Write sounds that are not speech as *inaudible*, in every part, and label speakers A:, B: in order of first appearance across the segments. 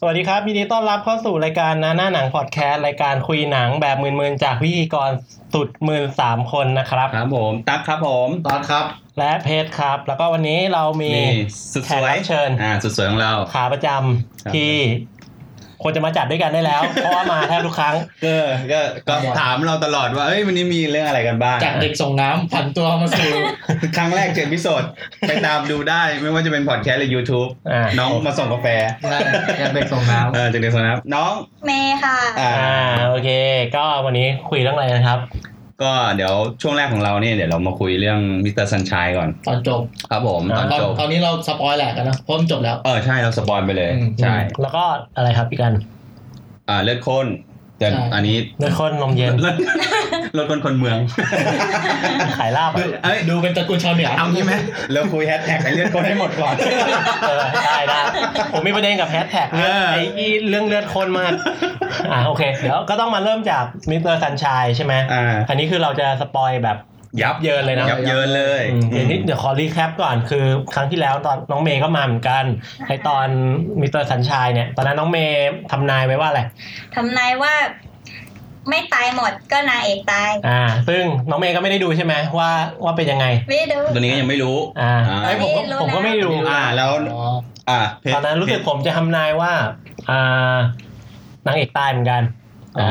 A: สวัสดีครับยินดีต้อนรับเข้าสู่รายการนาหน้าหนังพอดแคสต์รายการคุยหนังแบบหมื่นๆจากพิธีกรสุดหมื่นสามคนนะครับ
B: ครับผมตั๊กครับผม
C: ตอนครับ
A: และเพชรครับ แล้วก็วันนี้เรามี
B: นี่สุดสว
A: แขกรั
B: ย
A: บเชิญ
B: อ่าสุดสวยของเรา
A: ขาประจำ
B: ครับ
A: ที่ควรจะมาจัดด้วยกันได้แล้ว *laughs* เพราะว่ามาแทบทุกครั้ง
B: ก็ก็ก็
C: ครับ
B: ถามเราตลอดว่าเอ้ยวันนี้มีเรื่องอะไรกันบ้าง
C: จากเด็กส่งน้ำผันตัวมาสู่
B: ครั้งแรกเจ็ดพิโซดไปตามดูได้ไม่ว่าจะเป็นพอดแคสต์หรือ YouTube
A: อ่า
B: น้องมาส่งกาแฟ
C: จากเด็กส่งน้
B: เออจากเด็กส่งน้ำน้อง
D: เมย์ค่ะ
B: อ่า
A: อ่าโอเค ก็วันนี้คุยเรื่องอะไรนะครับ
B: ก็เดี๋ยวช่วงแรกของเราเนี่ยเดี๋ยวเรามาคุยเรื่องมิสเตอร์ซันชัยก่อน
C: ำตอนจบ
B: ครับผมตอน
C: ตอน
B: จบ
C: ตอนนี้เราสปอยแหลกกันนะเพ้นจบแล้ว
B: เออใช่เราสปอยไปเลย
C: อืม
B: ใช่
A: แล้วก็อะไรครับพี่กัน
B: อ่าเลือดข้นแต่
C: ใช่
B: อันนี้
A: เลือดข้นนมเย็น
B: เลือด *laughs* เลือดข้นคนเมือง
A: ขายลาบอะ
B: เอ้ย
C: ดูเป็นตระกูลชาวเหนือ
B: เอางี้ไหมเราคุยแฮชแท็กไอ้เลือดคนให้หมดก่อน
A: เออได้ได้ผมมีประเด็นกับแฮชแท็ก
B: เออ
A: ไอ้อีเรื่องเลือดข้นมากอ่าโอเค เดี๋ยวก็ต้องมาเริ่มจากมิสเตอร์สันชัยใช่ไหม
B: อ่า
A: อันนี้คือเราจะสปอยแบบ
B: ยับ
A: เยินเลยนะ
B: ยับเยินเลย
A: อืมเดี๋ยวนิดเดี๋ยวขอรีแคปก่อนคือครั้งที่แล้วตอนน้องเมย์ก็มาเหมือนกันไอตอนมิสเตอร์สันชัยเนี่ย ตอนนั้นน้องเมย์ทำนายไว้ว่าอะไร
D: ทำนายว่า ไม่ตายหมดก็นางเอกตาย
A: อ่า ซึ่งน้องเมย์ก็ไม่ได้ดูใช่ไหมว่าว่าเป็นยังไง
D: ไม่ดู
B: ตัวนี้ก็ยังไม่รู้
A: อ่า
B: อ่า
A: ไอยผมก็ผมก็ไม่ได้ดู
B: อ่าแล้ว
C: อ๋อ
B: อ่าเพจ
A: ตอนนั้นรู้สึกผมจะทำนายว่า อ่านางเอกตายเหมือนกัน
B: อ๋อ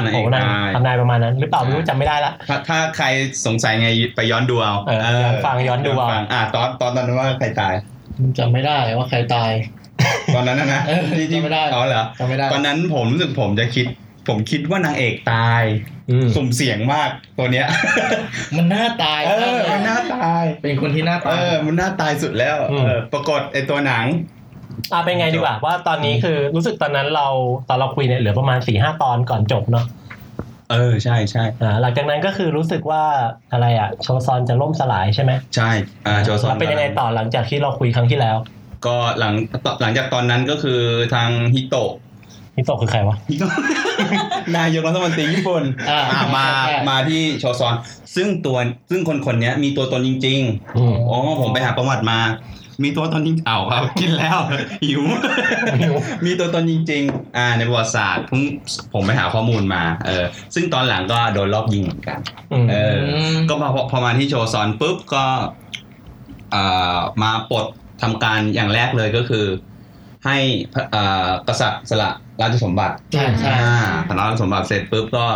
B: ไหน
A: โอ้
B: อีก
A: นาง
B: นาย
A: ทำนายประมาณนั้น หรือเปล่าไม่รู้จำไม่ได้ละ
B: ถ้าถ้าใครสงสัยไงไปย้อนดูเอา
A: เออย้อนฟังย้อนดูเอา
B: ฟังอ่าตอนตอนตอนนั้นว่าใครตาย
C: จำไม่ได้ว่าใครตาย
B: ตอนนั้นนะนะ
C: เออ
B: จริง
C: จำไม่ได้
B: ๆอ๋อเหรอ
C: จำไม่ได้
B: ตอนนั้นผมรู้สึกผมจะคิด ผมคิดว่านางเอกตาย
A: อืม
B: สุ่มเสี่ยงมากตัวเนี้ย
C: มันน่าตาย
B: เออ
C: มาก
B: มัน
C: เลย
B: น่าตาย
C: เป็นคนที่น่า
B: เอ
C: ตาย
B: อมันน่าตายสุดแล้วเออปรากฏไอตัวหนัง
A: อ่าเป็นไงดีกว่า ว่าตอนนี้คือรู้สึกตอนนั้นเราตอนเราคุยเนี่ยเหลือประมาณสี่ห้าตอนก่อนจบเนาะ
B: เออใช่ใช่
A: อ่าหลังจากนั้นก็คือรู้สึกว่าอะไรอ่ะโชซอนจะล่มสลายใช่ไหม
B: ใช่ อ่าโจซอน
A: แล้วเป็นยังไงต่อหลังจากที่เราคุยครั้งที่แล้ว
B: ก็หลังหลังจากตอนนั้นก็คือทางฮิโตะ *laughs*
A: นี่ตกคือใครวะ
B: ฮิโตะ นายกรัฐมนตรีญี่ปุ่น
C: อ่า
B: อ่ามา
C: ใช่
B: มาที่โชซอน ซึ่งตัวซึ่งคนคนเนี้ยมีตัวตนจริง
A: อื *laughs* ม
B: ๆอ๋อผมไปหาประวัติมา มีตัวตนจริงอ้าวครับ กินแล้ว *laughs* หิว มีตัวตนจริง ๆ อ่า ในประวัติศาสตร์ผมผมไปหาข้อมูลมาเออซึ่งตอนหลังก็โดนรอบยิงเหมือนกัน
A: อืม
B: เอ
C: อื
B: อ
C: ม
B: ก็พอพอพอมาที่โชว์ซอนปุ๊บก็เอ่อมาปลดทำการอย่างแรกเลยก็คือ ให้พระเอ่อกษัตริย์สละราชสมบัติ
C: ใช่ใช่
B: อ่าสละราชสมบัติเสร็จปุ๊บก็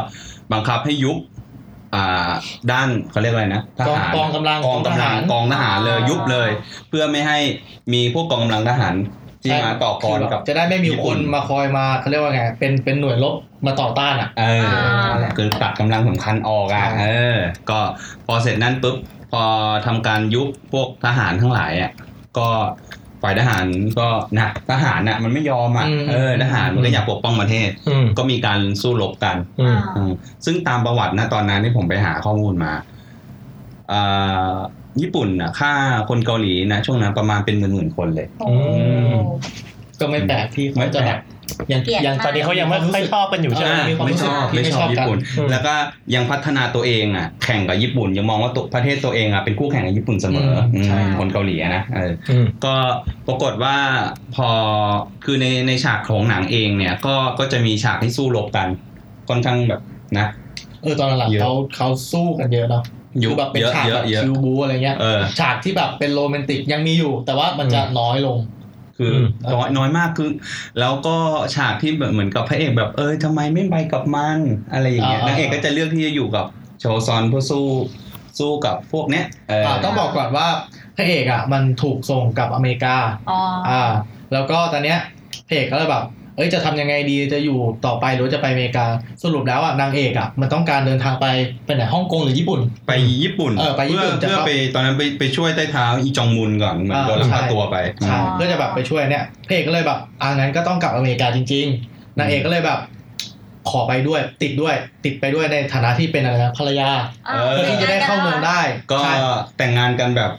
B: บังคับให้ยุบอ่าด้านเขาเรียกอะไรนะท
C: กอง
B: หาร
C: กองกำลัง
B: กองกำลังกองทหารเลยยุบเลย เพื่อไม่ให้มีพวกกองกำลังทหารที่มาต่อกรกับ
C: จะได้ไม่มี
B: ญี่
C: ค
B: ปุ่น
C: นมาคอยมาเขาเรียกว่าไงเป็นเป็นหน่วยรบมาต่อต้านอ่ะ
B: เออ
D: อ่า
B: คือตัดกำลังสำคัญออกอ่ะ
C: ใช่
B: เออ ก็พอเสร็จนั้นปุ๊บพอทำการยุบพวกทหารทั้งหลายอ่ะก็ฝ่ายทหารก็นะทหารน่ะมันไม่ยอมอ่ะเออทหารมันก็อยากปกป้องประเทศ
A: อืม
B: ก็มีการสู้รบกัน
A: อืม
B: อืมซึ่งตามประวัตินะตอนนั้นที่ผมไปหาข้อมูลมาอ่าญี่ปุ่นน่ะฆ่าคนเกาหลีนะช่วงนั้นประมาณเป็นหมื่นๆคนเลย
D: โอ้โห
A: ม
C: ก็ไม่แปลกที่เขาจะแบบยัง
D: เกลียด
C: ยัง
A: ตอนนี้เขายังไม่ค่อยชอบกันอยู่ใช่ไหม
C: อ่า
B: ไม่ชอบ
C: มี
B: ไม่
C: ค
B: ชอ
C: วามรู้สึกที่ไม่ชอ
B: บบ ญี่ปุ่น
A: กัน
B: แล้วก็ยังพัฒนาตัวเองอ่ะแข่งกับญี่ปุ่นยังมองว่าตัวประเทศตัวเองอ่ะเป็นคู่แข่งกับญี่ปุ่นเสมออ
D: มใช่
B: อืมคนเกาหลีอะนะเออ
A: อืม
B: ก็ปรากฏว่าพอคือในในฉากของหนังเองเนี่ยก็ก็จะมีฉากที่สู้รบกันค่อนข้างแบบนะ
C: เออตอนหลัง
B: เยอะ
C: เขาเขาสู้กันเยอะเนาะ
B: ยุ
C: คือแบบเป็น
B: เยอะ
C: ฉาก
B: เย
C: แบ
B: อะ
C: บ
B: เยอะ
C: คิวบูอะไรเงี้ย
B: เออ
C: ฉากที่แบบเป็นโรแมนติกยังมีอยู่ แต่ว่ามันจะน้อยลง
B: คืออ
C: ม
B: น้อยน้อยมากคือ แล้วก็ฉากที่แบบเหมือนกับพระเอกแบบเออทำไมไม่ไปกับมันอะไรอย่างเงี้ยนางเอกก็จะเลือกที่จะอยู่กับโชซอนเพื่อสู้สู้กับพวกเนี้ยเออ
C: อ่าต้องบอกก่อนว่าพระเอกอ่ะมันถูกส่งกลับอเมริกา
D: อ๋ออ
C: อ่า แล้วก็ตอนเนี้ยพระเอกก็เลยแบบเอ้ยจะทำยังไงดีจะอยู่ต่อไปหรือจะไปอเมริกาสรุปแล้วอ่ะนางเอกอ่ะมันต้องการเดินทางไปไปไหนฮ่องกงหรือญี่ปุ่น
B: ไปญี่ปุ่น
C: เออไปญี่ปุ่น
B: เพื่อเพื่อ
C: จะเข้า
B: ไปตอนนั้นไปไปช่วยใต้เท้าอีจองมุนก่อนเหมือน
C: อ่า
B: โดนลักพา
C: ใช่
B: ตัวไป
C: ใช่
B: อืม
C: เพื่อจะแบบไปช่วยเนี่ยพระเอกก็เลยแบบอ่างั้นก็ต้องกลับอเมริกาจริง ๆนางเอกก็เลยแบบ ขอไปด้วย ติดด้วย ติดไปด้วยในฐานะที่เป็นอะไรนะภรรยา
D: อ่า
C: เพื่อที่จะได้เข้าเมืองได้
B: ก็
C: ใช่
B: แต่งงานกันแบบ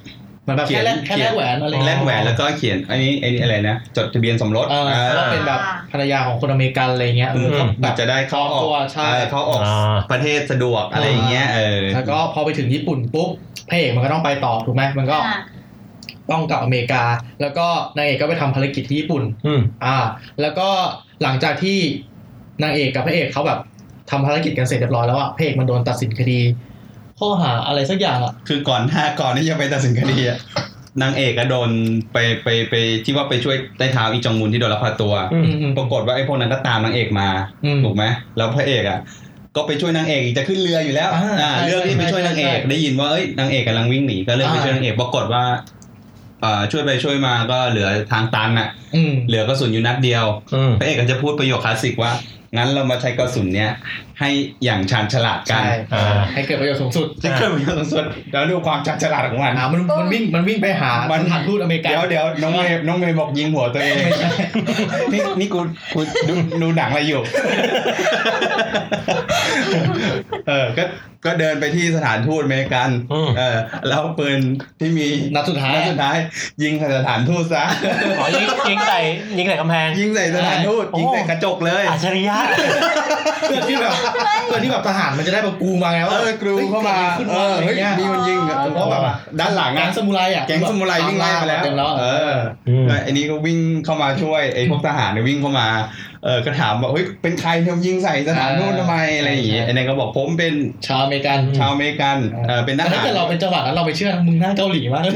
C: เหมือนแบบ
B: เขียน
C: แค่แลกแค่
B: เขี
C: แล
B: ยน
C: กแหวนอะไร
B: แลกแหวนแล้วก็เขียนอันนี้อันนี้อะไรนะ จดทะเบียนสมรส
C: เออ
B: เออ
C: แล้วเป็นแบบภรรยาของคนอเมริกันอะไรเงี้ยเออก็แบ
B: แบบ บจะได้เข้าออ
C: ครอบครัว
B: ก
C: ใช่
B: เออเข้าออก
A: อ่า
B: ประเทศสะดวกอะไรอย่างเงี้ยเออ
C: แล้วก็พอไปถึงญี่ปุ่นปุ๊บพระเอกมันก็ต้องไปต่อถูกไหมมันก็
D: อ่า
C: ต้องกลับอเมริกา แล้วก็นางเอกก็ไปทำภารกิจที่ญี่ปุ่น
A: อืม
C: อ่า แล้วก็หลังจากที่นางเอกกับพระเอกเขาแบบทำภารกิจกันเสร็จเรียบร้อยแล้วอะพระเอกมันโดนตัดสินคดี ข้อหาอะไรสักอย่างอะ
B: คือก่อนหน้าก่อนที่จะไปตัดสินคดีอะนางเอกก็โดนไปไปไปที่ว่าไปช่วยใต้เท้าอีจองมุนที่โดนลักพาตัว
A: อืม
B: ปรากฏว่าไอ้พวกนั้นก็ตามนางเอกมา
C: อืม
B: ถูกไหมแล้วพระเอกอ่ะก็ไปช่วยนางเอกอีกจะขึ้นเรืออยู่แล้ว
C: อ่า
B: อ่า
C: ใช่
B: เรื่องที่ไปช่วยนางเอก
C: ใช่
B: ได้ยินว่าเอ้ยนางเอกกำลังวิ่งหนีก็เลยไป
C: อ่า
B: ช่วยนางเอกปรากฏว่าเอ่อช่วยไปช่วยมาก็เหลือทางตันอ่ะ
C: อืม
B: เหลือกระสุนอยู่นัดเดียว
A: อืม
B: พระเอกก็จะพูดประโยคคลาสสิกว่า งั้นเรามาใช้กระสุนเนี้ยให้อย่างชาญฉลาดกัน
C: ใช่
A: อ่า
C: ให้เกิดประโยชน์สูงสุด
B: จะเกิดประโยชน์สูงสุดแล้วดูความชาญฉลาดของมัน
C: อ่ามันมันวิ่งมันวิ่งไปหา
B: มัน
C: สถานทูตอเมริกา
B: เดี๋ยวเดี๋ยวน้องเมย์น้องเมย์บอกยิงหัวตัวเอง นี่นี่กูกูดูดูหนังอะไรอยู่ เออ ก็ก็เดินไปที่สถานทูตอเมริกัน
A: อืม
B: เออ แล้วปืนที่มี
C: นัดสุดท้าย
B: นัดสุดท้าย ยิงใส่สถานทูตซะ
A: อ๋อยิงยิงใส่ยิงใส่กำแพง
B: ยิงใส่สถานทูต
A: โอ้
B: ยิงใส่กระจกเลย
A: อัจฉริยะ
C: เพื่อที่แบบเพื่อที่แบบทหารมันจะได้แบบกรูมาไง
B: เอ
C: ว่า
B: อกรูเข้ามา
C: เ
B: เออ
C: ฮ้
B: เฮ้
C: ย
B: ย
C: เกิดอะไร
B: มี
C: ขึ้น
B: คน
C: วะ
B: ยิงอะเพราะแบบด้านหลัง
C: แก๊
B: อะ
C: งสมุไรอ่ะ
B: แก๊งสมุไรวิ่งไล่มาแล้ว
C: เต็มแล้ว
B: เออ
A: อืม
B: แล้วไอ้นี่ก็วิ่งเข้ามาช่วยไอ้พวกทหารเนี่ยวิ่งเข้ามา เออก็ถามว่าเฮ้ยเป็นใครทำยิงใส่สถานนู่นทำไมอะไรอย่างงี้ไอ้นี่นก็บอกผมเป็น
C: ชาวอเมริกัน
B: ชาวอเมริกันเออเป็นท
C: แต่
B: หา
C: ถ้า
B: ร
C: เกิดเราเป็นจังหวัดแล้วเราไปเชื่อมึงหน้าเกาหลีมากเลย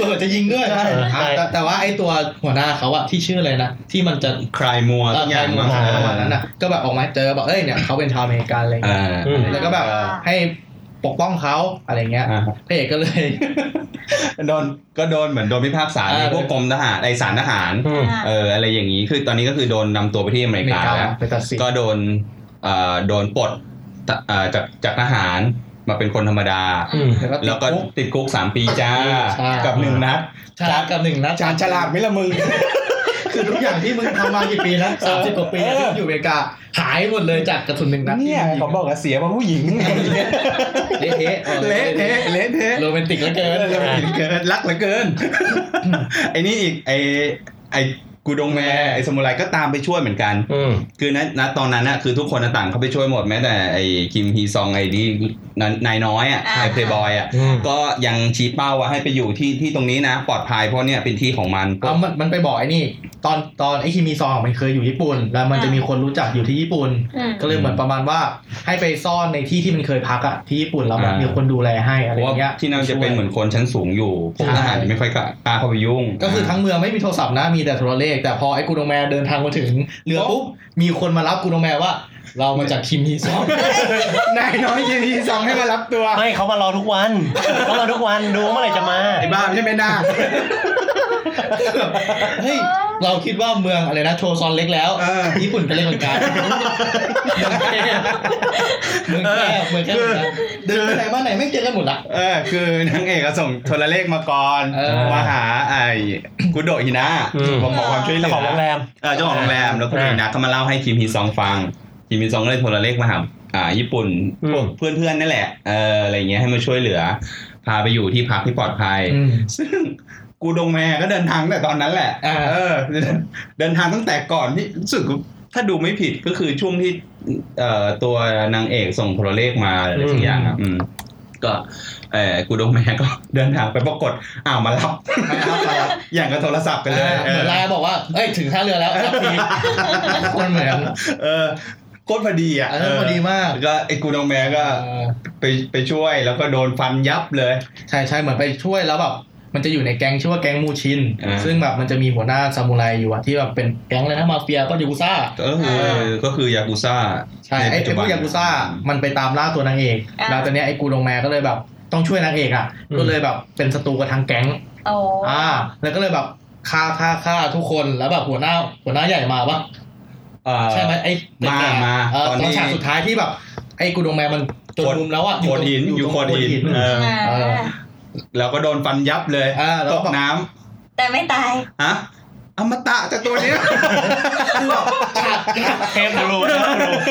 C: เปิดจะยิงด้วย
B: ใช่
A: ใช่
C: อ่ะแต่แต่ว่าไอ้ตัวหัวหน้าเขาอะที่ชื่ออะไรนะที่มันจะ
B: ใครมัวทุกอย่าง
C: ม
B: มั้ง
C: ประมาณนั้นอะก็แบบออกมาเจอบอกเอ้ยเนี่ยเขาเป็นชาวอเมริกันอะไร
B: เอ
C: เงี้ย
B: อ
A: อืม
C: แล้วก็แบบ
D: อ่า
C: ให้ปกป้องเขาอะไรเงี้ย
B: อ่ะ
C: พระเอกก็เลย
B: โดนก็โดนเหมือนโดนพิพากษา
C: เออ
B: ในพวกกรมทหารไอสารทหาร
A: อืม
D: อ่า
B: เอออะไรอย่างงี้คือตอนนี้ก็คือโดนนำตัวไปที่อเม
C: อ
B: ริ
C: เม
B: กา
C: ริกา
B: แล้ว
C: ไปตัดสิน
B: ก็โดนเอ่อโดนปลดเอ่อจากจากทหารมาเป็นคนธรรมดา
A: อืม
C: แล้วก็ติด
B: แล้วก็
C: คุก
B: ติดคุกสามปีจ้า
C: ใช่
B: กับหนึ่งนัด
C: ฉลาดกับหนึ่งนะ
B: จานฉลาดไหมละมึง
C: คือทุกอย่างที่มึงทำมากี่ปีแล้วสามสิบกว่าปีแล้วที่อยู่อเมริกาหายหมดเลยจากกระสุนหนึ่งนัด
B: เนี่ย
C: ที่ยิง
B: ผมบอกว่าเสียเพราะผู้หญิง
C: เละเทะออ
B: เละเทะเละเทะ
C: โรแมนติกเหลือเกิน
B: เละเกินรักเหลือเกิ
C: *coughs*
B: น ไอ้นี่อีกไอ้ไอ้กูดงแมไอ้สมุไรก็ตามไปช่วยเหมือนกัน
A: อืม
B: คือนะณตอนนั้นนะคือทุกคนน่ะต่างเขาไปช่วยหมดแม้แต่ไอ้คิมฮีซองไอ้นี่นายน้อยอ่ะ
D: อ่า
B: ไอ้เพย์บอยอ่ะ
A: อืม
B: ก็ยังชี้เป้าว่าให้ไปอยู่ที่ที่ตรงนี้นะ ปลอดภัยเพราะเนี่ยเป็นที่ของมัน
C: เอามันมันไปบอกไอ้นี่ ตอนตอนไอ้คิมีซองมันเคยอยู่ญี่ปุ่น แล้วมันจะมีคนรู้จักอยู่ที่ญี่ปุ่น
D: อืม
C: ก็เลยเหมือนประมาณว่าให้ไปซ่อนในที่ที่มันเคยพักอะที่ญี่ปุ่นแล้วแบบ
B: อ่ามี
C: มีคนดูแลให้อะ
B: เพ
C: ไรอ
B: ราะว่า
C: ย่างเงี้ย
B: ที่นั่นจะเป็นเหมือนคนชั้นสูงอยู่พวกทหารไม่ค่อยกล้าเข้าไปยุ่ง
C: ก็คือทั้งเมืองไม่มีโทรศัพท์นะมีแต่โทรเลข แต่พอไอ้กูโดงแมเดินทางมาถึงเรือปุ๊บมีคนมารับกูโดงแมว่า เรามาจากคิมฮีซอง
B: *laughs* นายน้อยยินดีสองให้มารับตัว
A: ไม่เขามารอทุกวันเขามารอทุกวันดูว่าเมื่อไหร่จะมา
B: ไอ้บ้าไม่ใช่ไม่น่า
C: เฮ้ยเราคิดว่าเมืองอะไรนะโชซอนเล็กแล้ว
B: เออ
C: ญี่ปุ่นก็เล็กเหมือนกันเมืองแค่เมืองแค่เมืองแค่เหมือนกันเดินไปไหนมาไหนไม่เจอกันหมดละ
B: เออคือนางเอกอะส่งโทรเลขมาก่อน
C: เออ
B: มาหาไอ้กุโดะฮินะ
A: อืม
B: มาขอความช่วยเหลื
A: เจ้าข
B: อ
A: องโรงแรม
B: เออเจ้าของโรงแรมแล้วกุโดะฮินะก็มาเล่าให้คิมฮีซองฟังคิมฮีซองก็เลยโทรเลขมาหาอ่าญี่ปุ่น
A: อืม
B: พวกเพื่อนๆนั่นแหละเอออะไรเงี้ยให้มาช่วยเหลือ พาไปอยู่ที่พักที่ปลอดภัย ซึ่งกูดงแม่ก็เดินทางตั้งแต่ตอนนั้นแหละ
C: อ่า
B: เออ เดินทางตั้งแต่ก่อนที่รู้สึกถ้าดูไม่ผิดก็คือช่วงที่เอ่อตัวนางเอกส่งโทรเลขมาอะไรสักอย่างอ่ะอืมก็เออกูดงแม่ก็ เดินทางไปปรากฏอ้าวมารับ
C: มารับมารับ
B: อย่างกับโทรศัพท์กัน
C: เอ
B: เลย
C: อ
B: เอ
C: เหมื
B: อ
C: อนลาบอกว่าเอ้ยถึงท่าเรือแล้วรับทีคนเหมือนกัน
B: เออโคตรพอดีอ่ะ
C: เออพอดีมาก
B: แล้วก็ไอ้กูดงแม่ก็
C: เออ
B: ไปไปช่วยแล้วก็โดนฟันยับเลย
C: ใช่ใช่เหมือนไปช่วยแล้วแบบมันจะอยู่ในแก๊งชื่อว่าแก๊งมูชิน
B: อ่า
C: ซึ่งแบบมันจะมีหัวหน้าซามูไรอยู่อะที่แบบเป็นแก๊งอะไรนะมาเฟียก็ยูกุซ่า
B: ก็คือ
D: เออ
B: ก็คือยากุซ่า
C: ใช่ไอ้
B: น
C: ไอ้
B: จ
C: พ
B: บั
C: วน กยากุซ่ามันไปตามล่าตัวนางเอก
D: อ่า
C: แล้วตอนเนี้ยไอ้กูลงแมก็เลยแบบต้องช่วยนางเอกอ่ะ
A: อืม
C: ก็เลยแบบเป็นศัตรูกับทางแก๊ง
D: โอ้
C: อ่า แล้วก็เลยแบบฆ่าฆ่าฆ่าทุกคน แล้วแบบหัวหน้าหัวหน้าใหญ่มาปะใช่ไหมไอ้ไอ้แก่
B: มามา
C: เออ
B: ต
C: ต
B: อ
C: อนน
B: นี้
C: ฉากสุดท้ายที่แบบ ไอ้กูลงแมมันจนมุมแล้วอ่ะ
B: โค
C: ยู่ต
B: ด
C: รง
B: หินอยู่
C: ตรง
B: โคดหินเออ
D: อ่า
C: เออ
B: แล้วก็โดนฟันยับเลย
C: อ่าแล้ว
B: ต
C: ก็
B: ก
C: บอก
B: น้ำ
D: แต่ไม่ตาย
B: ฮะอมตะจากตัวเนี้ย
C: *laughs* คือแบบฉาก
A: เทพรู
C: เ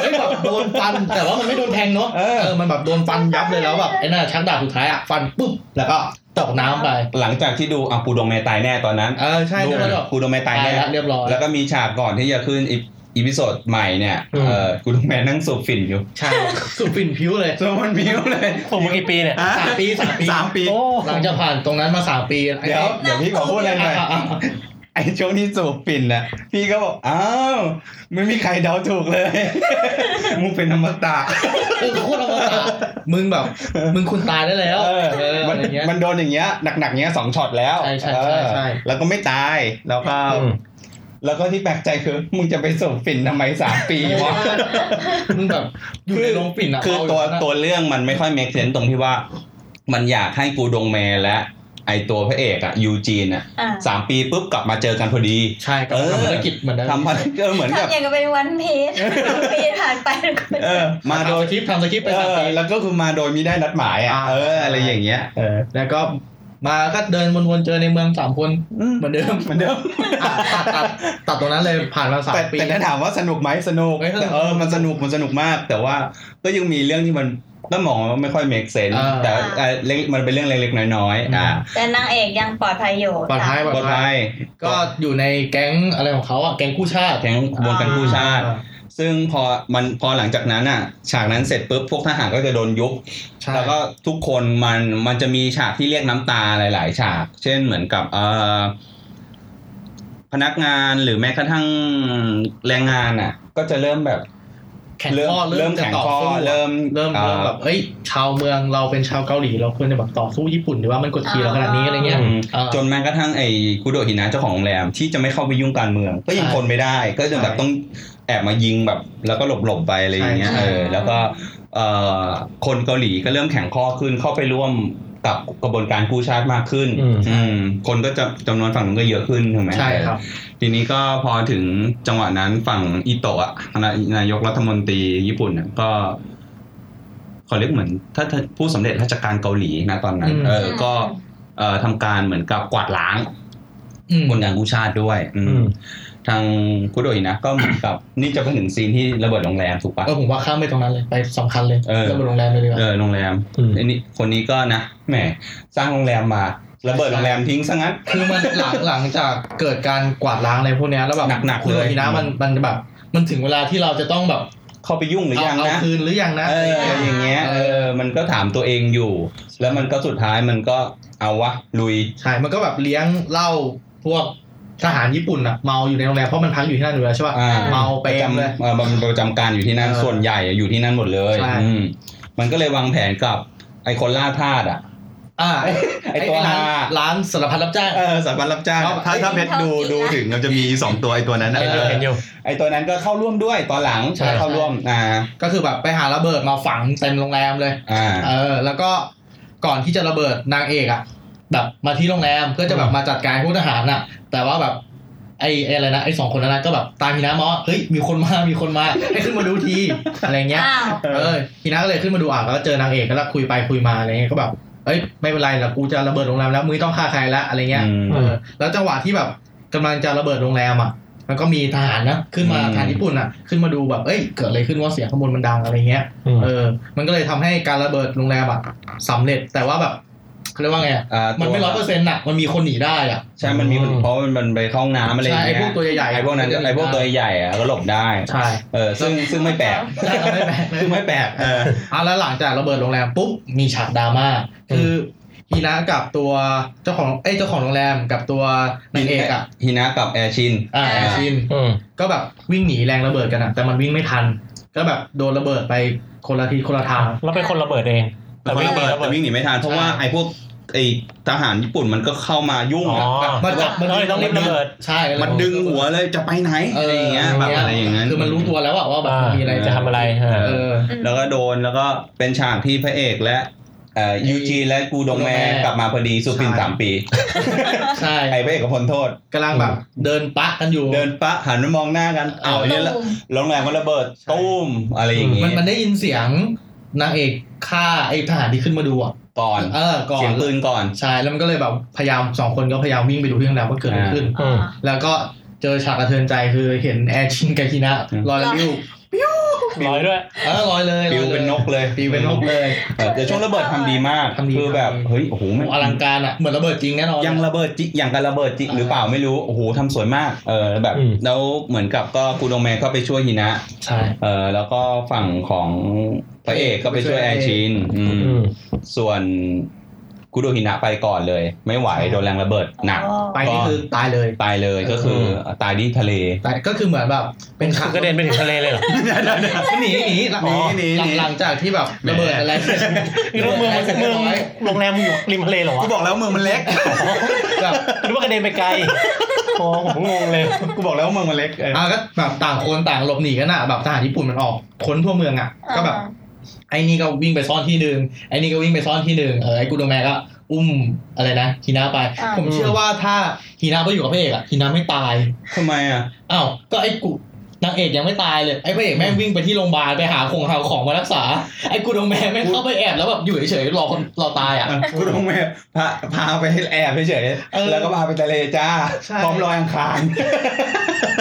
C: ฮ้ยแบบโดนฟัน แต่ว่ามันไม่โดนแทงเนาะ
B: เออ
C: มันแบบโดนฟันยับเลยแล้วแบบไอ้น่าชักดาบสุดท้ายอ่ะฟันปุ๊บแล้วก็ตกน้ำไป
B: หลังจากที่ดูอ่ะปูดงเมตายแน่ตอนนั้น
C: เออใช่
B: ดู
C: แล้วก็แบบ
B: ปูดงเมตาย
C: ตาย
B: แน่
C: แล้วเรียบร้อย
B: แล้วก็มีฉากก่อนที่จะขึ้นอี อีพิโซดใหม่เนี่ย
A: อืม
B: เออกูต้องแมนนั่งสูบฝิ่นอยู่
C: ใช่สุดฟินผิวเลย
B: โซมันมิวเลย
A: ส่งมากี่ปีเนี่ย
B: อ่ะ
C: สามปีสามปี
B: สามปี
A: โอ้
C: หลังจากผ่านตรงนั้นมาสามปี
B: เดี๋ยวเดี๋ยวพี่ขอพูดอะไรหน่อย
C: อ่ะอ่ะอ่ะ
B: ไอ้ช่วงที่สูบปิ่นน่ะ พี่ก็บอกอ้าวไม่มีใครเดาถูกเลย *laughs* มึงเป็นอมตะ
C: เออโคตรอมตะมึงแบบ มึงคุณตายได้แล้ว
B: เออ
C: เออ
B: มั
C: อะ
B: น
C: ไรเงี้ย
B: มันโดนอย่างเงี้ยหนักๆเงี้ยสองช็อตแล้ว
C: ใช่ใช่
B: เออ
C: ใช่ใช่
B: แล้วก็ไม่ตายแล้วก็
A: อืม
B: แล้วก็ที่แปลกใจคือ มึงจะไปสูบปิ่นทำไมสามปีวะ
C: มึงแบบอยู่ในโรงปิ่นอะ
B: คือตัว
C: เายู่นั่นอะ
B: ตัวเรื่องมันไม่ค่อยเมคเซนตรงที่ว่า มันอยากให้กูดงแมนและ ไอตัวพระเอกอะยูจีนอะ
D: อ่า
B: สามปีปุ๊บกลับมาเจอกันพอดี
C: ใช่ก็
B: เออ
C: ทำธุรกิจเหมือนเดิม
B: ทำมันเออเหมือนกับ
D: ทำอย่างกับเป็นวันพีชปีผ่านไปแล้วก็เป็น
B: เออ มา
C: มา
B: โด
C: โดย
B: ย
C: คลิปทำสคริปต์ไป
B: เอ
C: สาม
B: อ
C: ปี
B: แล้วก็คือมาโดยไม่ได้นัดหมายอ่ะ
C: อ่า
B: เอออะไรอย่างเงี้ยเออ
C: แล้วก็มาก็เดินวนๆเจอในเมืองสามคนเหมือนเดิม
B: เหมือนเดิม
C: อ่ะตัดตัดตัดตรงนั้นเลยผ่านมาสาม
B: แต่
C: ปี
B: แต่ถ้าถามว่าสนุกไหมสนุก
C: เฮ้ยสนุก
B: แต่เออมันสนุกมันสนุกมาก แต่ว่าก็ยังมีเรื่องที่มันก็มองว่าไม่ค่อยเม e เซน
C: อ่า
B: แต่เอ่อเล็กมันเป็นเรื่องเล็กๆน้อยๆอ่า
C: อืม
D: แต่นางเอกยังปลอดภัยอยู่
C: ปลอดภัยปลอด
B: บท
C: ภั
B: ไท
C: ย
B: ย
C: ก็อยู่ในแก๊งอะไรของเขาอ่ะแก๊งกู้ชาติ
B: แข่งวงการกู้ชาติ
C: อ่า
B: ซึ่งพอมันพอหลังจากนั้นอ่ะ ฉากนั้นเสร็จปุ๊บพวกทหารก็จะโดนยุบ
C: ใช่
B: แล้วก็ทุกคนมันมันจะมีฉากที่เรียกน้ำตาหลาย ๆ ฉาก เช่นเหมือนกับเออพนักงานหรือแม้กระทั่งแรงงานอ่ะ ก็จะเริ่มแบบ
C: แข่ง
B: เริ่ม
C: ข้อ
B: เริ่
C: เริ่
B: ม
C: มจะ
B: แข่ง
C: ต่อ
B: ข้อ
C: สู้อะ
B: เริ่ม
C: เริ่ม
B: อ่อ
C: เริ่มแบบเอ้ย ชาวเมืองเราเป็นชาวเกาหลีเราควรจะแบบต่อสู้ญี่ปุ่นหรือว่ามันกดขี่เราขนาดนี้อะไรเงี้ย
B: อืม
C: เออ
B: จนแม้กระทั่งไอ้คุโดะฮินะเจ้าของโรงแรมที่จะไม่เข้าไปยุ่งการเมือง ก็ยัง
C: ใช่
B: ทนไม่ได้ ก็จะแบบ
C: ใช่
B: ต้องแอบมายิงแบบ แล้วก็หลบหลบๆไปอะไรอย่างเงี้ย
C: ใช่
B: เออแล้วก็เอ่อคนเกาหลีก็เริ่มแข่งข้อขึ้นเข้าไปร่วมกับกระบวนการกู้ชาติมากขึ้น
A: อืม
B: อืมคนก็จะจำนวนฝั่งนู้นก็เยอะขึ้นถูกไหม
C: ใช่ครับ
B: ทีนี้ก็พอถึงจังหวะนั้นฝั่งอิโตะอะนานาายกรัฐมนตรีญี่ปุ่นเนี่ยก็ขอเรียกเหมือน ถ้าถ้าผู้สำเร็จราชการเกาหลีนะตอนนั้น
C: อืม
B: เออก็เอ่อทำการเหมือนกับกวาดล้าง
C: อืม
B: บนการกู้ชาติด้วย อืม
A: อืม
B: ทางคุโดอินะ ก็เหมือนกับ นี่จะไปถึงซีนที่ระเบิดโรงแรมถูกปะ
C: ก็ผมว่าข้ามไปตรงนั้นเลยไปสำคัญเลย
B: เออ
C: เริ่มไปโรงแรมเลยดีกว่า
B: เออโรงแรม
A: อืม
B: ไอันนี้คนนี้ก็นะแหมสร้างโรงแรมมาระเบิดโรงแรมทิ้งซะงั้น
C: คือมัน *laughs* หลังหลังจากเกิดการกวาดล้างอะไรพวกเนี้ยแล้วแบบ
B: หนักๆ
C: คุณ
B: เลย
C: โอฮินะมันมันแบบ มันถึงเวลาที่เราจะต้องแบบ
B: เข้าไปยุ่งหรือ
C: เอา
B: ยัง
C: เอา
B: นะ
C: คืนหรือยังนะ
B: เอออะไรอย่างเงี้ยเออมันก็ถามตัวเองอยู่ แล้วมันก็สุดท้ายมันก็เอาวะลุย
C: ใช่ มันก็แบบเลี้ยงเหล้าพวกทหารญี่ปุ่นอะเมาอยู่ในโรงแรมเพราะมันพักอยู่ที่นั่นอยู่แล้วใช่ป่ะ
B: อ่า
C: เมาเปรมเลย
B: เออมันประจำการอยู่ที่นั่น
C: เออ
B: ส่วนใหญ่อะอยู่ที่นั่นหมดเลย
C: ใช่
B: อืมมันก็เลยวางแผนกับไอคนล่าทาสอ่ะ
C: อ่า
B: ไอ้ตัวฮ
C: ร้า
B: า
C: นร้านสารพัดรับจ้าง
B: เออสัตว์รับจ้าง
C: ครับ
B: ถ้าถ้าเพชรดูดูถึงมันจะมีสองตัวไอตัวนั้นอะ
A: เห็นอยู่เห็นอยู่
B: ไอตัวนั้นก็เข้าร่วมด้วยตอนหลัง
A: ใช่
B: เข้าร่วมอ่า
C: ก็คือแบบไปหาระเบิดมาฝังเต็มโรงแรมเลย
B: อ่า
C: เออ แล้วก็ก่อนที่จะระเบิดนางเอกอะแบบมาที่โรงแรมเพื่อจะแบบมาจัดการพวกทหารอะแต่ว่าแบบไอ้ไอ้อะไรนะไอ้สองคนนั้นนะก็แบบตามฮีนะมาว่าเฮ้ยมีคนมามีคนมาให้ขึ้นมาดูทีอะไรเงี้ย
D: อ้าว
C: เออฮีนะก็เลยขึ้นมาดูอ่ะแล้วก็เจอนางเอกก็แล้วคุยไปคุยมาอะไรเงี้ยก็แบบเอ้ยไม่เป็นไรหรอกกูจะระเบิดโรงแรมแล้วมึงไม่ต้องฆ่าใครละอะไรเงี้ย
B: อืม
C: เออแล้วจังหวะที่แบบกำลังจะระเบิดโรงแรมอ่ะมันก็มีทหารนะขึ้นมา
B: อืม
C: ทหารญี่ปุ่นอ่ะขึ้นมาดูแบบเอ้ยเกิดอะไรขึ้นว่าเสียงข้างบนมันดังอะไรเงี้ย
A: อืม
C: เออ มันก็เลยทำให้การระเบิดโรงแรมอะสำเร็จ แต่ว่าแบบเขาเรียกว่าไงอะ
B: อ่าตัว
C: มันไม่ร้อยเปอร์เซ็นต์อะมันมีคนหนีได้อะ
B: ใช่มันมีคนเพราะมันมันไปเข้าห้องน้ำอะไรอ
C: ใช่
B: ย่าง
C: ไอ้
B: เงี้ย
C: พวกตัวใหญ่ๆ
B: ไอพวกนั้นก็ไอพวกตัวใหญ่อะก็หลบได้
C: ใช่
B: เออซึ่งซึ่งไม่แปลก
C: ใช่ *laughs* เราไม่แปลกเลย
B: ซึ่งไม่แปลกเออ
C: อ่ะแล้วหลังจากระเบิดโรงแรมปุ๊บ มีฉากดราม่า คือฮีนะกับตัวเจ้าของเอ้ยเจ้าของโรงแรมกับตัวนางเอกอะ
B: ฮินะกับแอร์ชิน
C: อ่าแอร์ชิน
A: อืม
C: ก็แบบวิ่งหนีแรงระเบิดกันอะแต่มันวิ่งไม่ทัน ก็แบบโดนระเบิดไปคนละทีคนละทาง
A: เราเป็นคนระเบิดเอง แต่
B: แต่
A: วิ่
B: วิ่
A: ง
B: ง
A: หนีระเบิ
B: หนีแต่
A: ด
B: วิ่งหนีไม่ทันเพราะว่าไอ้พวกไอ้ทหารญี่ปุ่นมันก็เข้ามายุ่ง
A: อ๋อ
B: อะ
C: มันจับมัน
A: เอ้ยต้องรีบระเบิด
C: ใช่
B: มันดึงหัวเลยจะไปไหนอะไรอย่างเงี้ยแบบอะไรอย่างเงี้ย
C: คือมันรู้ตัวแล้วอะว่าแบบมันมีอะไร
A: จะทำอะไรฮะ
C: เออ
B: แล้วก็โดนแล้วก็เป็นฉากที่พระเอกและเอ่อยูจีและกูดงแมน
C: กูดงแมน
B: กลับมาพอดีสุพินสามปี
C: ใช่
B: ไอ้พระเอกก็พ้นโทษ
C: กำลังแบบเดินปะกันอยู่
B: เดินปะหันมามองหน้ากันอ้าวเนี่ยละ
D: ตูม
B: โรงแรมก็ระเบิดตุ้มอะไรอย่างงี้
C: มันมันได้ยินเสียงนางเอกฆ่าไอ้ทหารที่ขึ้นมาดูอ่ะ
B: ก่อน
C: เออก่อ
B: เสีย
C: น
B: งปืนก่อน
C: ใช่แล้วมันก็เลยแบบพยายามสองคนก็พยายามวิ่งไปดูที่โรงแรมว่าเกิดอะไรขึ้น
A: อืม
C: แล้วก็เจอฉากกระเทือนใจคือเห็นแอร์ชินกับฮินะลอยลิ้ว
A: ร้อยด้วย
C: เออลอยเลย
B: ปิวเป็นนกเลย
C: ปิวเป็นนกเลย
B: เออแต่ช่วงระเบิดทำดีมาก
C: ทำดี
B: คือแบบเฮ้ยโอ้โห
C: โอ้
B: มัน
C: อลังการอ่ะเหมือนระเบิดจริงแน่นอน
B: ยังระเบิดจริงอย่างกับระเบิดจริง
C: อ่า
B: หรือเปล่าไม่รู้โอ้โหทำสวยมากเออแบบ
A: อืม
B: แล้วเหมือนกับก็คูโดเมก็ไปช่วยฮินะ
C: ใช่
B: เออแล้วก็ฝั่งของพระเอกก็ไปช่วยแอร์ชินอืม
A: อืม
B: ส่วนคุโดฮินะไปก่อนเลย ไม่ไหวโดนแรงระเบิดหนัก
D: อ๋อ
C: ไปนี่คือตายเลย
B: ตายเลยก็คือตายที่ทะเล
C: แต่ก็คือเหมือนแบบเป็น
A: คือกระเด็นไปถึงทะเลเลยเหรอ
C: หนีหนีหลัง
B: หนีหนีหนี
C: หลังจากที่แบบระเบิดอะไรเสร็จ
A: มีโรงเมืองเมืองโรงแรมมึงอยู่ริมทะเลเหรอ
B: กู
A: วะ
B: บอกแล้วเมืองมันเล็ก
C: แบบ
A: หรือว่ากระเด็นไปไกลโอ้ผมงงเลย
B: กูบอกแล้วว่าเมืองมันเล็กเออ
C: อ่ะก็แบบต่างคนต่างหลบหนีกันอ่ะแบบทหารญี่ปุ่นมันออกค้นทั่วเมืองอ่ะก็แบบ ไอ้นี่ก็วิ่งไปซ่อนที่หนึ่งไอ้นี่ก็วิ่งไปซ่อนที่หนึ่งเออไอ้กูโดแมก็อุ้มอะไรนะฮีนาไป
D: อ่า
C: ผมเชื่อว่าถ้าฮีนาไปอยู่กับพระเอกอะฮีนาไม่ตาย
B: ทำไมอ่ะ
C: อ้าวก็ไอ้กูนางเอกยังไม่ตายเลยไอ้พระเอกแม่งวิ่งไปที่โรงพยาบาลไปหาของหาของมารักษาไอ้กูโดแมแม่งเข้าไปแอบแล้วแบบอยู่เฉยๆรอคนรอตายอ่ะ
B: กูต้องไปพาพาไปแอบเฉย
C: เออ
B: ๆแล้วก็พาไปทะเลจ้า
C: ใช่
B: พร้อมลอยอังคาร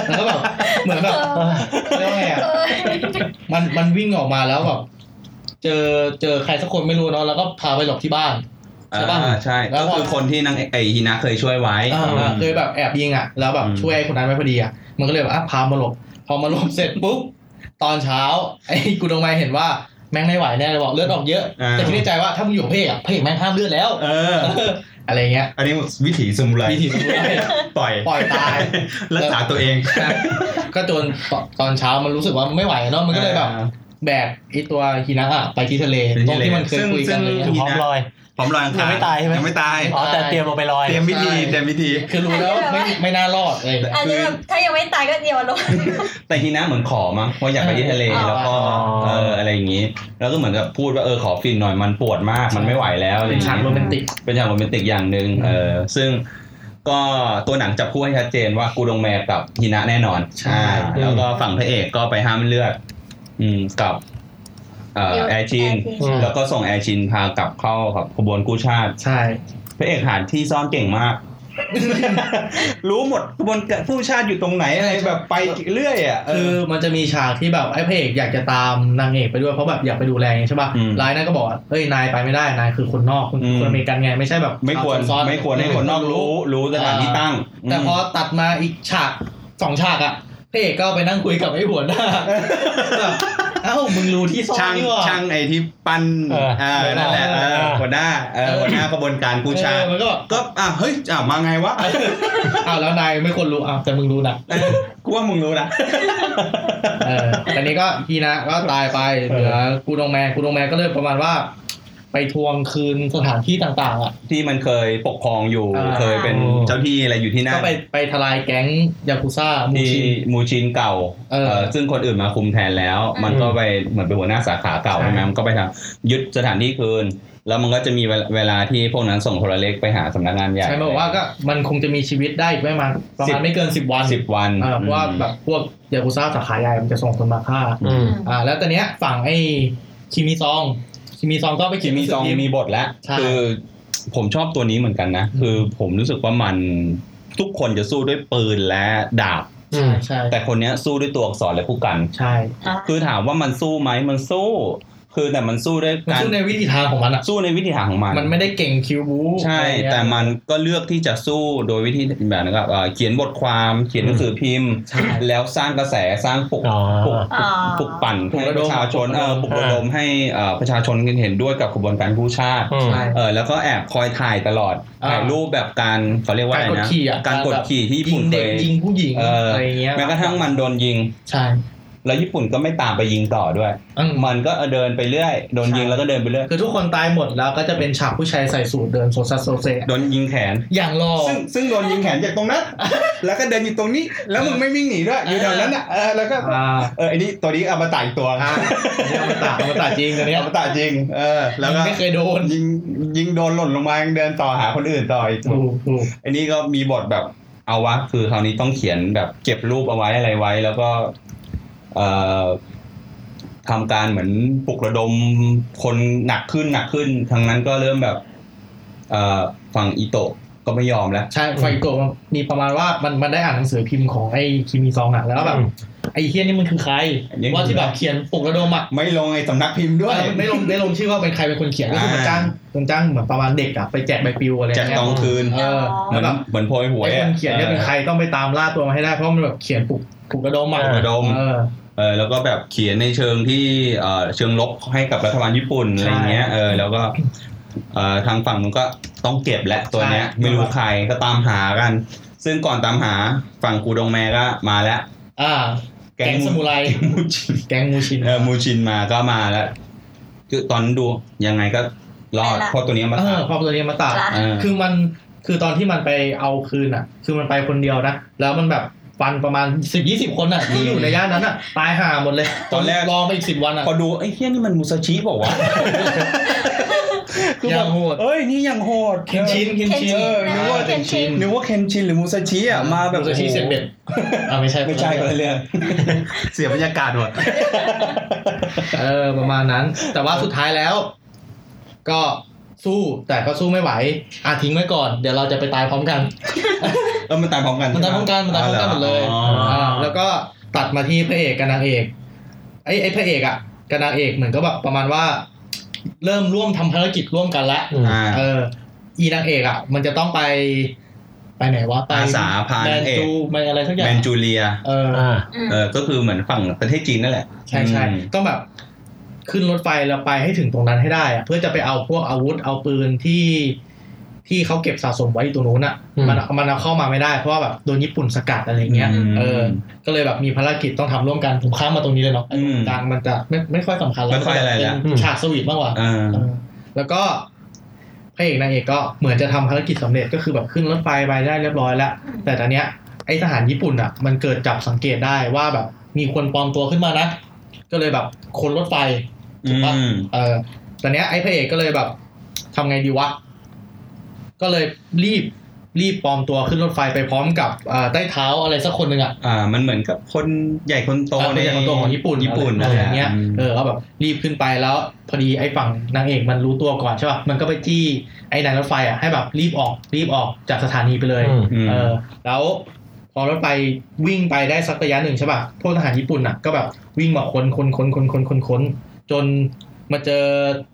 C: แล้วก็แบบเหมือนแบบ
D: *laughs* เออ
C: เรียกว่าไงอะ
D: เออ
C: มันมันวิ่งออกมาแล้วแบบเจอเจอใครสักคนไม่รู้เนาะแล้วก็พาไปหลบที่บ้านใช่ป่ะ
B: อ่าใช่
C: แล้
B: ก็
C: วก็
B: คือคนที่นางไอฮินะเคยช่วยไว้
C: อ่าเคยแบบแอบยิงอ่ะแล้วแบบ
B: อืม
C: ช่วยคนนั้นไว้พอดีอ่ะมันก็เลยแบบอ่ะพามาหลบพอมาหลบเสร็จปุ๊บตอนเช้าไอ้กูดงมาเห็นว่าแม่งไม่ไหวแน่เลยบอกเลือดออกเยอะ
B: อ่า
C: แต่คิดในใจว่าถ้ามึงอยู่กับพระเอกอ่ะพระเอกแม่งห้ามเลือด *laughs* แล้ว
B: เออ
C: เอออะไรเงี้ย
B: อันนี้วิถีสมุไร
C: วิธีสุดท้าย
B: ปล่อย
C: ปล่อยตาย
B: รักษาตัวเอง
C: นะ *laughs* ก็จนตอนตอนเช้ามันรู้สึกว่ามันไม่ไหวเนาะมันก็เลยแบบแบกไอ้ตัวฮินะอ่ะไปที่ทะเลตรงที่มันเคยคุยกันอะไร
A: คือ
C: เงี้
A: พร้
C: ย
A: อมลอย
B: พร้อมลอยอังคา
A: ยั
B: ร
A: งไม่ตายใช่ไหม
B: ยังไม่ตาย
A: อ๋อแต่เตรียมเอาไปลอย
B: เตรียมวิธี
C: ใช่
B: เตรียมวิธี
C: คือรู้แล้วไม่ไม่น่ารอดเลย
D: อันนี้แบบถ้ายังไม่ตายก็เดียวลง
B: แต่ทีน่าเหมือนขอมั้งว่าอยากไปที่ทะเล
D: อ๋อ
B: แล้วก็เอออะไรอย่างนี้ แล้วก็เหมือนกับพูดว่าเออขอฟินหน่อยมันปวดมากมันไม่ไหวแล้วอะไรอย่งงี้
C: ฉากโรแมนติก
B: เป็นฉากโรแมนติกอย่างหนึ่งเออซึ่งก็ตัวหนังจับคู่ให้ชัดเจนว่ากูดงแมวกับฮินะแน่นอน
C: ใช่
B: อ่าแล้วก็ฝั่งพระเอกก็ไปห้ามเลือดอืมกับเอ่อแอร์ชิน
A: อืม
B: แล้วก็ส่งแอร์ชินพากลับเข้ากับขบวนกู้ชาติ
C: ใช่
B: พระเอกหาที่ซ่อนเก่ง
C: *laughs*
B: มาก รู้หมดขบวนกู้ชาติอยู่ตรงไหนอะไรแบบไปเรื่อยอ่ะเ
C: คือมันจะมีฉากที่แบบไอ้พระเอกอยากจะตามนางเอกไปด้วยเพราะแบบอยากไปดูแลไงใช่ป่ะ
B: อืม
C: รายนั้นก็บอกว่าเอ้ยนายไปไม่ได้นายคือคนนอกคุณ
B: อืม
C: คนอเมริกันไงไม่ใช่แบบ
B: ไม่ควร
C: ซ้อ
B: ไม่ควรให้คนนอกรู้ รู้สถานที่ตั้ง
C: แต่
B: ม
C: พอตัดมาอีกฉากสองฉากอ่ะพระเอกก็ไปนั่งคุยกับไอ้หัวหน้าแบบเอ้ามึงรู้ที่ซ่อน
B: ช่าง
C: นี่หว่า
B: ช่างไอ้ที่ปั้น
A: เออ
B: เออนั่นแหละ
C: เออ
B: เออหัวหน้าเออหัวหน้ากระบวนการกู้ชาติ
C: เออมันก็แบบ
B: ก็อ่ะเฮ้ยอ่ะมาไงวะ
C: อ้าวแล้วนายไม่ควรรู้อ้าวแต่มึงรู้นะ
B: เออกูว่ามึงรู้นะ
C: เอออันนี้ก็ฮีนะก็ตายไปเหลือกูดงแมนกูดงแมนก็เลยประมาณว่า ไปทวงคืนสถานที่ต่างๆอ่ะ
B: ที่มันเคยปกครองอยู่
C: อ่า
B: เคยเป็น
A: โอ้
B: เจ้าที่อะไรอยู่ที่นั่
C: ก็
B: น
C: ไปไปทลายแก๊งยากุซ่ามู
B: ที่
C: ชิน
B: มูชินเก่า
C: เออ
B: เออซึ่งคนอื่นมาคุมแทนแล้ว มันก็ไปเหมือนเป็นหัวหน้าสาขาเก่าใช่ไหมมันก็ไปทำยึดสถานที่คืน แล้วมันก็จะมีเวลาเวลาที่พวกนั้นส่งโทรเลขไปหาสำนักงานใหญ่
C: ใช่ไหมบอกว่าก็มันคงจะมีชีวิตได้อีกไม่มากประ
B: สิ
C: มาณ
B: บ
C: ไม่เกินสิบวัน
B: สิบวัน
C: เออเพราะว่าแบบพวกยากุซ่าสาขาใหญ่มันจะส่งคนมาฆ่า
A: อืม
C: อ่าแล้วตอนเนี้ยฝั่งไอ้คิมิซองคิมิซองก็ไปเขี
B: จิ
C: ยน
B: ม
C: หนั
B: มี่
C: สื
B: ซอง
C: พิพ์
B: มีบทแล้ว
C: ใช่
B: คือผมชอบตัวนี้เหมือนกันนะ
C: อืม
B: คือผมรู้สึกว่ามันทุกคนจะสู้ด้วยปืนและดาบ
A: อืม
C: ใช่
B: แต่คนเนี้ยสู้ด้วยตัวอักษรและผู้กัน
C: ใช่
B: คือถามว่ามันสู้ไหมมันสู้ คือแต่มันสู้ด้วย
C: มัน
B: การ
C: สู้ในวิธีทางของมันอ่ะ
B: สู้ในวิธีทางของมัน
C: มันไม่ได้เก่งคิวบู
B: ใช่
C: อะไรเงี้ย
B: แต่มันก็เลือกที่จะสู้โดยวิธีแบบนั้นครับเอ่อเขียนบทความเขียนหนังสือพิมพ์
C: ใช่
B: แล้วสร้างกระแสสร้างปลุก
A: อ๋อ
B: ปลุก
D: อ๋อ
B: ปลุกปั่น
C: ปลุก
B: ให้ป
C: ระดม
B: ระชาชนเออปลุกระดมให้เอ่อประชาชนเห็นด้วยกับขบวนการกู้ชาติ
A: อืม
C: ใช่
B: เออแล้วก็แอบคอยถ่ายตลอด
C: อ่า
B: ถ่ายรูปแบบการเขาเรียกว่า
C: การ
B: อะไร
C: กด
B: นะ
C: ขี่อ่ะ
B: การกดขี่ที่ญี่
C: ยิ
B: ปุ่
C: ง
B: นเค
C: เด็ก
B: ย
C: ยิงผู้หญิง
B: เอออ
C: อะไรเงี้ย
B: แม้กระทั่งมันโดนยิง
C: ใช่
B: แล้วญี่ปุ่นก็ไม่ตามไปยิงต่อด้วย
C: อืม
B: มันก็เดินไปเรื่อยโดนยิง
C: ใช่
B: แล้วก็เดินไปเรื่อย
C: คือทุกคนตายหมดแล้วก็จะเป็นฉากผู้ชายใส่สูทเดินโซซัสโซเซ
B: โดนยิงแขน
C: อย่างรอ
B: ซึ่งซึ่งโดนยิงแขนจากต
C: *laughs*
B: รงนั้น แล้วก็เดินอยู่ตรงนี้ แล้วมึงไม่วิ่งหนีด้วยอยู่แถวนั้นอ่ะเออแล้วก็
C: อ่า
B: เออไอ้นี่ตัวนี้เอามาตายตัว
C: อ่าเนี่ยมันตามันตาจริงตัวเนี้ย
B: เอามาตายจริงเออแล้วก็
C: ไม่เคยโดน
B: ยิงยิงโดนหล่นลงมายังเดินต่อหาคนอื่นต่ออีก
C: ถูกถูก
B: อันนี้ก็มีบทแบบเอาวะ คือคราวนี้ต้องเขียนแบบเก็บรูปเอาไว้อะไรไว้ แล้วก็ เอ่อทำการเหมือนปลุกระดมคนหนักขึ้นหนักขึ้นทางนั้นก็เริ่มแบบ เอ่อฝั่งอีโตะก็ไม่ยอมแล้ว
C: ใช่ไฟโกะมันมีประมาณว่ามันมันได้อ่านหนังสือพิมพ์ของไอ้คิมิซองอ่ะแล้วแบบ ไอ อ้เฮี้ยนี่มันคือใคร
B: อันนี้
C: ว่าที่แบบเขียนปลุกระดมอ่ะ
B: ไม่ลงไอ้สำนักพิมพ์ด้วย
C: เออไม่ลงไม่ลงชื่อว่าเป็นใครเป็นคนเขียนก็คือมัน
B: อ่า
C: จ้างมันจ้างเหมือนประมาณเด็กอ่ะไปแจกใบปลิวอะไร
B: แจก
C: เงี้ย
B: ตองคืน
C: เออ
B: เหมือ
C: แล้วน แบบ
B: เหมือนโพยหวย
C: ไอ้
B: อะ
C: คนเขียนเนี่ยเป็นใครต้องไปตามล่าตัวมาให้ได้เพราะมันแบบเขียนปลุกปลุกระดมอ่ะ
A: เออ
B: ระดม
C: เออ
B: เออแล้วก็แบบเขียนในเชิงที่เอ่อเชิงลบให้กับรัฐบาลญี่ปุ่น
C: ใช่
B: อะไรเงี้ยเออแล้วก็เอ่อทางฝั่งนู้นก็ต้องเก็บแหละตัวเนี้ย
C: ใช่
B: ไม่รู้ใครก็ตามหากัน ซึ่งก่อนตามหาฝั่งกูดงแมก็มาแล้ว
C: อ่า แก๊งสมุไร
B: แก๊งมูชิน
C: แก๊งมูชิน
B: เออมูชินมาก็มาแล้วคือตอนนั้นดูยังไงก็รอด
D: ไม่ละ
B: เพราะตัวเนี้ยมา
C: เอ
B: ตา
C: อ
B: ม
C: พอตัวนี้มาตัด
D: ละ
B: เออ
C: คือมันคือตอนที่มันไปเอาคืนอ่ะ คือมันไปคนเดียวนะ แล้วมันแบบฟันประมาณสิบยี่สิบคนอ่ะที่อยู่ในย่านนั้นอ่ะ ตายห่าหมดเลย
B: ตอนแรก
C: รอไปอีกสิบวันอ่ะ
B: พอดูไอ้เฮี้ยนี่มันมูซาชิบอกว่าวะ คือ
C: ยั
B: แบบ
C: งโหด
B: เอ้ยนี่ยังโหด
C: เคนชินเคนชิน
B: เออนึกว่า
D: เคนชิน
B: นึกว่าเคนชินหรือมูซาชิอ่ะมาแบบ
C: จะชี้เสียงเด็ดอ่ะไม่ใช่
B: ไม่ใช่คนละเรื่อง เสียบรรยากาศหมด
C: เออประมาณนั้น แต่ว่าสุดท้ายแล้ว ก็สู้แต่ก็สู้ไม่ไหวอาทิ้งไว้ก่อน เดี๋ยวเราจะไปตายพร้อมกัน
B: เออมันตายพร้อมกัน
C: มันตายพร้อมกันมันตายพร้อมกันหมดเลย
B: อ๋อา
C: แล้วก็ตัดมาที่พระเอกกับนางเอก ไอ้ไอ้พระเอกอ่ะกับนางเอกเหมือนก็แบบประมาณว่า เริ่มร่วมทำภารกิจร่วมกันละ
A: อืม
B: อ่า
C: เออ อีนางเอกอ่ะ มันจะต้องไป ไปไหนวะไป
B: อาสาพา
C: แม
B: น
C: น
B: เอก
C: จูไปอะไรสักอย่า
B: แม
C: ง
B: นจูเลีย
C: เออ
A: อ่า
D: อืม
B: เออก็คือเหมือนฝั่งประเทศจีนนั่นแหละ
C: ใช่ใช่
B: อืม
C: ต้องแบบขึ้นรถไฟแล้วไปให้ถึงตรงนั้นให้ได้อะเพื่อจะไปเอาพวกอาวุธเอาปืนที่ที่เขาเก็บสะสมไว้อยู่ตรงนู้นอ่ะ
A: อืม
C: มันมันเอาเข้ามาไม่ได้เพราะว่าแบบโดนญี่ปุ่นสกัดอะไรเงี้ย
B: ม
C: เออ ก็เลยแบบมีภารกิจต้องทำร่วมกันผมข้ามมาตรงนี้เลยเนาะ
B: อืม
C: ดังมันจะไม่ไม่ค่อยสำคัญแล้ว
B: ไม่ค่อยอะไรละ
C: เป็นฉากสวีทมากกว่า
B: เออ
C: เออแล้วก็พระเอกนางเอกก็เหมือนจะทำภารกิจสำเร็จก็คือแบบขึ้นรถไฟไปได้เรียบร้อยแล้ว แต่ตอนเนี้ยไอทหารญี่ปุ่นอ่ะ มันเกิดจับสังเกตได้ว่าแบบมีคนปลอมตัวขึ้นมานะ ก็เลยแบบคนรถไฟ
B: อืม
C: เออตอนเนี้ยไอ้พระเอกก็เลยแบบทำไงดีวะ ก็เลยรีบรีบปลอมตัวขึ้นรถไฟไปพร้อมกับเอ่อใต้เท้าอะไรสักคนหนึ่งอ่ะ
B: อ่า มันเหมือนกับคนใหญ่คนโต
C: เออ
B: ใน
C: เป็นอย่างของตัวของญี่ปุ่น
B: ญี่ปุ่น
C: อะไรอย่างเงี้ยเอ
B: อ
C: อก็แบบรีบขึ้นไปแล้ว พอดีไอ้ฝั่งนางเอกมันรู้ตัวก่อนใช่ป่ะมันก็ไปจี้ไอ้นายรถไฟอ่ะให้แบบรีบออกรีบออกจากสถานีไปเลย
A: อืม
B: ม
C: เออ แล้วพอรถไฟวิ่งไปได้สักระยะหนึ่งใช่ป่ะพวกทหารญี่ปุ่นอ่ะก็แบบวิ่งมาค้นค้นค้นค้นค้นค้นค้นจนมาเจอ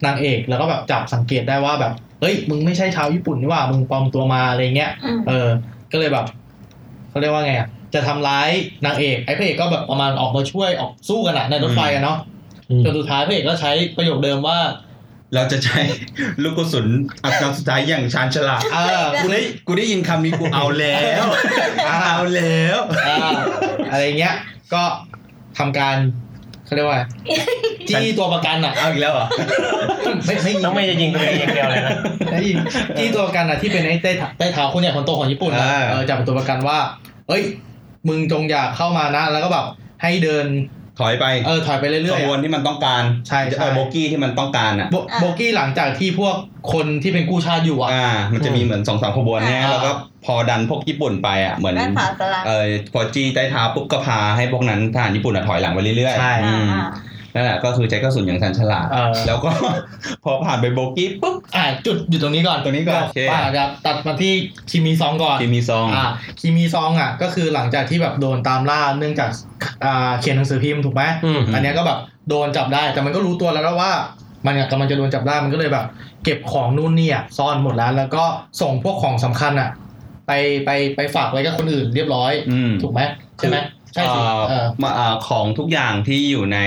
C: นางเอกแล้วก็แบบจับสังเกตได้ว่าแบบเฮ้ยมึงไม่ใช่ชาวญี่ปุ่นนี่หว่ามึงปลอมตัวมาอะไรเงี้ย
D: อืม
C: เออ ก็เลยแบบเขาเรียกว่าไงอ่ะ จะทำร้ายนางเอก ไอ้พระเอกก็แบบประมาณออกมาช่วยออกสู้กันอะในรถไฟอะเนาะ
A: อืม
C: จนสุดท้ายพระเอกก็ใช้ประโยคเดิมว่า
B: เราจะใช้ลูกกระสุนอัดดาวสุดท้ายอย่างชาญฉลาด
C: เออ
B: กูได้กูได้ยินคำนี้
C: *laughs*
B: กูเอาแล้ว เอาแล้ว
C: เอออะไรเงี้ย ก็ทำการเขาเรียกว่าไงจี้ตัวประกันอะ
B: เอาอีกแล้วเหรอ
C: ไม่ไม่
A: น้องเมย์จะยิงตัวเองอย่างเดียวเลยนะ
C: ไม่ยิงจี้ตัวประกันอะที่เป็นไอ้ใต้เท้าใต้เท้าคนใหญ่คนโตของญี่ปุ่นอะ
B: อ่า
C: เออจับเป็นตัวประกันว่า เอ้ย มึงจงอย่าเข้ามานะ แล้วก็แบบให้เดิน
B: ถอยไป
C: เออถอยไปเรื่อย
B: ข
C: ๆ
B: บ
C: อะ
B: วนที่มันต้องการ
C: ใช่ใช่
B: เออโบกี้ที่มันต้องการอ่ะ
C: โบโบกี้หลังจากที่พวกคนที่เป็นกู้ชาติอยู่อ่ะ
B: อ่า มันจะมีเหมือนสองสามขบวนเนี่ย
C: อ่า
B: แล้วก็พอดันพวกญี่ปุ่นไปอ่ะเหมือน
D: แว่นผ่าสลับ
B: เออพอจี้ใต้เท้าปุ๊บก็พาให้พวกนั้นทหารญี่ปุ่นอะถอยหลังไปเรื่อย
C: ใช่
B: ๆอืม
D: อ่า
B: นั่นแหละก็คือใช้กระสุนอย่างชันฉลาด
C: เออ
B: แล้วก็ พอผ่านไปโบกี้ปุ๊บ
C: อ่าจุดอยู่ตรงนี้ก่อน
B: ตรงนี้ก่อน
C: เา
B: โอเค
C: ป่าจะตัดมาที่คิมีซองก่อน
B: ที่มีซอง
C: อ่าคิมีซองอ่ะ ก็คือหลังจากที่แบบโดนตามล่าเนื่องจากอ่าเขียนหนังสือพิมพ์ถูกไหม
A: อืม
C: อันเนี้ยก็แบบโดนจับได้แต่มันก็รู้ตัวแล้วนะว่า มันอะกำลังจะโดนจับได้มันก็เลยแบบ เก็บของนู่นนี่อ่ะซ่อนหมดแล้ว แล้วก็ส่งพวกของสำคัญอ่ะ ไปไปไปฝากไว้กับคนอื่นเรียบร้อย
B: อืม
C: ถูกไหมใช่ไหมใช่สิ
B: เอ่อ
C: เออ
B: มาเอ่อของทุกอย่างที่อยู่ใน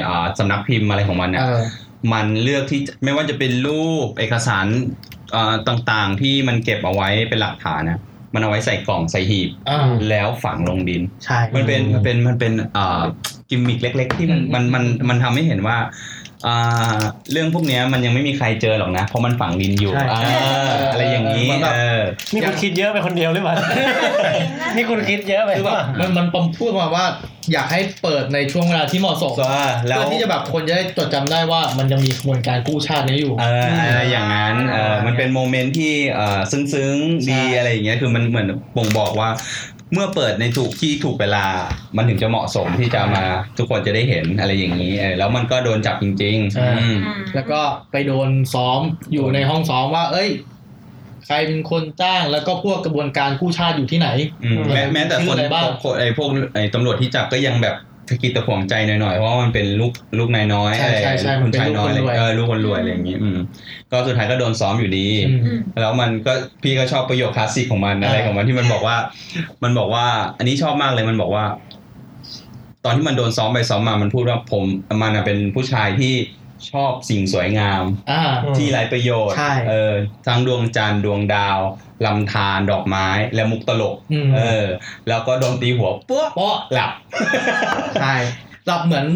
B: เอ่อสำนักพิมพ์อะไรของมันเนี่ย
C: เออ
B: มันเลือกที่จะไม่ว่าจะเป็นรูปเอกสารเอ่อต่างๆที่มันเก็บเอาไว้เป็นหลักฐานนะมันเอาไว้ใส่กล่องใส่หีบ
C: อ่า
B: แล้วฝังลงดิน
C: ใช่
B: มันเป็นมันเป็นมันเป็นเอ่อกิมมิคเล็ก ๆ ที่มัน
C: อืม
B: มันมันมันทำให้เห็นว่าอ่าเรื่องพวกเนี้ยมันยังไม่มีใครเจอหรอกนะ เพราะมันฝังดินอยู่
C: ใช่
B: อ่า
C: ใช่
B: อะไรอย่างนี้
C: มันแบบ
B: เออ
A: นี่คุณคิดเยอะไปคนเดียวหรือเปล่า นี่คุณคิดเยอะไป
C: คือแบบมันมันมันพูดมาว่าอยากให้เปิดในช่วงเวลาที่เหมาะสม
B: ก็แล้ว
C: เพื่อที่จะแบบคนจะได้จดจำได้ว่ามันยังมีขบวนการกู้ชาตินี้อยู่
B: เอออะไรอย่างนั้นเออ
C: อ่ามั
B: มันเป็นโมเมนต์ที่เออซึ้งๆ
C: ใช่
B: ดีอะไรอย่างเงี้ยคือมันเหมือนบ่งบอกว่า เมื่อเปิดในถูกที่ถูกเวลา มันถึงจะเหมาะสมที่จะมาทุกคนจะได้เห็นอะไรอย่างนี้เออแล้วมันก็โดนจับจริงๆอืม
C: แล้วก็ไปโดนซ้อมอยู่ในห้องซ้อมว่า เอ้ย ใครเป็นคนจ้างแล้วก็พวกกระบวนการกู้ชาติอยู่ที่ไหน
B: อืมแม้แม้แต่
C: ชื่
B: ค
C: อนอะไรบ้าง
B: คนไอ้พวกไอ้ตำรวจที่จับก็ยังแบบ ตะกิดตะขวงใจหน่อยๆ เพราะว่ามันเป็นลูกลูกนายน้อย
C: ใช่
B: อะไร
C: ใช่ใช่
B: คุ
C: มั
B: ณ
C: นเป็น
B: ชายน้อย
C: ลูกคนรวย
B: เออลูกคนรวยอะไรอย่างนี้ อืม ก็สุดท้ายก็โดนซ้อมอยู่ดี
C: อืม
D: อืม
B: แล้วมันก็พี่ก็ชอบประโยคคลาสสิกของมันอะไร
C: อ่า
B: ของมันที่มันบอกว่า มันบอกว่า อันนี้ชอบมากเลยมันบอกว่า ตอนที่มันโดนซ้อมไปซ้อมมา มันพูดว่าผมมันน่ะเป็นผู้ชายที่ชอบสิ่งสวยงาม
C: อ่า
A: อืม
B: ที่ไร้ประโยชน์
C: ใช่
B: เออ ทั้งดวงจันทร์ดวงดาวลำธารดอกไม้และมุกตลก
C: อืม
B: เออ แล้วก็โดนตีหัวปุ๊บ
C: โป๊ะ
B: หลับ
C: ใช่หลับเหมือน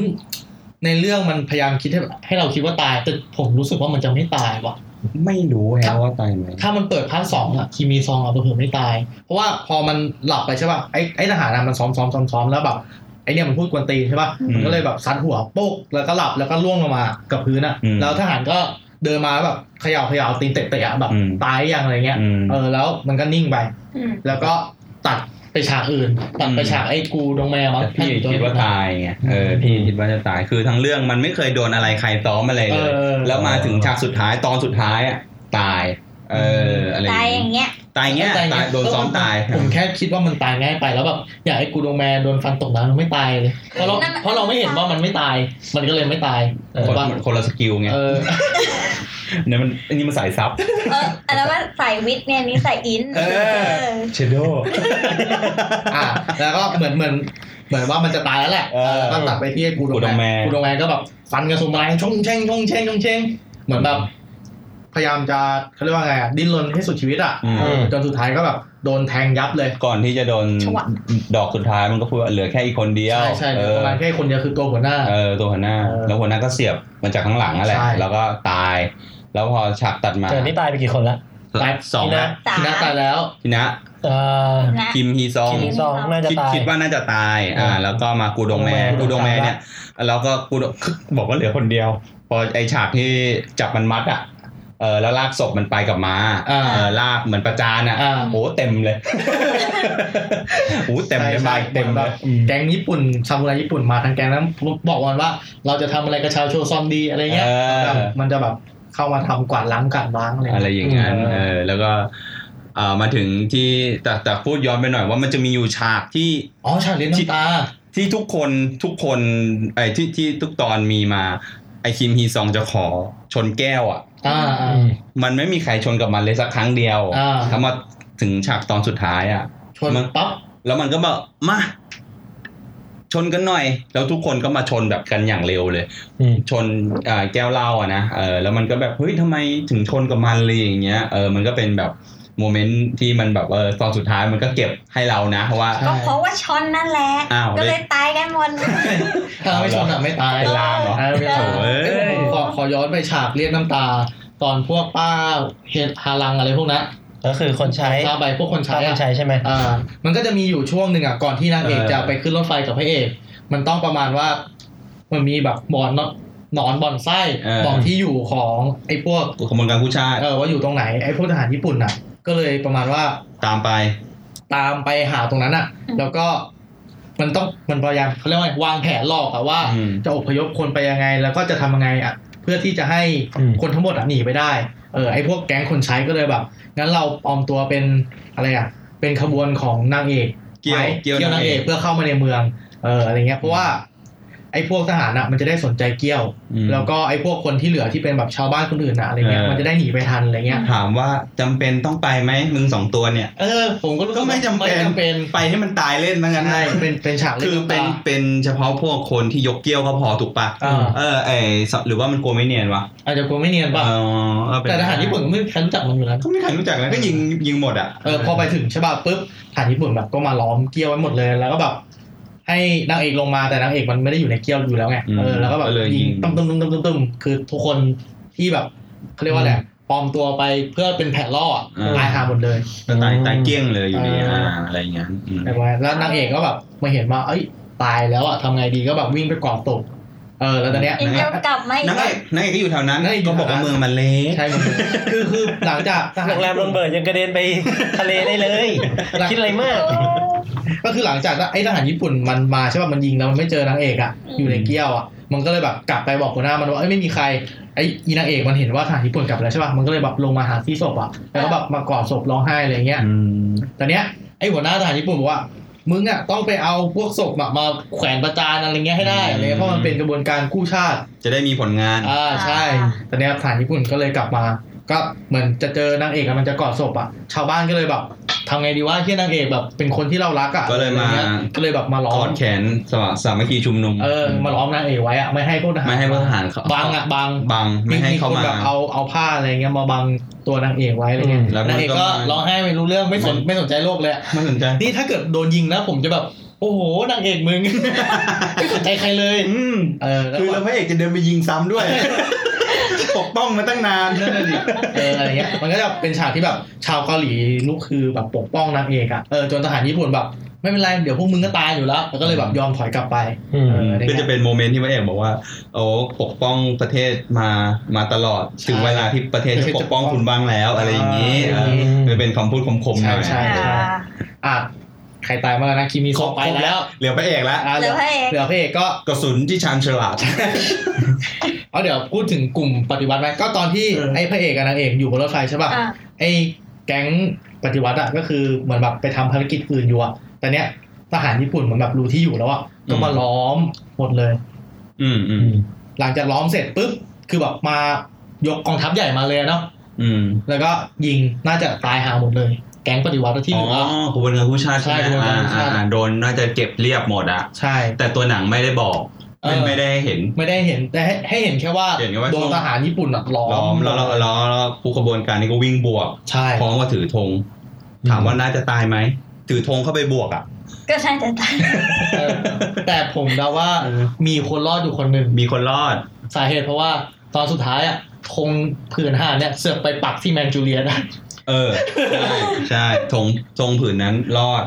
C: ในเรื่องมันพยายามคิดให้ให้เราคิดว่าตาย แต่ผมรู้สึกว่ามันจะไม่ตายว่ะ
B: *laughs* ไม่รู้แฮะว่าตายไหม
C: ถ้ามันเปิดพาร์ทสองอะคีมีซองอะเผื่อๆไม่ตาย เพราะว่าพอมันหลับไปใช่ป่ะไอ้ไอ้ทหารอะมันซ้อมซ้อมซ้อมซ้อมแล้วแบบไอ้เนี่ยมันพูดกวนตีนใช่ป่ะ
D: อืม
C: มันก็เลยแบบซัดหัวโป๊กแล้วก็หลับแล้วก็ล่วงลงมากับพื้นอะแล้วทหารก็เดินมาแล้วแบบเขย่าเขย่าตีนเตะเตะอะแบบตายยังอะไรเงี้ย
B: อืม
C: เออแล้วมันก็นิ่งไป
D: อืม
C: แล้วก็ตัดไปฉากอื่น ตัดไป
B: อืม
C: ฉากไอ้กูดงแมวมั้ง
B: แต่พี่
C: ท่นอยู่
B: คิดว่า
C: นั้น
B: ตายไงเออพี่คิดว่าจะตายคือทั้งเรื่องมันไม่เคยโดนอะไรใครซ้อมอะไรเลย
C: เออ
B: แล้วมาถึงฉากสุดท้ายตอนสุดท้ายอ่ะตาย เอออะไร
D: ตายอย่างเงี้ย
B: ตายเงี้ย
C: แต่
B: ตายโดนซ้อมตาย
C: ผมแค่คิดว่ามันตายง่ายไปแล้วแบบอยากให้กูโดงแมนโดนฟันตกน้ำมันไม่ตายเลยเพราะเรา
D: นั่นมัน
C: เพราะเราไม่เห็นว่ามันไม่ตาย มันก็เลยไม่ตายเออ
B: คน
C: ว่า
B: คนละสกิลไง
C: เออ
B: เนี่ยมันอันนี้มันสายซับ
D: เอออันนั้นว่าใส่วิทย์เนี่ยนี่ใส่อิน
B: เออ
D: เออ
B: เชโด
C: อ่ะแล้วก็เหมือนเหมือนเหมือนว่ามันจะตายแล้วแหละ
B: เออ
C: ก็ตัดไปที่ไอ้กู
B: กู
C: โด
B: ดง
C: ง
B: แม
C: แม
B: น
C: นกูโดงแมนก็แบบฟันกระสุนไม้ชงเชงชงเชงชงเชงเหมือนแบบพยายามจะเขาเรียกว่าไงอะดิ้นรนให้สุดชีวิตอ่ะ
B: อืม
C: เออจนสุดท้ายก็แบบโดนแทงยับเลย
B: ก่อนที่จะโดน
D: ชวะ
B: ดอกสุดท้ายมันก็พูดว่าเหลือแค่อีกคนเดียว
C: ใช่ใช่
B: เอ
C: เดี๋ย
B: อ
C: วประมาณแค่คนเดียวคือตัวหัวหน้า
B: เออตัวหัวหน้า
C: เออ
B: แล้วหัวหน้าก็เสียบมันจากข้างหลังนั่นแหละ
C: ใช่
B: แล้วก็ตาย แล้วพอฉากตัดมา
A: เจอนี่ตายไปกี่คนละ
C: ตาย
B: สอง
A: พี่นะ
B: นะ
D: สาม
C: ทีน่าตายแล้ว
B: ทีนะ
A: เอ่อ
D: นะ
B: คิมฮีซอง
A: คิมซองน่าจะ
B: คิด
A: ตาย
B: คิดว่าน่าจะตายอ่า
A: อืม
B: แล้วก็มากูดงแมน
A: กู
B: กูด
A: ด
B: ง
A: ง
B: แม
A: แม
B: น
A: น
B: เนี่ยแล้วก็กูดง บอกว่าเหลือคนเดียว พอไอฉากที่จับมันมัดอ่ะเออแล้วลากศพมันไปกับม้า
C: อ่า
B: เออลากเหมือนประจานอ่ะ
C: อ่า
B: โอ้เต็มเลย โอ้เต็มเลย
C: ใช่
B: ม้า
C: ใช่
B: เต็ม
C: เหมื
B: เล
C: อ
B: ย
C: นแบบ แก๊งญี่ปุ่นซามูไรญี่ปุ่นมาทางแก๊งนั้นบอกวันว่า เราจะทำอะไรกับชาวโชซอนดีอะไรเงี้ย
B: เออ
C: แบบมันจะแบบเข้ามาทำกวาดล้างกวาดล้างอะไร
B: อะไรอ
C: เงี้ย
B: ย่างนั้น
A: อืม
B: เออแล้วก็เอ่อมาถึงที่แต่แต่พูดย้อนไปหน่อยว่ามันจะมีอยู่ฉากที่
C: อ๋อฉากเลี้ยงน้ำตา
B: ที่ทุกคนทุกคนไอ้ที่ที่ทุกตอนมีมาไอคิมฮีซองจะขอชนแก้วอ่ะ
C: อ่าอ่า
A: อืม
B: มันไม่มีใครชนกับมันเลยสักครั้งเดียว
C: อ่า
B: แล้วมาถึงฉากตอนสุดท้ายอ่ะ
C: ชน
B: มัน
C: ปั๊บ
B: แล้วมันก็บอกมาชนกันหน่อย แล้วทุกคนก็มาชนแบบกันอย่างเร็วเลย
A: อืม
B: ชนอ่าแก้วเหล้าอ่ะนะเออแล้วมันก็แบบเฮ้ยทำไมถึงชนกับมันเลยอย่างเงี้ยเออมันก็เป็นแบบโมเมนต์ที่มันแบบเออตอนสุดท้ายมันก็เก็บให้เรานะเพราะว่า
D: ก็เพราะว่าช้อนนั่นแหละ
B: อ้าว
D: ก็เลยตายกันหมด
C: ถ้าไม่ชนอ่ะไม่ตาย
B: เป็นลางเหรอ
C: เออเป็นลาง
B: โถ่เอ้ย
C: เอ้ยผมขอขอย้อนไปฉากเลี้ยงน้ำตา ตอนพวกป้าเฮฮาลังอะไรพวกนั้น
A: ก็คือคนใช้
C: ซาใบพวกคนใช้
A: ใช้
C: อะ
A: ใช้ใช่ไหม
C: อ่ามันก็จะมีอยู่ช่วงหนึ่งอ่ะก่อนที่นางเอก
B: เออ
C: จะไปขึ้นรถไฟกับพระเอก มันต้องประมาณว่า มันมีแบบบอนหนอนบอนไส้บอกที่อยู่ของไอ้พวก
B: ขบวนการผู้ชาติ
C: เออว่าอยู่ตรงไหนไอ้พวกทหารญี่ปุ่นอ่ะ ก็เลยประมาณว่า
B: ตามไป
C: ตามไปหาตรงนั้นอ่ะ
D: อืม
C: แล้วก็มันต้องมันพยายามเขาเรียกว่าไงวางแผนหลอกอะว่า
B: อืม
C: จะอพยพคนไปยังไง แล้วก็จะทำยังไงอ่ะเพื่อที่จะให้
A: อืม
C: คนทั้งหมดอะหนีไปได้เออไอ้พวกแก๊งคนใช้ก็เลยแบบงั้นเราปลอมตัวเป็นอะไรอ่ะเป็นขบวนของนางเอก
B: เกี่ยว
C: ไว้
B: เกี่ยว
C: เกี่ยวนางเอกเพื่อเข้ามาในเมือง เอออะไรเงี้ยเพราะว่าไอ้พวกทหารน่ะมันจะได้สนใจเกี่ยว
B: อืม
C: แล้วก็ไอ้พวกคนที่เหลือที่เป็นแบบชาวบ้านคนอื่นน่ะอะไรเงี้ย
B: เออ
C: มันจะได้หนีไปทันอะไรเงี้ย
B: ถามว่าจำเป็นต้องไปไหมมึงสองตัวเนี่ย
C: เออผมก็รู้สึ
B: ก็ไม่จำเป็น
C: ไม่จำเป็น
B: ไปให้มันตายเล่นมั้งกัน
C: ใช่เป็นเป็นฉาก
B: คือเป็นเป็นเฉพาะพวกคนที่ยกเกี้ยวก็พอถูกปะ
C: อ่า
B: เออไอสหรือว่ามันกลัวไม่เนียนวะ
C: อาจจะกลัวไม่เนียนป่ะ
B: เออเออเ
C: แต่ทหารญี่ปุ่นก็ไม่มีใครรู้จักมันอยู่แล้ว
B: เขาไม่มีใครรู้จักแล้วก็ยิงยิงหมดอ่ะ
C: เออพอไปถึงใช่ป่ะปุ๊บทหารญี่ปุ่นแบบก็มาล้อมเกี้ยวไว้หมดเลยแล้วก็แบบให้นางเอกลงมาแต่นางเอกมันไม่ได้อยู่ในเกี้ยวอยู่แล้วไงเออแล้วก็แบบยิงตุ้มตุ้มตุ้มตุ้มตุ้มคือทุกคนที่แบบเขาเรียกว่าอะไรปลอมตัวไปเพื่อเป็นแผนล่ออะตายหาหมดเลย
B: ก็ตายตายเกลี้ยงเลยอยู่ดี
C: เอออ่
B: ่าอะไรอย่างเงี้ยอืม
C: ไอ้บอยแล้วนางเอกก็แบบมาเห็นว่าเอ้ยตายแล้วอะทำไงดีก็แบบวิ่งไปกอดตกเออแล้วตอนเนี้ย
D: อินเดียกลับมาอี
B: นาก งเอกนางเอกก็อยู่แถวนั้น
C: นางเอกอยู่
B: ก็บอกว่า
C: แถวนั้น
B: เมืองมันเล็ก
C: ใช่หมด *laughs* เลยคือคือหลังจากทหา
A: โรงแรมโรนเบิร์ตยังกระเด็นไปทะเลได้เลย คิดอะไรมาก
C: ก็คือหลังจากไอ้ทหารญี่ปุ่นมันมาใช่ป่ะมันยิงแล้วมันไม่เจอนางเอกอะอยู่ในเกี้ยวอะมันก็เลยแบบกลับไปบอกหัวหน้ามันว่าเอ้ยไม่มีใครไอ้อีนางเอกมันเห็นว่าทหารญี่ปุ่นกลับแล้วใช่ป่ะมันก็เลยแบบลงมาหาที่ศพอะแล้วก็แบบมากอดศพร้องไห้อะไรเงี้ย
B: อืม
C: ตอนเนี้ยไอ้หัวหน้าทหารญี่ปุ่นบอกว่า มึงอ่ะต้องไปเอาพวกศพอะมาแขวนประจานอะไรเงี้ยให้ได้อะไรเงี้ยเพราะมันเป็นกระบวนการกู้ชาติ
B: จะได้มีผลงาน
C: อ่าใช่
D: อ่า
C: ตอนเนี้ยฐานญี่ปุ่นก็เลยกลับมา ก็เหมือนจะเจอนางเอกอะมันจะกอดศพอ่ะ ชาวบ้านก็เลยแบบทำไงดีว่าเฮียนางเอกแบบเป็นคนที่เรารักอ่ะ
B: ก็เลยมา
C: อะไรงี้ก็เลยแบบมาล้
B: ก
C: อ
B: อ
C: ม
B: ดแขนสามัคสามัคคีชุมนุม
C: เออมาล้อมนางเอกไว้อ่ะไม่ให้พวกทหาร
B: ไม่ให้พลทหารเขา
C: บังอ่ะบัง
B: บังไม่ให้เขา
C: คน
B: มา
C: แบบเอาเอาผ้าอะไรเงี้ยมาบังตัวนางเอกไว้อะไรเงี้ย
A: อืม
B: แล้วมัน
C: นางเอก
B: ก็
C: ก็
B: มา
C: ร้องไห้ไม่รู้เรื่องไม่สนไม่สนใจโลกเลยอะ
B: ไม่สนใจ
C: นี่ถ้าเกิดโดนยิงนะผมจะแบบ โอ้โหนางเอกมึง *laughs* ไม่สนใจใครเลย
B: อืม
C: เออแล้ว
B: คือ
C: ก็
B: แล้วพระเอกจะเดินไปยิงซ้ำด้วย ปกป้องมาตั้งนานนั่นแหละดิ
C: เอออะไรเงี้ยมันก็จะเป็นฉากที่แบบชาวเกาหลีลุกคือแบบปกป้องนางเอกอะเออจนทหารญี่ปุ่นแบบ ไม่เป็นไรเดี๋ยวพวกมึงก็ตายอยู่แล้วแล้วก็เลยแบบยอมถอยกลับไป
A: อืม
C: เอออะไร
B: ก็
C: เงี้
B: จะ
C: ย
B: เป็นโมเมนต์ที่พระเอกบอกว่า โอ้ปกป้องประเทศมามาตลอด
C: ใช่
B: ถึงเวลาที่ประเทศจะปกป้องคุณบ้างแล้วอะไรอย่างนี้
C: อ่า
B: เออมันเป็นคำพูดคมๆหน่อย
C: ใช่
D: อ่า
C: อ่ะใครตายมางแล้วนะคิมี
B: ค
C: ค
B: ร
C: ร
B: บบ ครบ
C: ไป
B: แล้
C: แล้ว ว
B: เหลือพระเอกละ
C: อ่ะ
D: เหลือพระเอก
C: เหลือพระเอกก็
B: กระสุนที่ชาญฉลาด
C: เอาเดี๋ยวพูดถึงกลุ่มปฏิวัติไหมก็ตอนที่
B: เออ
C: ไอ้พระเอกกับนางเอกอยู่บนรถไฟใช่ป่ะ
D: อ่ะ
C: ไอ้แก๊งปฏิวัติอะก็คือเหมือนแบบไปทำภารกิจอื่นอยู่อะแต่เนี้ยทหารญี่ปุ่นเหมือนแบบรู้ที่อยู่แล้วอะก็มาล้อมหมดเลย
B: อืมอื
A: อื
B: ม
A: ม
C: หลังจากล้อมเสร็จปุ๊บ คือแบบมายกกองทัพใหญ่มาเลยเนาะ
B: อืม
C: แล้วก็ยิงน่าจะตายหาหมดเลย แก๊งปฏิวัติที่
B: อ๋
C: เห
B: อ
C: ลือ
B: ขบวนการผู้ชาติใช่ไห
C: ใช่ขบ
B: ม
C: วน
B: อ่า
C: การผู้ชาติ
B: อ่าโดนน่าจะเก็บเรียบหมดอะ
C: ใช่
B: แต่ตัวหนังไม่ได้บอก
C: เออ
B: ไม่ได้เห็น
C: ไม่ได้เห็นแต่ให้ให้เห็นแค่ว่า
B: เห็นแค่ว่า
C: โดนทหารญี่ปุ่นอะล้อ
B: ล้อม
C: ม
B: แล้วแล้วแล้วแล้วผู้ขบวนการนี้ก็วิ่งบวก
C: ใช่
B: พร้อมกับถือธงถามว่าน่าจะตายไหมถือธงเข้าไปบวกอะ
D: ก็ใช่แต่ตาย
C: เออแต่ผมเดาว่า
B: เออ
C: มีคนรอดอยู่คนหนึ่ง
B: มีคนรอด
C: สาเหตุเพราะว่าตอนสุดท้ายอะธงผืนหาเนี่ยเสือกไปปักที่แมนจูเรียนะ
B: เออ ใช่ใช่ทงทงผืนนั้นรอด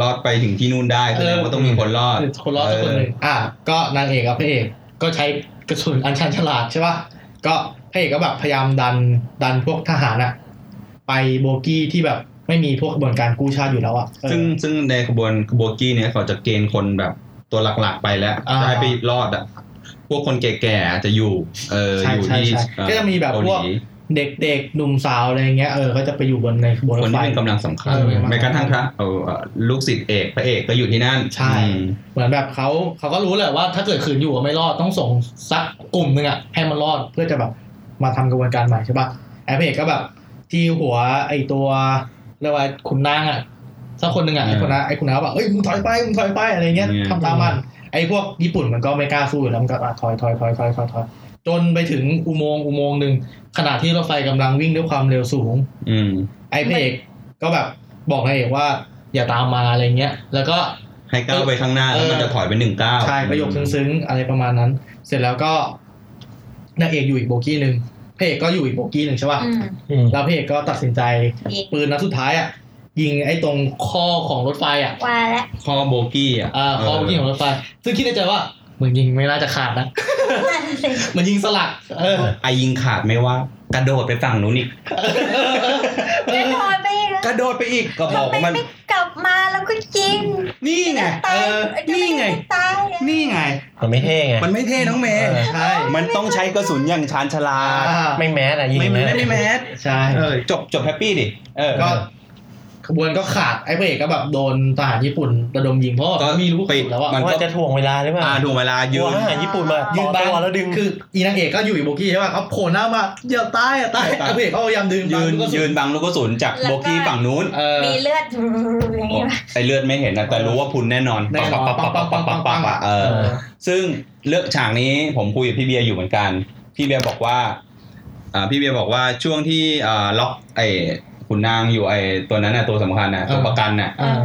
B: รอดไปถึงที่นู่นได้แสดงว่าต้องมีคนรอด
C: คนรอดอยู่คนหนึ่งอ่ะก็นางเอกกับพระเอกก็ใช้กระสุนอันชันฉลาดใช่ป่ะก็พระเอกก็แบบพยายามดันดันพวกทหารอะไปโบกี้ที่แบบไม่มีพวกกระบวนการกู้ชาติอยู่แล้วอะเออ
B: ซึ่งซึ่งในขบวนขบวนกี้เนี่ยเขาจะเกณฑ์คนแบบตัวหลักๆไปแล้ว
C: อ่า
B: จะให้ไปรอดอ่ะ พวกคนแก่ๆจะอยู่ เออ
C: ใช่
B: อยู่
C: ใช่
B: ที่
C: ใช่
B: เอ่อ
C: ก็จะมีแบบ
B: เา
C: พ
B: ห
C: วก
B: ลี
C: เด็กๆหนุ่มสาวอะไรอย่างเงี้ยเออก็จะไปอยู่บนในขบวนร
B: ค
C: ถ
B: น
C: ไฟ
B: ที่เป็นกำลังสำคัญ
C: เออ
B: แม้กระทั่งพระเออเอ่อลูกศิษย์เอกพระเอกก็อยู่ที่นั่น
C: ใช่
B: อืม
C: เหมือนแบบเขาเขาก็รู้แหละว่าถ้าเกิดขืนอยู่อะไม่รอดต้องส่งสักกลุ่มหนึ่งอ่ะให้มันรอดเพื่อจะแบบมาทำกระบวนการใหม่ใช่ปะแอปเอกก็แบบที่หัวไอตัวเรียกว่าคุณนางอ่ะสักคนหนึ่งอ่ะไอคนนั้นไอคุณนางก็แบบเอ้ยมึงถอยไปมึงถอยไปอะไรเงี้ยทำตามมัน ไอพวกญี่ปุ่นมันก็ไม่กล้าสู้อยู่แล้วมันก็อ่ะถอยถอยถอยถอยถอยถอยจนไปถึงอุโมงค์อุโมงค์หนึ่งขณะที่รถไฟกำลังวิ่งด้วยความเร็วสูง
B: อืม
C: ไอพระเอกก็แบบบอกนายเอกว่าอย่าตามมาอะไรเงี้ย แล้วก็
B: ให้ก้าวไปข้างหน้าแล้วมันจะถอยไปหนึ่งก้าว
C: ใช่ประโยคซึ้งๆ อะไรประมาณนั้น เสร็จแล้วก็นางเอกอยู่อีกโบกี้หนึ่งพระเอกก็อยู่อีกโบกี้หนึ่งใช่ป่ะ
D: อืม
A: อืม
C: แล้วพระเอกก็ตัดสินใจ
D: อีก
C: ปืนนัดสุดท้ายอ่ะยิงไอ้ตรงข้อของรถไฟอ่ะ
D: ว่าแล้ว
B: ข้อโบกี้อ่ะ
C: อ่าข้อโบกี้ของรถไฟ ซึ่งคิดในใจว่ามึงยิงไม่น่าจะขาดนะ
D: นั่นสิ
C: มันยิงสลักเออ
B: ไอยิงขาดไหมว่ากระโดดไปฝั่งนู้นอีก
D: ไม่พอไปอีก
B: กระโดดไปอีกก็บอ
D: ทำ
B: ก
D: ไม
B: ว่ามัน
D: ไม่กลับมาแล้วก็ยิง
B: นี่ไง
D: ตา
B: เอย อ
D: เอ้ยทำม
B: นี่ไง
D: ม่ตายอะ
B: นี่ไง
A: มันไม่เท่ไง
B: มันไม่เท่น้องเมย์
A: เออ
C: ใช่
B: มันต้องใช้กระสุนอย่างชาญฉลาด
C: อ่า
A: ไม่แมสอะยิง
B: ไม่
A: แม
B: ไม่
A: ส
B: ไม่แมส
C: ใช่
B: เออจบจบแฮปปี้ดิเออ
C: ก็ขบวนก็ขาดไอ้พระเอกก็แบบโดนทหารญี่ปุ่นระดมยิงเพราะว่าไม่รู้กระสุนแล้วอ่ะ
B: มัน
A: ว่า
B: ก็
A: จะถ่วงเวลาหรือเปล่า
B: อ่าถูกเวลายื
A: กลัวน อาหารญี่ปุ่นมา
C: ยื
A: ต่อน
C: บัง
A: ตัวแล้วดึง
C: คืออีนางเอกก็อยู่อีโบกี้ใช่ป่ะเขาโผล่หน้ามาอย่าตายอย่าตาย
B: อย่าตาย
C: ไอ้พระเอกก็พยายามดึงบั
B: ยื
C: ง
B: น
C: ก็สุด
B: ยืนบังลูกกระสุนจาก
D: แล้วก็
B: โบกี้ฝั่งนู้น
C: เออ
D: มีเลือดอย่างนี้ปะ
B: ไอเลือดไม่เห็นนะแต่รู้ว่าพุนแน่นอน
C: แน่นอน
B: ปักปักปักปักปักปักปักปักเออ
A: เออ
B: ซึ่งเลือกฉากนี้ผมคุยกับพี่เบียร์อยู่เหมือนกัน พี่เบียร์บอกว่าอ่าพี่เบียร์บอกว่าช่วงที่อ่าล็อกไอ้ขุนนางอยู่ไอ้ตัวนั้นน่ะตัวสำคัญน่ะ
C: เออ
B: ตัวประกันน่ะ
C: อ่า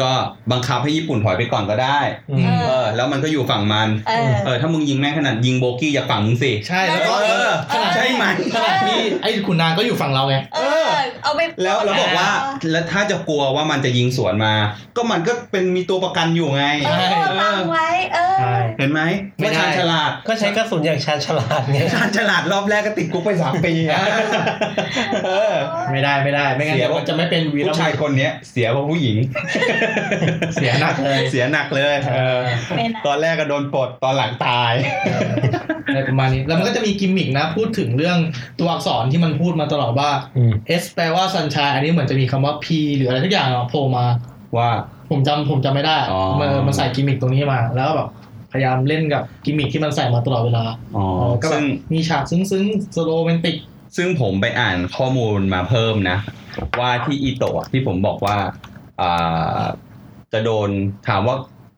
B: ก็บังคับให้ญี่ปุ่นถอยไปก่อนก็ได้
A: อืม
D: เออ
B: เออ แล้วมันก็อยู่ฝั่งมัน
D: เออ
B: เออ ถ้ามึงยิงแม่งขนาดยิงโบกี้จากฝั่งมึงสิ
C: ใช่แล้วก็
B: เออ
C: ขนาด
B: ใช่ไหม
C: ขนาดที่ไอ้ขุนนางก็อยู่ฝั่งเราไง
D: เออ เอาไป
B: แล้วเราบอกว่า แล้วถ้าจะกลัวว่ามันจะยิงสวนมา ก็มันก็เป็นมีตัวประกันอยู่ไง
D: เออเอาบังไว้ เออ
C: ใช่
B: เห็นไหม
C: ไม่
B: ว่า
C: ได้
B: ชาญฉลาด
A: ก็ใช้กระสุนอย่างชาญฉลาดไง
B: ชาญฉลาดรอบแรกก็ติดคุกไปสามปีอะเออ
C: ไม่ได้ไม่ได้ไม่งั้น
B: เสีย
C: เดี๋ยวมันจะไม่เป็นวีร
B: ผู้ชายคนเนี้ย เสียเพราะผู้หญิง
C: *laughs* เสียหนักเลย
B: เสียหนักเลยเออ
D: เป็นอะ
B: ตอนแรกก็โดนปลดตอนหลังตาย
C: อะไรประมาณนี้แล้วมันก็จะมีกิมมิกนะพูดถึงเรื่องตัวอักษรที่มันพูดมาตลอดว่า
A: อืม
C: S แปลว่า sunshine อันนี้เหมือนจะมีคำว่า P หรืออะไรทุกอย่างอะโผล่มา
B: ว่า
C: โผ ผมจำผมจำไม่ได้
B: อ๋อ
C: มันมันใส่กิมมิคตรงนี้มา แล้วก็แบบพยายามเล่นกับกิมมิคที่มันใส่มาตลอดเวลา
B: อ๋อ
C: ก็แบ
B: ซึ่
C: บ
B: ง
C: มีฉากซึ้งๆสโลเมนติก
B: ซึ่งผมไปอ่านข้อมูลมาเพิ่มนะ ว่าที่อีโตะที่ผมบอกว่าอ่าจะโดนถามว่า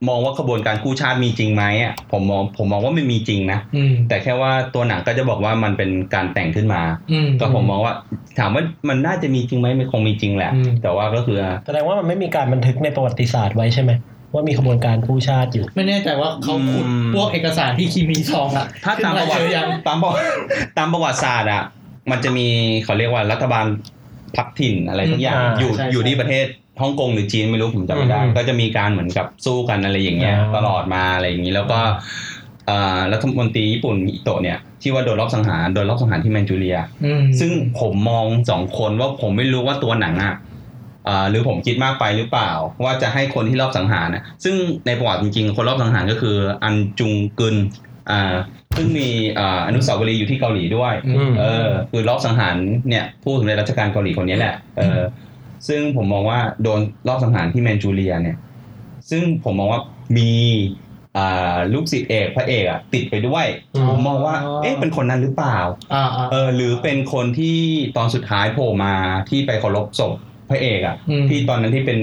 B: มองว่าขบวนการกู้ชาติมีจริงไหมอ่ะผมมองผมมองว่ามันมีจริงนะ
C: อืม
B: แต่แค่ว่าตัวหนังก็จะบอกว่ามันเป็นการแต่งขึ้นมา
C: อืม
B: ก็ผมมองว่าถามว่ามันน่าจะมีจริงไหมมันคงมีจริงแหละ
C: อืม
B: แต่ว่าก็คืออ่ะ
A: แสดงว่ามันไม่มีการบันทึกในประวัติศาสตร์ไว้ใช่ไหมว่ามีขบวนการกู้ชาติอยู่
C: ไม่แน่ใจว่าเขาขุด
B: อืม
C: พวกเอกสารที่คีมีซองอะ
B: ถ้าตามประวัติ
C: ขึ้นเจอยัง
B: ตามประวั *laughs* ติตามประวัติศาสตร์อ่ะมันจะมีเขาเรียกว่ารัฐบาลพักถิ่นอะไรทุกอย่าง
A: อ่า
B: อยู่
A: ใช่
B: อยู่ที่ประเทศฮ่องกงหรือจีนไม่รู้ผมจำไม่ได้
A: อืม
B: ก็จะมีการเหมือนกับสู้กันอะไรอย่างเงี้ย
A: อ่า
B: ตลอดมาอะไรอย่างนี้แล้วก็อ่ารัฐมนตรีญี่ปุ่นอิโตะเนี่ยที่ว่าโดนรอบสังหารโดนรอบสังหารที่แมนจูเรีย
C: อืม
B: ซึ่งผมมองสองคนว่าผมไม่รู้ว่าตัวหนังอ่ะเอ่อหรือผมคิดมากไปหรือเปล่า ว่าจะให้คนที่รอบสังหารนะซึ่งในประวัติจริงๆ คนรอบสังหารก็คืออันจุงกึนอ่าซึ่งมีอ่าอนุสาวรีย์อยู่ที่เกาหลีด้วย
A: อืม
B: เออคือรอบสังหารเนี่ยผู้สำเร็จราชการเกาหลีคนนี้แหละเออซึ่งผมมองว่าโดนรอบสังหารที่แมนจูเรียเนี่ยซึ่งผมมองว่ามีอ่าลูกศิษย์เอกพระเอกอะติดไปด้วย
A: อืม
B: ผมมองว่าเอ๊ะเป็นคนนั้นหรือเปล่า
C: อ่าอ่า
B: เออหรือเป็นคนที่ตอนสุดท้ายโผล่มาที่ไปเคารพศพพระเอกอะ่ะ
C: อืม
B: ที่ตอนนั้นที่เป็น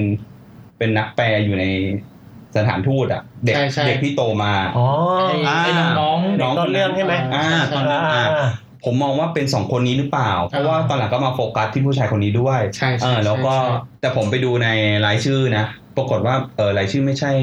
B: เป็นนักแปลอยู่ในสถานทูตอะ่ะ เด็ก
C: ใช่ใช่
B: เด็กที่โตมา
A: อ๋อ
C: ไอ้ไอ้น้องๆ
B: น้อง
A: ต้นเรื่องใช่ไหม
B: อ่าตอนนั้นอ่ะ
A: อ่า
B: ผมมองว่าเป็นสองคนนี้หรือเปล่า เพราะว่า
C: อ่า
B: ตอนหลังก็มาโฟกัสที่ผู้ชายคนนี้ด้วย
C: ใช่
B: เอ
C: ใช่
B: อแล้วก็
C: ใช่ใช่
B: แต่ผมไปดูในรายชื่อนะ ปรากฏว่าเออรายชื่อไม่ใช่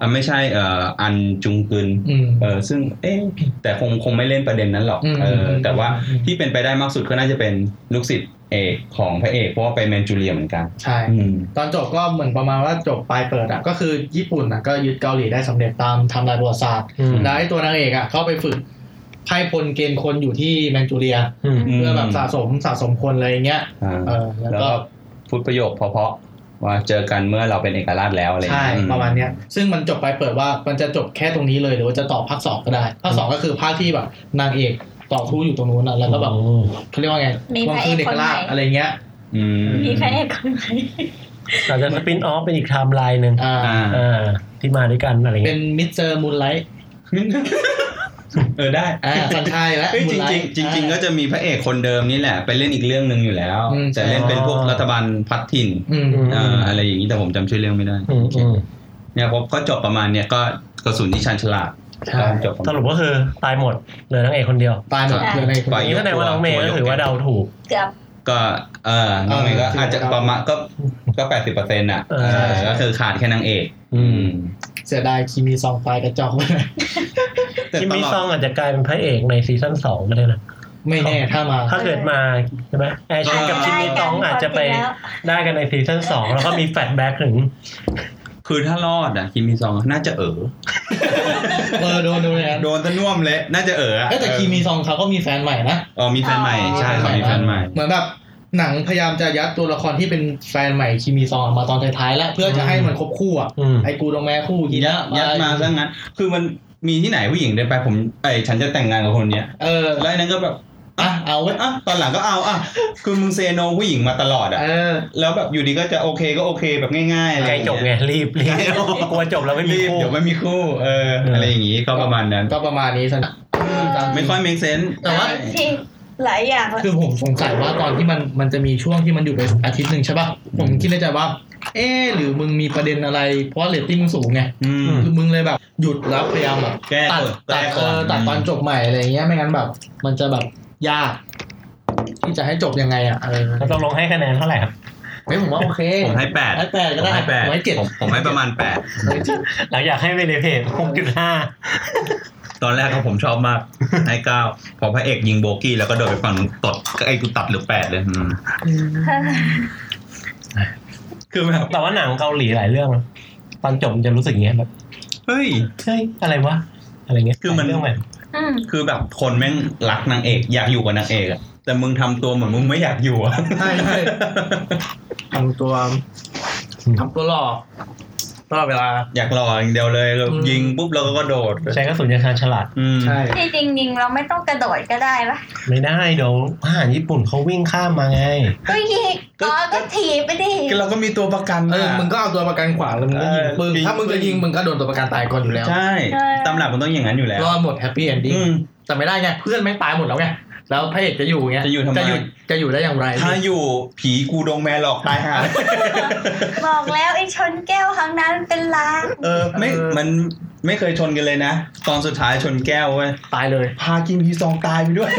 B: อ่ะไม่ใช่เอ่ออันจุงกึน
C: อืม
B: เออซึ่งเอ๊ะแต่คงคงไม่เล่นประเด็นนั้นหรอก
C: อืม
B: เออ
C: อืม
B: แต่ว่า
C: อืม
B: ที่เป็นไปได้มากสุดก็น่าจะเป็นลูกศิษย์เอกของพระเอกเพราะว่าไปแมนจูเรียเหมือนกัน
C: ใช่
B: อืม
C: ตอนจบก็เหมือนประมาณว่าจบปลายเปิดอ่ะก็คือญี่ปุ่นอ่ะก็ยึดเกาหลีได้สำเร็จตามไทำลายประวัติศาสตร์
A: อืม
C: แล้วไอ้ตัวนางเอกอ่ะเข้าไปฝึกไพ่พลเกณฑ์คนอยู่ที่แมนจูเรีย
A: อืม
C: เพื่อแบบสะสมสะสมคนอะไรอย่างเงี้ย
B: อ่า
C: เออแล้ว
B: แล้ว
C: ก็
B: ก็พูดประโยคเพราะๆว่าเจอกันเมื่อเราเป็นเอกราชแล้วอะไรอย่า
C: ใช่
B: งเงี้ยอื
C: ประมาณเนี้ย ซึ่งมันจบปลายเปิดว่ามันจะจบแค่ตรงนี้เลยหรือว่าจะต่อภาคสองก็ได้ภาคสองก็คือภาคที่แบบนางเอกต่อทู้อยู่ตรงนู้นอ่ะแล้วก็แบบเขาเรียกว่าไง
D: มีพระเอ
C: วั
D: ก
C: งคืนเอก
D: คนใหม่
C: ราชอะไรเงี้ย
B: อืม
D: มีพระเอกคนไหน
A: อาจจะสปินออฟเป็นอีกไทม์ไลน์หนึ่ง
C: อ่า
B: อ่า
A: อ่าที่มาด้วยกันอะไร
C: เป็
A: เงี้
C: น
A: ย
C: มิสเตอร์มูนไลท์
B: เออได้
C: อ่าสัญชัยและ
B: เอ้ยจ
C: มูนไล
B: ริง
C: ท์
B: ๆจริง ๆ ก็จะมีพระเอกคนเดิมนี่แหละ ไปเล่นอีกเรื่องหนึ่งอยู่แล้ว
C: อืม
B: แต่เล่นเป็นพวกรัฐบาลพัดถิ่น
C: อืม
B: อ่าอะไรอย่างนี้แต่ผมจำชื่อเรื่องไม่ได้
A: อืมอืม
B: เนี่ยผมก็จบประมาณเนี่ยก็กระสุนที่ชันฉลาด
C: ใช่
B: จบประ
A: ส
B: มาณ
A: รุปก็คือตายหมดเหลือนางเอกคนเดียว
C: ตายหมดเลยในคน
B: ไป
A: อย่างนี้แสดงว่าน้องเมย์ก็ถือว่าเดาถูก
D: เกือบ
B: ก็เออน้องเมย์ก็อาจจะประมาณก็ก็แปดสิบเปอร์เซ็นต์อ่ะ
A: เออ
B: เออก็คือขาดแค่นางเอก
A: อืม
C: เสียดายคีมีซอง *laughs* ไฟกระจอกไปเลย
B: แต่
A: คิม
B: ต
A: มี่
B: ลอ
A: ซอง
B: ด
A: อาจจะกลายเป็นพระเอกในซีซั่นสองก็ได้นะ
C: ไม่แน่ถ้ามา
A: ถ้าเกิดมาใช่ไหมแอร์ชินกับคิมมี่ซองอาจจะไปได้กันในซีซั่นสองแล้วก็มีแฟลชแบ็กถึง
B: คือถ้ารอดอ่ะคิมมีซองน่าจะเออ
C: เออโดนโดนอย่างนั้น
B: โดนตะน่วมเลยน่าจะเอออะ
C: เอ้ยแต่คีมีซองเขาก็มีแฟนใหม่นะ
B: เออมีแฟนใหม่ใช่เขามีแฟนใหม่
C: เหมือนแบบหนังพยายามจะยัดตัวละครที่เป็นแฟนใหม่คีมีซองมาตอนท้ายๆแล้วเพื่อจะให้มันครบคู่อ่ะ
A: อืม
C: ไอ้กูดองแม่คู่อี
B: ยั
C: นะ
B: ดยัดมาซะงั้น คือมันมีที่ไหนผู้หญิงเดินไปผมไอยฉันจะแต่งงานกับคนเนี้ย
C: เออ
B: แล้วไอ้นั้นก็แบบ
C: อ่ะเอาไว้ย
B: อ่ะตอนหลังก็เอาอ่ะคือมึงเซโนผู้หญิงมาตลอดอ่ะ
C: เออ
B: แล้วแบบอยู่ดีก็จะโอเคก็โอเคแบบง่ายๆอะไรอ
A: ใกล้
B: ย่างเงี้ย
A: จบไงรีบรีบ
B: ใกล้จบ
A: กลัวจบแล้วไม่มี
B: รีบ
A: คู่
B: เดี๋ยวไม่มีคู่เออ
A: เอออ
B: อะไรอย่างงี้ก็ประมาณนั้น
C: ก็ประมาณนี้สนะ
D: เออ
B: ไม่ค่อย make sense
C: แต่ว่า
D: ที่หลายอย่างละ
C: คือผมสงสัยว่าตอนที่มันมันจะมีช่วงที่มันอยู่ไปอาทิตย์หนึ่งใช่ป่ะผมคิดในใจว่า เออหรือมึงมีประเด็นอะไรเพราะเรตติ้งมึงสูงไง
B: อืม
C: คือมึงเลยแบบหยุดแล้วพยายามแบบ
B: แก้
C: ตัด
B: เปิด
C: ตัด
B: แก้ก่
C: เอ
B: อน
C: อตัดตอนจบใหม่อะไรเงี้ยไม่งั้นแบบ มันจะแบบยาก ที่จะให้จบยังไงอ่ะเออ
A: แล้วต้องลงให้คะแนนเท่าไหร่ครับ
C: เฮ้ยผมว่าโอเค
B: ผมให้แปด
C: ให้แปด
B: ผ
C: ก็
B: ม
C: ได้
B: ให้แปด
C: ผมให้เจ็ด
B: ผมผมให้ประมาณแปด
C: ผมให้เจ็ด
A: หลังอยากให้ไปในเพจหกจุดห้า
B: ตอนแรกก็ผมชอบมาก ให้เก้าพอพระเอกยิงโบกี้แล้วก็โดนไปฝั่งนู้นตดก็ไอ้กูตัดเหลือแปดเลยอืม
D: เออ
B: คือแบบ
A: แต่ว่าหนังเกาหลีหลายเรื่องนะตอนจบมันจะรู้สึกอย่างเงี้ยแบบ
B: เฮ้ย
A: เฮ้ยอะไรวะอะไรเงี้ย
B: คือมัน
A: เรื่องใหม่
D: อืม
B: คือแบบคนแม่งรักนางเอกอยากอยู่กับนางเอกอะแต่มึงทำตัวเหมือนมึงไม่อยากอยู่อะ *laughs*
C: ใช่ใช่ทำตัวทำตัวหลอก ตลอดเวลา
B: อยากหล่ออย่างเดียวเลยแบบ
C: อืม
B: ยิงปุ๊บเราก็กระโดด
A: ใช้กระสุนยางคางฉลาด
B: อืม
C: ใช่
D: จริงๆยิงเราไม่ต้องกระโดดก็ได้ปะ
A: ไม่ได้เดี๋ยวอาหารญี่ปุ่นเขาวิ่งข้ามมาไง
D: ก็ยิงอ๋อก็ถีบไปดิ
B: ก็เราก็มีตัวประกันะ
C: เออ มึงก็เอาตัวประกันขวางแล้วมึงก็ยิงปึ้ง
B: เออ
C: ถ้ามึงจะยิงมึงก็โดนตัวประกันตายก่อนอยู่แล้ว
B: ใช่
D: ใช่
B: ตำหลักมันต้องอย่างนั้นอยู่แล้ว
C: รอดหมดแฮปปี้เอนดิ้ง
B: อืม
C: แต่ไม่ได้ไงเพื่อนแม่งตายหมดแล้วไง แล้วพระเอกจะอยู่ไง
B: จะอยู่ทำไม
C: จะอยู่จะอยู่ได้อย่างไร
B: ถ้าอยู่ผีกูดงแมนหลอกตายหา
D: บอกแล้วไอ้ชนแก้วครั้งนั้นเป็นล้าน
B: เออไม่
C: เออ
B: มันไม่เคยชนกันเลยนะ ตอนสุดท้ายชนแก้วเว้ย
C: ตายเลย
B: พากิมฮีซองตายไปด้วย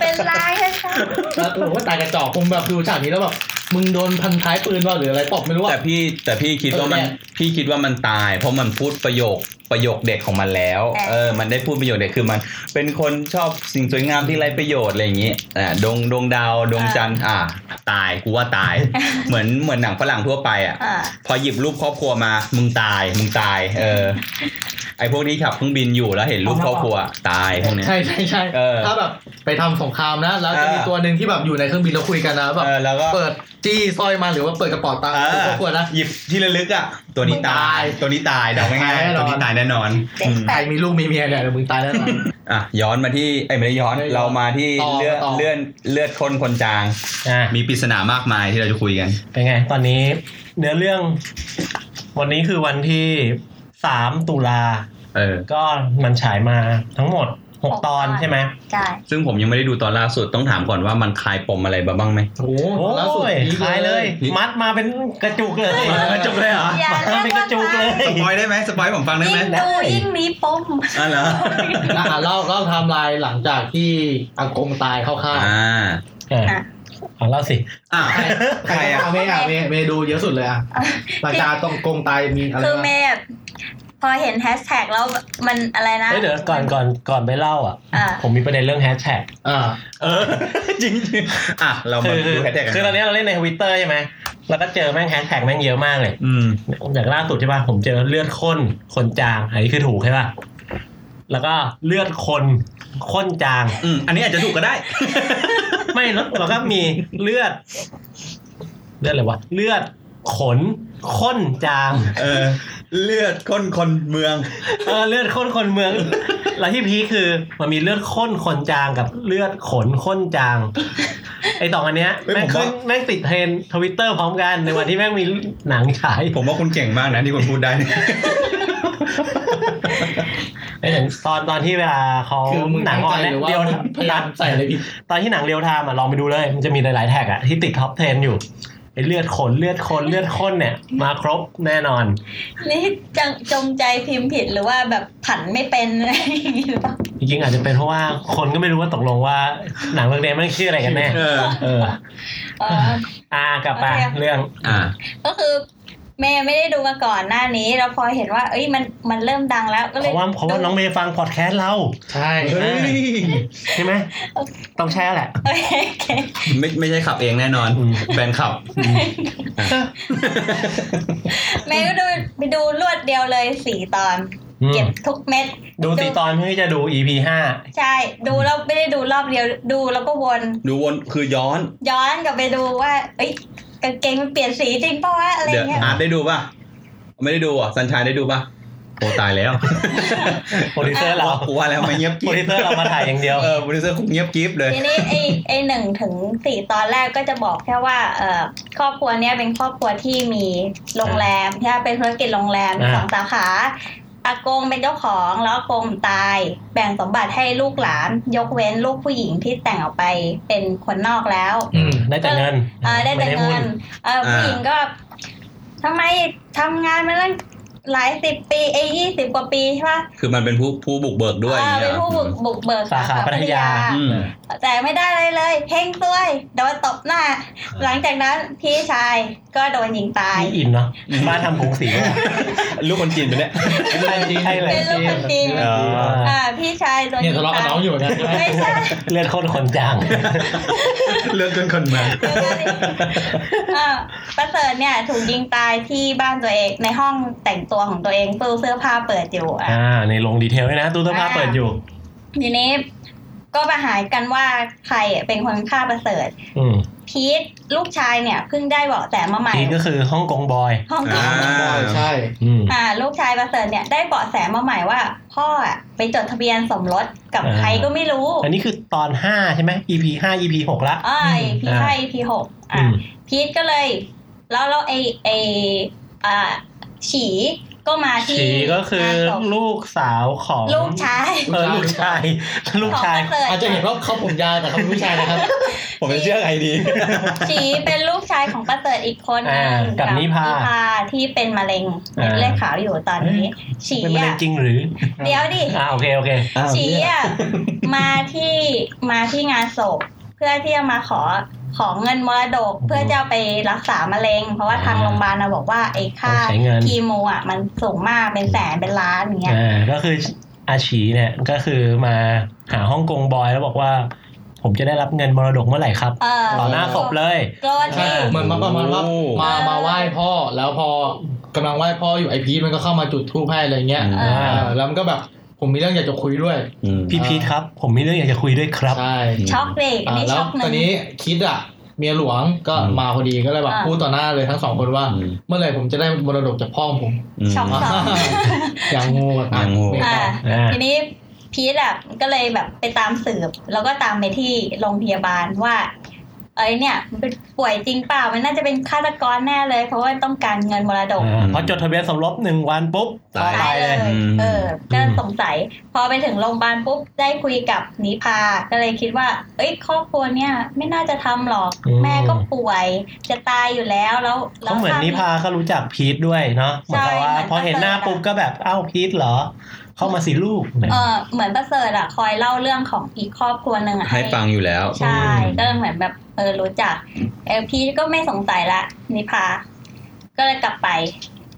D: เป็นล้านใช่ไหม
C: แล้วโอ้โหตายกระจอกผมแบบดูฉากนี้แล้วแบบมึงโดนพันท้ายปืนว่าหรืออะไรตบไม่รู้
B: แต่
C: อะ
B: พี่แต่พี่คิดว่ามัน
C: เออแน่
B: พี่คิดว่ามันตาย เพราะมันพูดประโยคประโยคเด็ดของมันแล้วเออมันได้พูดประโยคเด็ดคือมัน เป็นคนชอบสิ่งสวยงามที่ไร้ประโยชน์อะไรอย่างนี้อ่าดวงดวงดาวดวงจันทร์อ่า ตายกูว่าต *laughs* าย เหมือนเหมือนหนังฝรั่งทั่วไปอ่ะ
D: อ่า
B: พอหยิบรูปครอบครัวมามึงตายมึงตาย เออ ไอพวกที่ขับเครื่องบินอยู่แล้วเห็นรูปครอบครัวตายพวกเนี้ย
C: ใช่ใช่ใช่
B: เออ
C: ถ้าแบบไปทำสงครามนะแล้วจะมี
B: เออ
C: ตัวหนึ่งที่แบบอยู่ในเครื่องบินแล้วคุยกันนะแบบ
B: เออแล้วก็
C: เปิดจี้สร้อยมาหรือว่าเปิดกระเป๋าตังค์
B: เออ
C: ครอบครัวนะ
B: หยิบที่ระลึกอ่ะ ตัวนี้ตาย ตัวนี้ตายเดาง่ายๆ
C: แน่น
B: ตั
C: อ
B: วน นี้ตายแน่นอน
D: เด็
B: อื
D: ก
B: ม
D: แป
C: ใคร
D: ด
C: มีลูกมีเมียเนี่ยเดี๋ยวมึงตายแน่นอน
B: อ่ะย้อนมาที่ไอ้ยไม่ได้ย้อน
C: ไม่ได้ย้อน
B: เรามาที่
C: ต่อ
B: เลือด
C: ต่อ
B: เลื่อนเลือดคนคนจาง
A: อ่ะ
B: มีปริศนามากมายที่เราจะคุยกัน
A: เป็นไง ตอนนี้เนื้อเรื่อง วันนี้คือวันที่สามตุลา
B: เออ
A: ก็มันฉายมาทั้งหมดหกตอนใช่ไหม
D: ใช่
B: ซึ่งผมยังไม่ได้ดูตอนล่าสุดต้องถามก่อนว่ามันคลายปมอะไรมาบ้างไหม
C: โอ้โห
A: โอ้
C: ล่าสุด
A: ย
C: นี้
A: ขายเลย
B: นี่
A: มัดมาเป็นกระจุกเลย
B: เออจบเลยเหรอ
D: อย่า
A: มา
D: เรียก
A: เป็นก
D: ว่า
A: ระจุกเลย
B: สปอยได้ไหมสปอยให้ผมฟังได้ไหม
D: ยิ่งดูยิ่งมีปม
B: อ่ะเหรอ
C: อ่ะเล่าเล่าไทม์ไลน์หลังจากที่อากงตายเข้าข้าง
B: อ่า
A: อ่ะเอาเล่าสิ
B: อ่ะ
C: ใครอะเมย์อะเมย์เมย์ดูเยอะสุดเลยอะหลังจากตรงกงตายมีอะไร
D: คือ
C: บ้าง
D: เมย์แบบพอเห็นแฮชแท็กแล้วมันอะไรนะ
A: เฮ้ยเดี๋ยวก่อนก่อนก่อนไปเล่าอ่ะ
D: อ่า
A: ผมมีประเด็นเรื่องแฮชแท็ก
C: อ่า
B: เออจริงๆอ่ะเรามา
A: คือ
B: ดูแฮชแท็กกัน
A: คือตอนนี้เราเล่นในทวิตเตอร์ใช่ไหมแล้วก็เจอแม่งแฮชแท็กแม่งเยอะมากเลย
B: อืม
A: อย่างล่าสุดใช่ป่ะผมเจอเลือดข้นคนจางอันนี้คือถูกใช่ป่ะแล้วก็เลือดคนข้นจาง
B: อืมอันนี้อาจจะถูกก็ได้
A: ไม่แล้วเราก็มีเลือด เลือดอะไรวะเลือดขนข้นจาง
B: เออ เลือดข้นคนเมือง
A: เออเลือดข้นคนเมือง แล้วที่พีคคือมันมีเลือดข้นคนจางกับเลือดขนข้นจาง ไอสองอันเนี้ย
B: เฮ้ย
A: แม่ง
B: ผม
A: ขึ้
B: ว่า
A: นแม่งติดเทรนทวิตเตอร์ Twitter พร้อมกันในวันที่แม่งมีหนังฉาย
B: ผมว่าคุณเก่งมากนะที่คุณพูดได้เนี่ย
A: ไอหนังตอนตอนที่เวลาเขา
C: คือมึง
A: หนั
C: ตั้
A: ง
C: ง
A: ออ
C: ใจ
A: นเนี่ย
C: หรือว่า
A: เดียว
C: มึงพยายามใส่อะไรผิด
A: ตอนที่หนังเรียวไทม์อ่ะลองไปดูเลย มันจะมีหลาย ๆ แท็กอ่ะที่ติดท็อปเทรนอยู่ไอเลือดขนเลือดคนเลือดข้นเนี่ย มาครบแน่นอน
D: นี่จงจงใจพิมพ์ผิดหรือว่าแบบผันไม่เป็นอะไรอย่างงี้หรือเปล่า
A: จริงๆอาจจะเป็นเพราะว่าคนก็ไม่รู้ว่าตกลงว่าหนังเรื่องนี้มันชื่ออะไรกันแน่
B: เออ
A: เออ
D: เออ
A: อ่ะกลับมาเรื่อง
B: อ่า
D: ก็คือแม่ไม่ได้ดูมาก่อนหน้านี้เราพอเห็นว่า เอ้ยมันมันเริ่มดังแล้วก็
A: เพ
D: เลย
A: ราะว่าเพราะว่าน้องเมย์ฟังพอดแคสต์เรา
C: ใช่
B: เฮ้ย
A: ใช่ไหม ต้องแช่แหละ
D: โอเคโอเค
B: ไม่ไม่ใช่ขับเองแน่นอน
A: อืม
B: แฟนขับ
D: แม่ก็ดูไปดูรวดเดียวเลยสี่ตอน
A: อืม
D: เก็บทุกเม็ด
A: ดูสีตอนเพื่อที่จะดู EP ห้า
D: ใช่ ดูแล้วไม่ได้ดูรอบเดียวดูแล้วก็วน
B: ดูวนคือย้อน
D: ย้อนกลับไปดูว่า เอ้ยกางเกงมันเปลี่ยนสีจริงเพราะว่าอะไร
B: เดี๋ยว
D: เงี้ย
B: อาร์ตได้ดูป่ะ ไม่ได้ดูอ่ะสัญชายได้ดูป่ะโอ้ตายแล้ว
A: โปรดิวเซอร์เรา
B: กูว่าแล้วมันเงียบ
A: โปรดิวเซอร์เรามาถ่ายอย่างเดียว
B: เออโปรดิวเซอร์คุเงียบกิฟเลย
D: ทีนี้ไอ้ไอ้หนึ่งถึงสี่ตอนแรกก็จะบอกแค่ว่าเอ่อครอบครัวเนี้ยเป็นครอบครัวที่มีโรงแรมใช่ปะเป็นธุรกิจโรงแรม
A: อ่า
D: สองสาขาอากงเป็นเจ้าของแล้วอากงตาย แบ่งสมบัติให้ลูกหลาน ยกเว้นลูกผู้หญิงที่แต่งออกไปเป็นคนนอกแล้ว
C: อืม
A: ได้แต่เงิน
D: เออได้แต่
A: ม่
D: เงิน
A: หุ้
D: เออผู้หญิงก็ทำไมทำงานมาตั้งหลายสิบปีเอ้ยี่สิบกว่าปีใช่ปะ
B: คือมันเป็นผู้ผู้บุกเบิกด้วย
D: เออเป็นผู้บุกบุกเบิก
A: สาขาพัทยา
B: อืม
D: แต่ไม่ได้อะไรเลยเฮงตัวยโดนตบหน้า หลังจากนั้นพี่ชายก็โดนยิงตาย
A: พี่อินเนาะบ้านทำผงสี
B: ลูกคนจีนไปเนี่ย
A: ใช่ใช่เลย
D: เป็นลูกคนจีน
C: เออ
D: อ่าพี่ชายโดน
C: เนี่ย
D: ง
C: ทะเลาะกับ
D: ตาย
C: น้องอยู่นะ
D: ไม่ใช่
A: เลือดข้นคนจาง
B: เลือกเกินคนมา
D: ไม่ใช่อ่าประเสริฐเนี่ยถูกยิงตายที่บ้านตัวเองในห้องแต่งตัวของตัวเองตู้เสื้อผ้าเปิดอยู่อ่ะ
A: อ่า ในลงดีเทลด้วยนะตู้เสื้อผ้าเปิดอยู่
D: ทีนี้ก็มาหายกันว่าใครเป็นคนฆ่าประเสริฐ
A: อืม
D: พีท ลูกชายเนี่ยเพิ่งได้เบาะแสมาใหม่
A: พีทก็คือฮ่องกงบอย
D: ห้องกง
B: อ่า
C: ใช่ใช่
A: อืม
D: อ่าลูกชายประเสริฐเนี่ยได้เบาะแสมาใหม่ว่า พ่ออ่ะไปจดทะเบียนสมรสกับ
A: อ่า
D: ใครก็ไม่รู้
A: อันนี้คือตอน 5 ใช่ไหม EP 5 EP 6ละ
D: อ่า
C: อืม
D: พีห้าพีหกอ่า
A: อืม
D: พีทก็เลย แล้วแล้วไอไออ่าฉีก็มาที่
A: ฉีก็คือง
D: านศพ
A: ลูกสาวของ
D: ลูกชาย
A: เออลูกชาย ลูกชาย
D: ของประสริฐ
C: อาจจะเห็นว่าเขาผมยาวแต่เขาเป็นผู้ชายนะครับ
B: ผมจะเชื่อใครดี
D: ฉีเป็นลูก *laughs* ชายของประเสริฐอีกคนหนึง
A: อ่ากับนิพา
D: ที่เป็นมะเร็ง
A: อ่า
D: เลือดขาวอยู่ตอนนี้ ฉี
A: เป็นมะเร็ง
D: อ่ะ
A: จริงหรือ
D: เดี๋ยวดิ
A: อ่าโอเคโอเค
D: ชี
A: *laughs*
D: อะมาที่มาที่งานศพเพื่อที่จะมาขอของเงินมรดกเพื่อจะเอาไปรักษามะเร็ง เพราะว่าทางโรงพยาบาลนะบอกว่าไอ้ค่า
A: ต้องใช้เงิน
D: คีโมอ่ะมันสูงมากเป็นแสนเป็นล้านอย่างเงี้ย
A: อ่าก็คืออาชีเนี่ยก็คือมาหาฮ่องกงบอยแล้วบอกว่า ผมจะได้รับเงินมรดกเมื่อไหร่ครับ
D: เออ
A: ต่อหน้าศพเลย
D: โกรธ
C: ใช่
D: ดิ
C: เหมือนมาประมาณว่า
B: โอ้
C: มามาไหว้พ่อแล้วพอกำลังไหว้พ่ออยู่ไอพีมันก็เข้ามาจุดธูปให้อะไรเงี้ย
A: อ่า
C: เออแล้วมันก็แบบผมมีเรื่องอยากจะคุยด้วย
B: อืม
A: พี่พีทครับ ผมมีเรื่องอยากจะคุยด้วยครับ
C: ใช่
D: ช็อกเด็กอัน
C: อ่า
D: นี้
C: แล้ว
D: ช็อกห
C: ตอน
D: นึ่ง
C: นี้คิดอ่ะ เมียหลวงก็
B: อืม
C: มาพอดีก็เลยแบบ
D: อ่า
C: พูดต่อหน้าเลยทั้งสองคนว่า
B: อืม
C: เมื่อไหร่ผมจะได้มรดกจากพ่อผม
B: ม
D: ช็อกสอง
C: อย่างงูะ
B: อย่างงู
C: ไม่
D: อ่า
C: ต้อง
A: อ่า
D: ทีนี้พีทอ่ะก็เลยแบบไปตามสืบ แล้วก็ตามไปที่โรงพยาบาลว่า เอ้ยเนี่ยมันเป็นป่วยจริงเปล่ามันน่าจะเป็นฆาตกรแน่เลย เพราะว่าต้องการเงินมรดก
A: อ่าพอจดทะเบียนสมรสหนึ่งวันปุ๊บ
B: ตาย
D: ตายเลย
B: อืม
D: เออ ก็สงสัย พอไปถึงโรงพยาบาลปุ๊บ ได้คุยกับนิพา ก็เลยคิดว่า เอ้ย ครอบครัวเนี่ยไม่น่าจะทำหรอก
A: อืม
D: แม่ก็ป่วย จะตายอยู่แล้ว แล้วแล้
A: เขา
D: ว
A: เหมือน
D: ทรบ
A: นิพาเขารู้จักพีทด้วยเนาะเหมือนกับว่า
D: ใช่เหมือน
A: พอเห็นหน้าปุ๊บก็แบบเอ้าพีทเหรอ เข้ามาสิลูก
D: เออ เหมือนประเสริฐอะคอยเล่าเรื่องของอีกครอบครัวหนึ่งอะ
B: ให้ฟังอยู่แล้ว
D: ใช่ ก็เหมือนแบบ เออ รู้จัก เออพี่ก็ไม่สงสัยละ นิพา ก็เลยกลับไป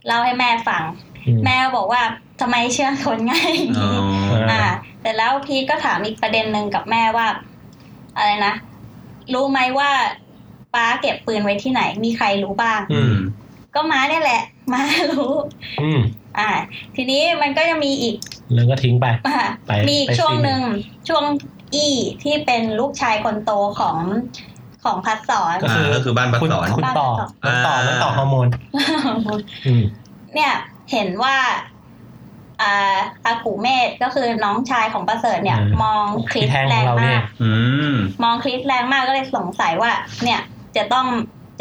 D: เล่าให้แม่ฟัง
A: อืม
D: แม่ก็บอกว่าทำไมเชื่อคนง่ายอย่าง
B: อ๋อ
D: นี้ อ่าแต่แล้วพีทก็ถามอีกประเด็นหนึ่งกับแม่ว่า อะไรนะ รู้ไหมว่าป้าเก็บปืนไว้ที่ไหน มีใครรู้บ้าง
A: อืม
D: ก็ม้าเนี่ยแหละ ม้ารู้
A: อืม
D: อ่า ทีนี้มันก็จะมีอีก
A: แล้วก็ทิ้งไป
D: อ่า
A: ไป
D: มีอีก
A: ไป
D: ช่วง
A: ซีน
D: หนึ่งช่วงอีที่เป็นลูกชายคนโตของของพัดสอน
A: ก็คือ
B: ก็คือบ้านบัดสอน
A: คุณคุณต่อ
B: บ้านบัดส
A: ต่
B: อ
A: อน ต่อฮอร์โมน อืม
D: *laughs* เนี่ยเห็นว่าอ่าอากูเมธก็คือน้องชายของประเสริฐเนี่ย
A: อืม
D: มองคลิป
A: ที่แทง
D: แร
A: ของ
D: ง
A: เราเนี่
D: มาย ก
B: อืม
D: มองคลิปแรงมากก็เลยสงสัยว่า เนี่ยจะต้อง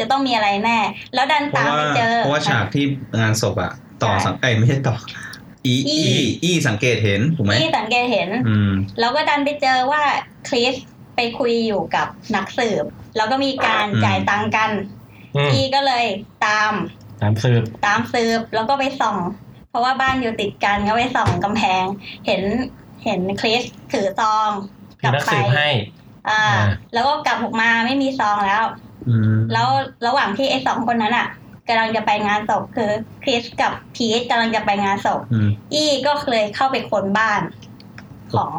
D: จะต้องมีอะไรแน่ แล้วดัน
B: เพราะ
D: ตาม
B: ว่า
D: ไปเจอ
B: เพราะว่าฉากที่งานศพอะต่อสังเอ้ยไม่ใช่ต่อ อี
D: อี
B: อีอีสังเกตเห็นถูกไหม
D: ที่สังเกตเห็น
B: อืม
D: แล้วก็ดันไปเจอว่าคลิปไปคุยอยู่กับนักสืบ แล้วก็มีการ
B: อืม
D: จ่ายตังค์กัน
A: อืม
D: อีก็เลยตาม
A: ตามสืบ
D: ตามสืบแล้วก็ไปส่อง เพราะว่าบ้านอยู่ติดกันก็ไปส่องกำแพง เห็นเห็นคลิปถือซอง
A: มี
D: กลับ
A: นัก
D: ไป
A: สืบให้
D: อ่า
A: อ่า
D: แล้วก็กลับออกมาไม่มีซองแล้ว
B: อืม
D: แล้วระหว่างที่ไอ้สองคนนั้นอ่ะกำลังจะไปงานศพคือคริสกับพีทกำลังจะไปงานศพ
B: อืม
D: อี้ก็เลยเข้าไปค้นบ้าน ของ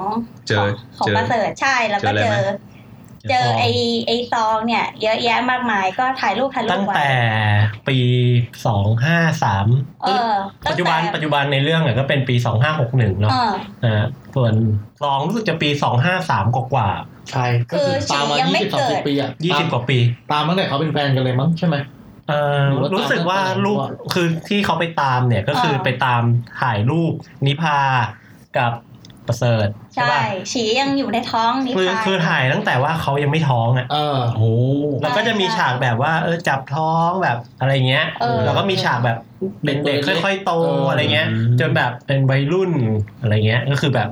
B: เจอ
D: ของของ
B: เจอ
D: ประเสริฐใช่แล้วก็
B: เจ
D: เจ
B: อ
D: อ
B: อะไรไหม
D: เจอไอไอซองเนี่ย เยอะแยะมากมายก็ถ่ายรูปถ่ายรู
A: ตั้
D: ป
A: ง
D: ไว้
A: แต่ปีสองห้าสาม
D: เออ
A: ปัจจุบันปัจจุบันในเรื่องอะก็เป็นปีสองห้าหกหนึ่ง
D: เอ
A: เนาะ
D: อ
A: อ่าส่วนคลองรู้สึกจะปีสองห้าสามกว่า
C: ใช่ก็คือ
D: คือ
C: ตามมา
D: ฉี่ยังไม่
C: ยี่สิบสาม
D: เกิ
C: สิบ
D: ด
C: ปีอ่ะ
A: ยี่สิบกว่า
C: ตาม
A: ปี
C: ตามตั้งแต่เขาเป็นแฟนกันเลยมั้งใช่ไหม
A: เอ่อ
C: หรือว่า
A: รู้สึกว่า
C: ตามได้ตลอด
A: รูป
C: ว่า
A: คือที่เขาไปตามเนี่ยก็คือ
D: เออ
A: ไปตามถ่ายรูปนิพากับประเสริฐใช่
D: ใช่
A: ป่ะ
D: ฉียังอยู่ในท้องนิ
A: คือ
D: พา
A: คือถ่ายตั้งแต่ว่าเขายังไม่ท้องอ่ะ
C: เออ
B: โอ้
A: แล้วก็จะมีฉากแบบว่าเออจับท้องแบบอะไรเงี้ย
D: เออ
A: แล้วก็มีฉากแบบเป็นเด็กค่อยๆโตอะไรเงี้ย จนแบบเป็นวัยรุ่นอะไรเงี้ยก็คือแบบ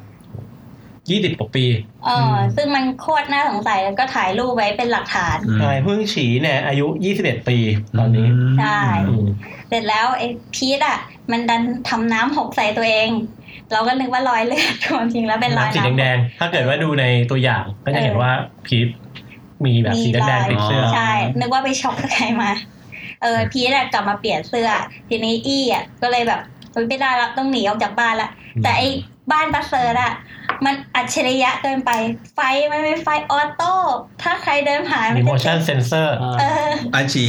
A: ยี่สิบกว่าปี
D: เออ ซึ่งมันโคตรน่าสงสัยแล้วก็ถ่ายรูปไว้เป็นหลักฐาน
A: ใช่เพิ่งฉีเนี่ยอายุยี่สิบเอ็ดปีตอนนี้
D: ใช่
A: อืม
D: เสร็จแล้วไอ้พีทอ่ะ มันดันทำน้ำหกใส่ตัวเอง เราก็นึกว่ารอยเลือด *laughs* ความจริงแล้วเป็นรอย
A: สี
D: น้ำ
A: แดงๆถ้าเกิดว่าดูในตัวอย่างก็จะเห็น
D: เออ
A: ว่าพีทมีแบบสีแดงๆติดเสื้อ
D: ใช่ นึกว่าไปช็อกใครมา เออพีทอะกลับมาเปลี่ยนเสื้อ ทีนี้อี้อ่ะก็เลยแบบเฮ้ยไม่ได้แล้วต้องหนีออกจากบ้านละ แต่ไอ้บ้านบัสเซอร์อะมันอัจฉริยะเกินไป ไฟมันเป็นไฟออโต้ ถ้าใครเดินผ่าน
A: มี
D: จะ
A: motion sensor
C: อ่า
D: เออ
B: อาฉี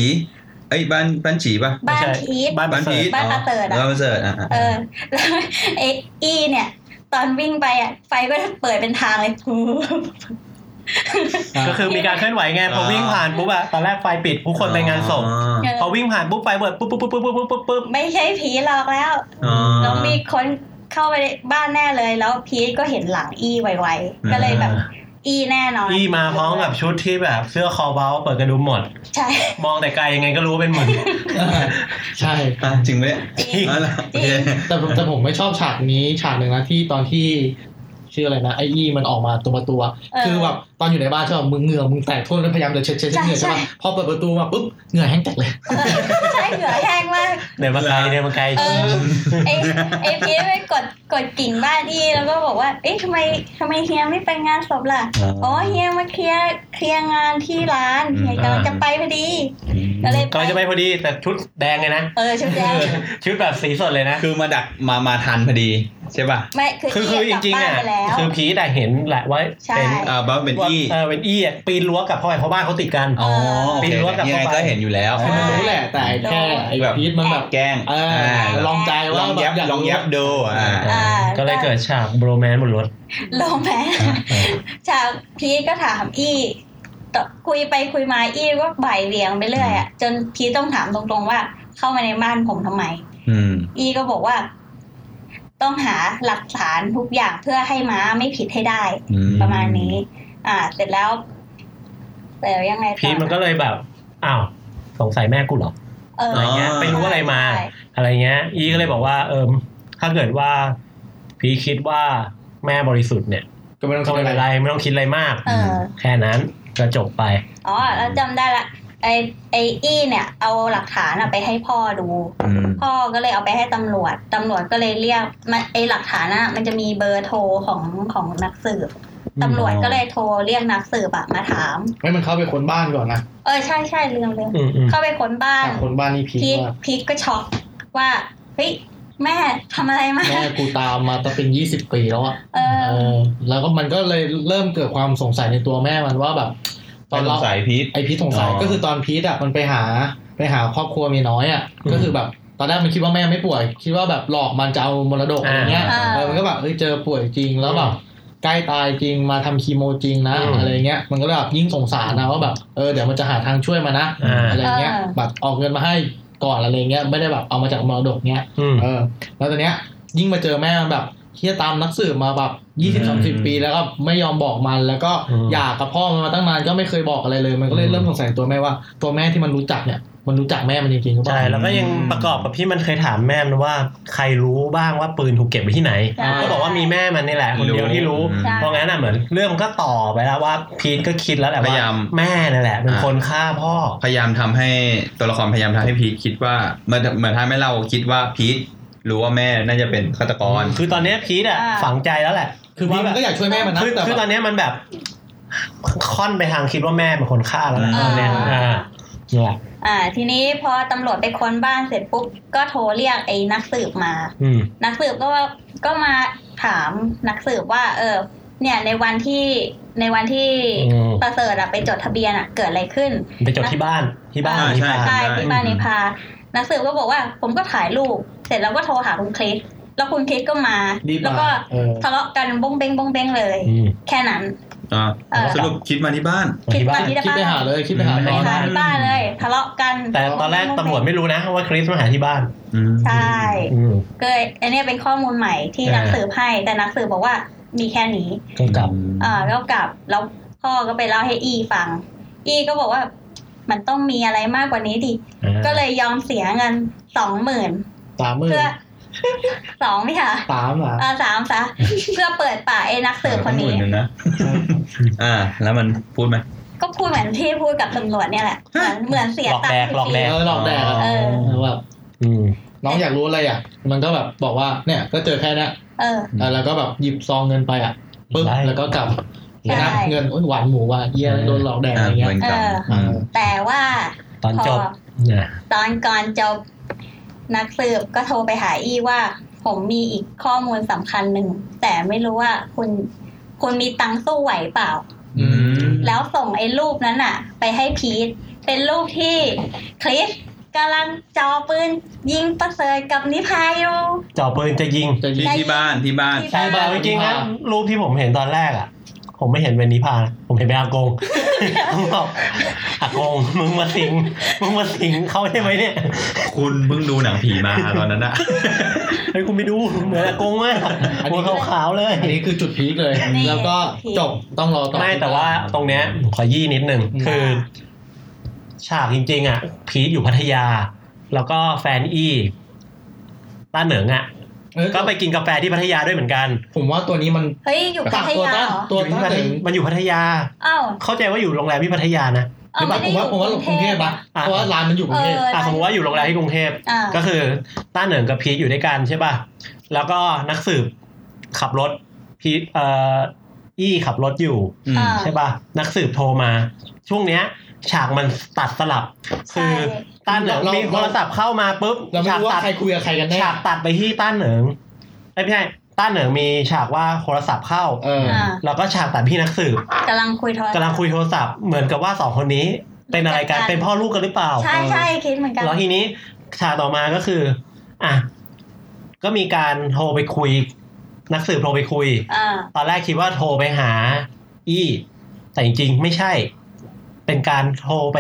B: เอ้ยบ้านบ้านฉีป่ะ
D: บ้าน
A: ไม่ใช่
D: พีท
A: บ้าน
B: บ้า
A: บ้าน น
B: ผี
A: พี
D: บ้านประเสริฐอะ
B: บ้านประเสริฐอ่ะอ่ะ
D: เออแล้วไอ้อี้เนี่ย ตอนวิ่งไปอ่ะ ไฟก็เปิดเป็นทางเลย
C: ะ
A: ก็คือมีการเคลื่อนไหวไงพอวิ่งผ่านปุ๊บอะตอนแรกไฟปิดทุกคนไปงานศพ
D: เออ
A: พอวิ่งผ่านปุ๊บไฟเปิดปุ๊บปุ๊บปุ๊บปุ๊บปุ๊บปุ๊บปุ๊บ
D: *laughs* ไม่ใช่ผีหลอกแล้ว
B: อ๋อ
D: แล้วมีคนเข้าไปในบ้านแน่เลย แล้วพีทก็เห็นหลังอี้ไวๆ ก็เลยแบบอี้แน่นอน
A: พี่มาพร้อมกับชุดที่แบบเสื้อคอเบลเปิดกระดุมหมด
D: ใช่
A: มองแต่ไกลยังไงก็รู้ว่า *laughs* เป็นหมึก
C: ใช่
B: อ่ะจริงไหมเนี่ย
D: จริง
B: อ๋อเหรอโอเค
C: แต่ผมแต่ผมไม่ชอบฉากนี้ฉากหนึ่งนะที่ตอนที่ชื่ออะไรนะไอ้อี้มันออกมาตัวประตัว
D: เออ
C: คือแบบตอนอยู่ในบ้านใช่ป่ะมึงเหงื่อมึงแตกท่วมแล้วพยายามจะเช็ดเช็ดเช็ดเหงื่อ
D: ใช่
C: ใช่
D: ใช่
C: ป่ะพอเปิดประตูมาปุ๊บเหงื่อแห้งแตกเลย
D: เออ *laughs* ใช่เหงื่อแห้งมาก
A: เดี๋ยวมาไกลเดี๋ยวมาไกล
D: เออ ไอ้ไอ้พีทไปกดกดกิ่งบ้านอี้แล้วก็บอกว่า เอ๊ะทำไมทำไมเฮียไม่ไปงานศพล่ะ อ๋อเฮียมาเคลียร์เคลียร์งานที่ร้านเฮียกำลังจะไปพอดี ก็เลย
A: กำลังจะไปพอดีแต่ชุดแดงไงนะ
D: เออชุดแดง
A: ชุดแบบสีสดเลยนะ
B: คือมาดักมามาทันพอดีใช่ป่ะ
D: ไม่คือ
A: คือคือ
D: เฮี
A: จ
D: ยกลับ
A: ริงๆ
D: บ้าน
A: อ่ะ
D: ไปแล้ว
A: คือพีแต่เห็นแหละว่า
D: ใช่
A: เป็น
B: อ่าบ้าเป็น
A: ว่า
B: อี้
A: เออเป็นอี้อะปีนรั้วกลับเข้าไปเพราะบ้านเขาติดกัน
B: อ๋อโอ
A: ปี
B: เคน
A: รั้วกลับ
B: ยังไง
A: เข้าไป
B: ก็เห็นอยู่แล้ว
C: คือมันรู้แหละ แต่แค่ไอ้พีทมันแบบ
B: แกล้ง
C: เออ
B: อ่า
C: ลองใจ
B: ล
C: ว่า
B: องแยบ
C: แบบาก
B: ลองแยบดูอ่า
D: อ่า
A: ก็เลยเกิดฉากโรแมนต์บนรถ
D: โลแมน
B: อ่า
D: ชาวพีทก็ถามอี้ตอคุยไปคุยมาอี้ก็บ่ายเวียงไปเรื่อยอ่ะจนพีทต้องถามตรงๆว่า เข้ามาในบ้านผมทำไม
B: อืม
D: อี้ก็บอกว่า ต้องหาหลักฐานทุกอย่างเพื่อให้ม้าไม่ผิดให้ได้
B: อื
D: ประมาณนี้ อ่า เสร็จแล้วแต่ยังไง
A: พีทมันก็เลยแบบ อ้าว สงสัยแม่กูเหรอ
D: เออ
A: อะไรเงี้ยไปรู้อะไรมา อะไรเงี้ย อีก็เลยบอกว่า เออถ้าเกิดว่า พีทคิดว่าแม่บริสุทธิ์เนี่ย
C: ก็ไม่ต้อง
A: ก็
C: ทำ
A: ไม่
C: อะ
A: เป็น
C: ไร
A: ไรไม่ต้องคิดอะไรมาก
D: เออ
A: แค่นั้นก็จบไป
D: อ๋อ แล้วจำได้ละ ไอไออี้เนี่ย เอาหลักฐานอะไปให้พ่อดู
B: อืม
D: พ่อก็เลยเอาไปให้ตำรวจ ตำรวจก็เลยเรียกมันไอหลักฐานอะมันจะมีเบอร์โทรของของนักสืบ ตำรวจก็เลยโทรเรียกนักสืบอะมาถาม
C: ให้มันเข้าไปค้นบ้านก่อนนะ
D: เออใช่ใช่ลืมลืม
A: อืมอืม
D: เข้าไปค้นบ้าน
C: แต่ค้นบ้านนี่พีท
D: พีท
C: มาก
D: พีทก็ช็อกว่า เฮ้ย แม่ทำอะไรมา
C: แม่กูตามมาตั้งเป็นยี่สิบปีแล้วอ่ะ
D: เออ
C: เออ แล้วก็มันก็เลยเริ่มเกิดความสงสัยในตัวแม่มันว่าแบบ ต
B: ตอ
C: อน น
B: ส
C: เรา
B: งสัยพีท
C: ไอพีทสงสัย
B: อ๋อ
C: ก็คือตอนพีทอ่ะมันไปหาไปหาครอบครัวเมียน้อยอ่ะก็คือแบบตอนแรกมันคิดว่าแม่ไม่ป่วย คิดว่าแบบหลอกมันจะเอามรดกอะไรเงี้ย
D: อ่า
C: เออมันก็แบบเอ้ยเจอป่วยจริงแล้วแบบใกล้ตายจริงมาทำคีโมจริงนะ
A: อืม
C: อะไรเงี้ยมันก็เลยแบบยิ่งสงสารนะว่าแบบเออเดี๋ยวมันจะหาทางช่วยมานะ
A: อ่า
C: อะไรเงี้ยแบบออกเงินมาให้ก่อนอะไรเงี้ยไม่ได้แบบเอามาจากมรดกเงี้ย
A: อืม
C: เออแล้วตอนเนี้ยยิ่งมาเจอแม่มันแบบเฮียตามนักสืบมาแบบยี่สิบสามสิบปีแล้วก็ไม่ยอมบอกมันแล้วก็
A: อืม
C: อยากกับพ่อมันมาตั้งนานก็ไม่เคยบอกอะไรเลย มันก็เลย
A: อืม
C: เริ่มสงสัยตัวแม่ว่า ตัวแม่ที่มันรู้จักเนี่ย มันรู้จักแม่มันจริงๆหรือเปล่า
A: ใช่ แล้วก็ยังประกอบกับที่มันเคยถามแม่มันว่า ใครรู้บ้างว่าปืนถูกเก็บไว้ที่ไหน
D: อ่า
A: ก็บอกว่ามีแม่มันนี่แหละ คนเดียวที่รู้
B: อืม
D: ใช่
A: เพราะงั้นอ่ะเหมือนเรื่องมันก็ต่อไปแล้วว่า พีทก็คิดแล้วแหละว่าย
B: พายาม
A: แม่นั่นแหละ เป็นคนฆ่าพ่อ
B: พยายามทำให้ตัวละครพยายามทำให้พีทคิดว่าเหมือนเหมือนทำให้เราคิดว่าพีทรู้ว่าแม่น่าจะเป็นฆาตกร
A: คือตอนเนี้ยพีทอ่ะ
D: อ่า
A: ฝังใจแล้วแหละ
C: คือว่ามันก็อยากช่วยแม่มันนะ
A: คือ
C: แต่
A: คือต
C: แบ
A: อบ นเนี้ยมันแบบ ค่อนไปทางคิดว่าแม่เป็นคนฆ่าแล้วนะต
B: อ่า
A: อนเนี้ยอ่าเนี่ย
D: อ่า ทีนี้พอตำรวจไปค้นบ้านเสร็จปุ๊บ ก็โทรเรียกไอ้นักสืบมา
A: อืม
D: นักสืบก็ว่าก็มาถามนักสืบว่า เออ เนี่ยในวันที่ในวันที่
A: อืม
D: ประเสริฐอะไปจดทะเบียนอะเกิดอะไรขึ้น
A: ไปจบที่บ้านที่บ้าน
B: อ่า
A: ที่
B: ใช่
A: บ้าน
D: ใช่
B: ได้
D: ที่บ้านนิพา นักสืบก็บอกว่า ผมก็ถ่ายรูปเสร็จแล้วก็โทรหาคุณคริสแล้วคุณคริสก็มา
C: รีบ
D: แล้วก็
C: มาเออ
D: ทะเลาะกันบ้งเบงบ้งเบงเลย
A: อืม
D: แค่นั้น
B: อ่า
D: เออ
B: สรุปคิดมาที่บ้าน
D: คิดมาที่
C: คิด
D: บ้าน
C: ไปหาเลยคิดไปหา
B: อืม
C: ต
D: ไป
C: อน
D: หา
C: นั้น
D: ที่บ้านเลย ทะเลาะกัน
A: แต่ตอนแรกตำรวจไม่รู้นะว่าคริสมาหาที่บ้าน
B: อืม
D: ใช่
A: อืม
D: ก็เลยอันเนี้ยเป็นข้อมูลใหม่ที่
A: อ่า
D: นักสืบให้ แต่นักสืบบอกว่ามีแค่นี้
A: ก็กลับ
D: อ่าแล้วกลับแล้วพ่อก็ไปเล่าให้อีฟัง อีก็บอกว่า มันต้องมีอะไรมากกว่านี้ดิ ก็เลยยอมเสียเงินสองหมื่น
C: สามหมื่น
D: เพื่อ *laughs* สองไหมคะ
C: สามเหรอ
D: เอ่าสามซะ เพื่อเปิดป่ากไอ้นักสืบคน
B: หมื่
D: นี้
B: นหนึงนะอ่า แล้วมันพูดไหม
D: ก็พูดเหมือนที่พูดกับตำรวจเนี่ยแหละ เหมือนเหมือนเสียตังค์
A: หลอกแดก
D: ฟรี
C: เออหลอกแดกอะ
D: เออ
C: เออแบบ
A: อืม
C: น้องอยากรู้อะไรอ่ะ มันก็แบบบอกว่าเนี่ยก็เจอแค่เนี้ย
D: เออ
C: เออแล้วก็แบบหยิบซองเงินไปอ่ะปึ๊บ
A: ได้
C: แล้วก็กลับ
D: ใช่
C: นับเงินโอ๊ยหวานหมูว่ะเยี่ยโดนหลอกแดกอะไรเงี้ย
B: หมืนกัน
D: เออ
B: อืม
D: แต่ว่า
A: ตอน
D: พ
A: จ
D: อบ
A: นะ
D: ตอนก่อนจบนักสืบก็โทรไปหาอีว่า ผมมีอีกข้อมูลสำคัญหนึ่ง แต่ไม่รู้ว่าคุณคุณมีตังค์สู้ไหวเปล่า
C: อืม
D: แล้วส่งไอ้รูปนั้นอะไปให้พีทเป็นรูปที่คลิสกำลังจอปืนยิงประเสริฐกับนิพายอยู่
A: จ่อปืนจะยิง
C: จะยิง
B: ที่ที่บ้านที่บ้าน
D: ที่
A: ใช่เปล่าจริงๆนะรูปที่ผมเห็นตอนแรกอ่ะ ผมไม่เห็นเป็นนิพานะผมเห็นเป็นอากง *laughs* ผมบอกอากงมึงมาสิงมึงมาสิงเขาใช่ไหมเนี่ย
B: คุณเพิ่งดูหนังผีมาตอนนั้นอะ
A: เฮ้ยคุณไปดูเหมือนอากงมาก
C: อันนี้
A: หัวขาวๆเลย
C: อันนี้คือจุดพีคเลย
D: นี่
C: แล้วก็
D: พีค
C: จบต้องรอต่อ
A: ไม่แต่ว่าตรงเนี้ยขอยี่นิดหนึ่ง
C: อืม
A: คือ ฉากจริง ๆ อ่ะ พีทอยู่พัทยา แล้วก็แฟนอี้ต้าเหนิงอ่ะ
C: เออ
A: ก็ไปกินกาแฟที่พัทยาด้วยเหมือนกัน
C: ผมว่าตัวนี้มัน
D: เฮ้ยอยู่พัท
C: ตัวย
D: า
C: ต้า
D: เหรอ
C: ตัว
A: อยู่ที่
C: ต้า
A: พัท
C: ถึ
A: ยาง มันอยู่พัทยา
D: อ้าว
A: เข้าใจว่าอยู่โรงแรมที่พัทยานะ
D: อ้าว
C: หรือเป
D: ไม่
C: ล่าผม
D: ได้อ
C: ว่า
D: ยู่
C: ผมว่าหลงกรุงเทพปะ
A: อ่ะ
C: เพราะว่าร้านมันอยู่กรุ
D: เอง
C: เทพ
D: อ
A: อ่ะสมมติว่าอยู่โรงแรมที่กรุงเทพ
D: อ่า
A: ก็คือต้าเหนิงกับพีทอยู่ด้วยกันใช่ป่ะ แล้วก็นักสืบขับรถพีทเอ่ออี้ขับรถอยู่
D: า
A: ใช่ป่ะ นักสืบโทรมา ช่วงเนี้ย ฉากมันตัดสลับ
D: ใช่
A: คือต้านเหนิง
C: เรามี
A: มีโทรศัพท์เข้ามาปุ๊บ
C: เราไม่
A: ฉาก
C: รู้
A: ตั
C: ว่า
A: ด
C: ใครคุยกับใครกันแน่
A: ฉากตัดไปที่ต้านเหนิงไอ้ยไม่ใช่ต้านเหนิงมีฉากว่าโทรศัพท์เข้า
C: เออ
D: อ่า
A: แล้วก็ฉากตัดพี่นักสืบ
D: กำลังคุยโทรศัพท์
A: กำลังคุยโทรศัพท์เหมือนกับว่าสองคนนี้ เป็นอะไรกันเป็นพ่อลูกกันหรือเปล่า
D: ใช่ใช่คิดเหมือนกัน
A: แล้วทีนี้ฉากต่อมาก็คือ อ่ะ ก็มีการโทรไปคุย นักสืบโทรไปคุย
D: อ่า
A: ตอนแรกคิดว่าโทรไปหา อี้ แต่จริงๆ ไม่ใช่ เป็นการโทรไป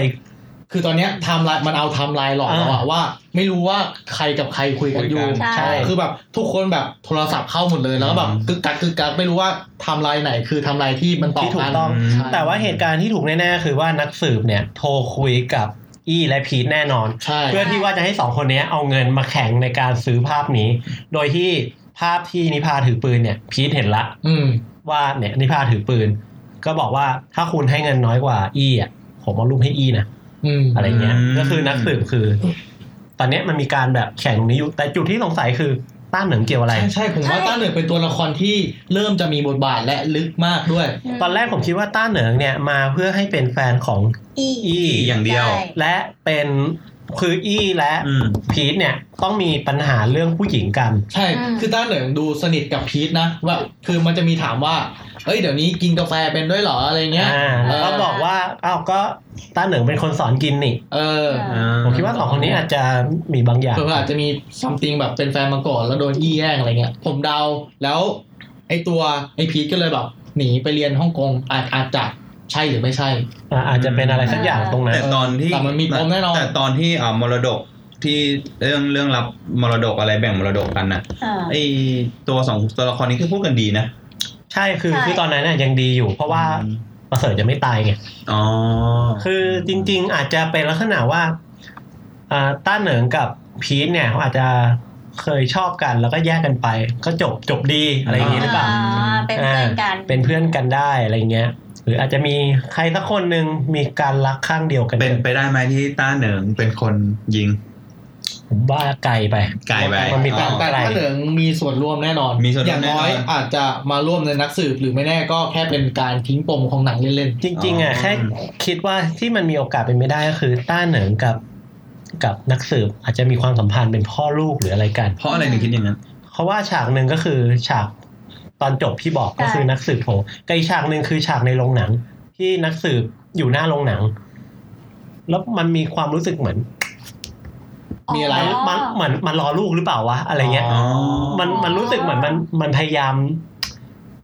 C: คือตอนเนี้ยไทม์ไลน์มันเอาไทม์ไลน์หลอกเราอะ
A: อ่า
C: ว่า ไม่รู้ว่าใครกับใครคุยกันอยู่
B: คุยกัน
D: ใช่
C: คือแบบทุกคนแบบโทรศัพท์เข้าหมดเลยแล้วก็แบบ
B: อืม
C: กึกกักกึกกักไม่รู้ว่าไทม์ไลน์ไหนคือไทม์ไลน์ที่มันต่อ
A: ที่ถู
C: กั
A: ก
C: น
A: ต้อง
C: ใช่
A: แต่ว่าเหตุการณ์ที่ถูกแน่ๆ คือว่านักสืบเนี่ย โทรคุยกับอี้และพีทแน่นอน
C: ใช่
A: เพื่อที่ว่าจะให้สองคนเนี้ยเอาเงินมาแข่งในการซื้อภาพนี้ โดยที่ภาพที่นิพาถือปืนเนี่ย พีทเห็นละ
C: อืม
A: ว่าเนี่ยนิพาถือปืน ก็บอกว่าถ้าคุณให้เงินน้อยกว่าอี้อ่ะผมเอารูปให้อี้นะ
C: อืม
A: อะไรเงี้ย
B: อืม
A: ก็คือนักสืบคือ ตอนเนี้ยมันมีการแบบแข่งตรงนี้อยู่ แต่จุดที่สงสัยคือต้านเหนิงเกี่ยวอะไร
C: ใช่ใช่ผมว่า
D: ใช่
C: ต้าเหนือเป็นตัวละครที่เริ่มจะมีบทบาทและลึกมากด้วย
A: ตอนแรกผมคิดว่าต้านเหนิงเนี่ยมาเพื่อให้เป็นแฟนของ
D: อี
A: อี้
B: ผีอย่างเดียว
D: ใช่
A: และเป็นคืออี้และ
B: อืม
A: พีทเนี่ยต้องมีปัญหาเรื่องผู้หญิงกัน
C: ใช่ คือต้าเหนิงดูสนิทกับพีทนะว่า คือมันจะมีถามว่า เอ้ย เดี๋ยวนี้กินกาแฟเป็นด้วยเหรออะไรเงี้ย
A: อ่าแล้วก็
C: เออ
A: บอกว่าอ้าวก็ต้านเหนิงเป็นคนสอนกินนี่
C: เออ
B: อ่า
A: ผมคิดว่าสองคนนี้อาจจะมีบางอย่าง
C: เผื่ออาจจะมีซัมติงแบบเป็นแฟนมาก่อนแล้วโดนอี้แย่งอะไรเงี้ย ผมเดาแล้ว ไอตัวไอพีทก็เลยแบบหนีไปเรียนฮ่องกงอาจอาจจะใช่หรือไม่ใช่
A: อ่าอาจจะเป็นอะไรสักอย่างตรงนั้น
B: แต่ตอนที่
C: แต่มันมีปมแน่นอน
B: แต่ตอนที่อ่ามรดกที่เรื่องเรื่องรับมรดกอะไรแบ่งมรดกกันน่ะ
D: อ่า
B: ไอตัวสองตัวละครนี้ก็พูดกันดีนะ
A: ใช่คือ
D: ใช่
A: คือตอนนั้นน่ะยังดีอยู่ เพราะว่า
B: อืม
A: ประเสริฐจะไม่ตายไง
B: อ๋อ
A: คือจริง ๆ อาจจะเป็นลักษณะว่าอ่าต้าเหนิงกับพีทเนี่ยเขาอาจจะเคยชอบกันแล้วก็แยกกันไป ก็จบจบดีอะไรอย่างนี้หรือเปล่า
D: เป็นเพื่อนกัน
A: เป็นเพื่อนกันได้อะไรเงี้ย หรืออาจจะมีใครสักคนหนึ่งมีการรักข้างเดียวกัน
B: เป็นไปได้ไหมที่ต้าเหนิงเป็นคนยิง
A: ผมว่าไกลไป
B: ไกลไป
A: มันมี
C: แต่
A: การ
C: แต่
A: ไกล
C: ต้าเหนิงมีส่วนร่วมแน่นอน
B: มีส่วนร่วม
C: อย่างน้อย
B: แน่นอน
C: อาจจะมาร่วมในนักสืบหรือไม่แน่ก็แค่เป็นการทิ้งปมของหนังเล่น
A: จริง ๆอ่ะ
B: อ๋อ
A: แค่คิดว่าที่มันมีโอกาสเป็นไม่ได้ก็คือต้าเหนิงกับกับนักสืบอาจจะมีความสัมพันธ์เป็นพ่อลูกหรืออะไรกัน
B: เพราะอะไรถึงคิดอย่างนั้น
A: เพราะว่าฉากหนึ่งก็คือฉากตอนจบที่บอก
D: ใช่
A: ก็คือนักสืบโทรกับอีกฉากหนึ่งคือฉากในโรงหนัง ที่นักสืบอยู่หน้าโรงหนัง แล้วมันมีความรู้สึกเหมือน
C: ๆ มีอะไร
A: มันมันเหมือนมันรอลูกหรือเปล่าวะอะไรเงี้ย
C: อ๋อ
A: มันมันรู้สึกเหมือนมันมันพยายาม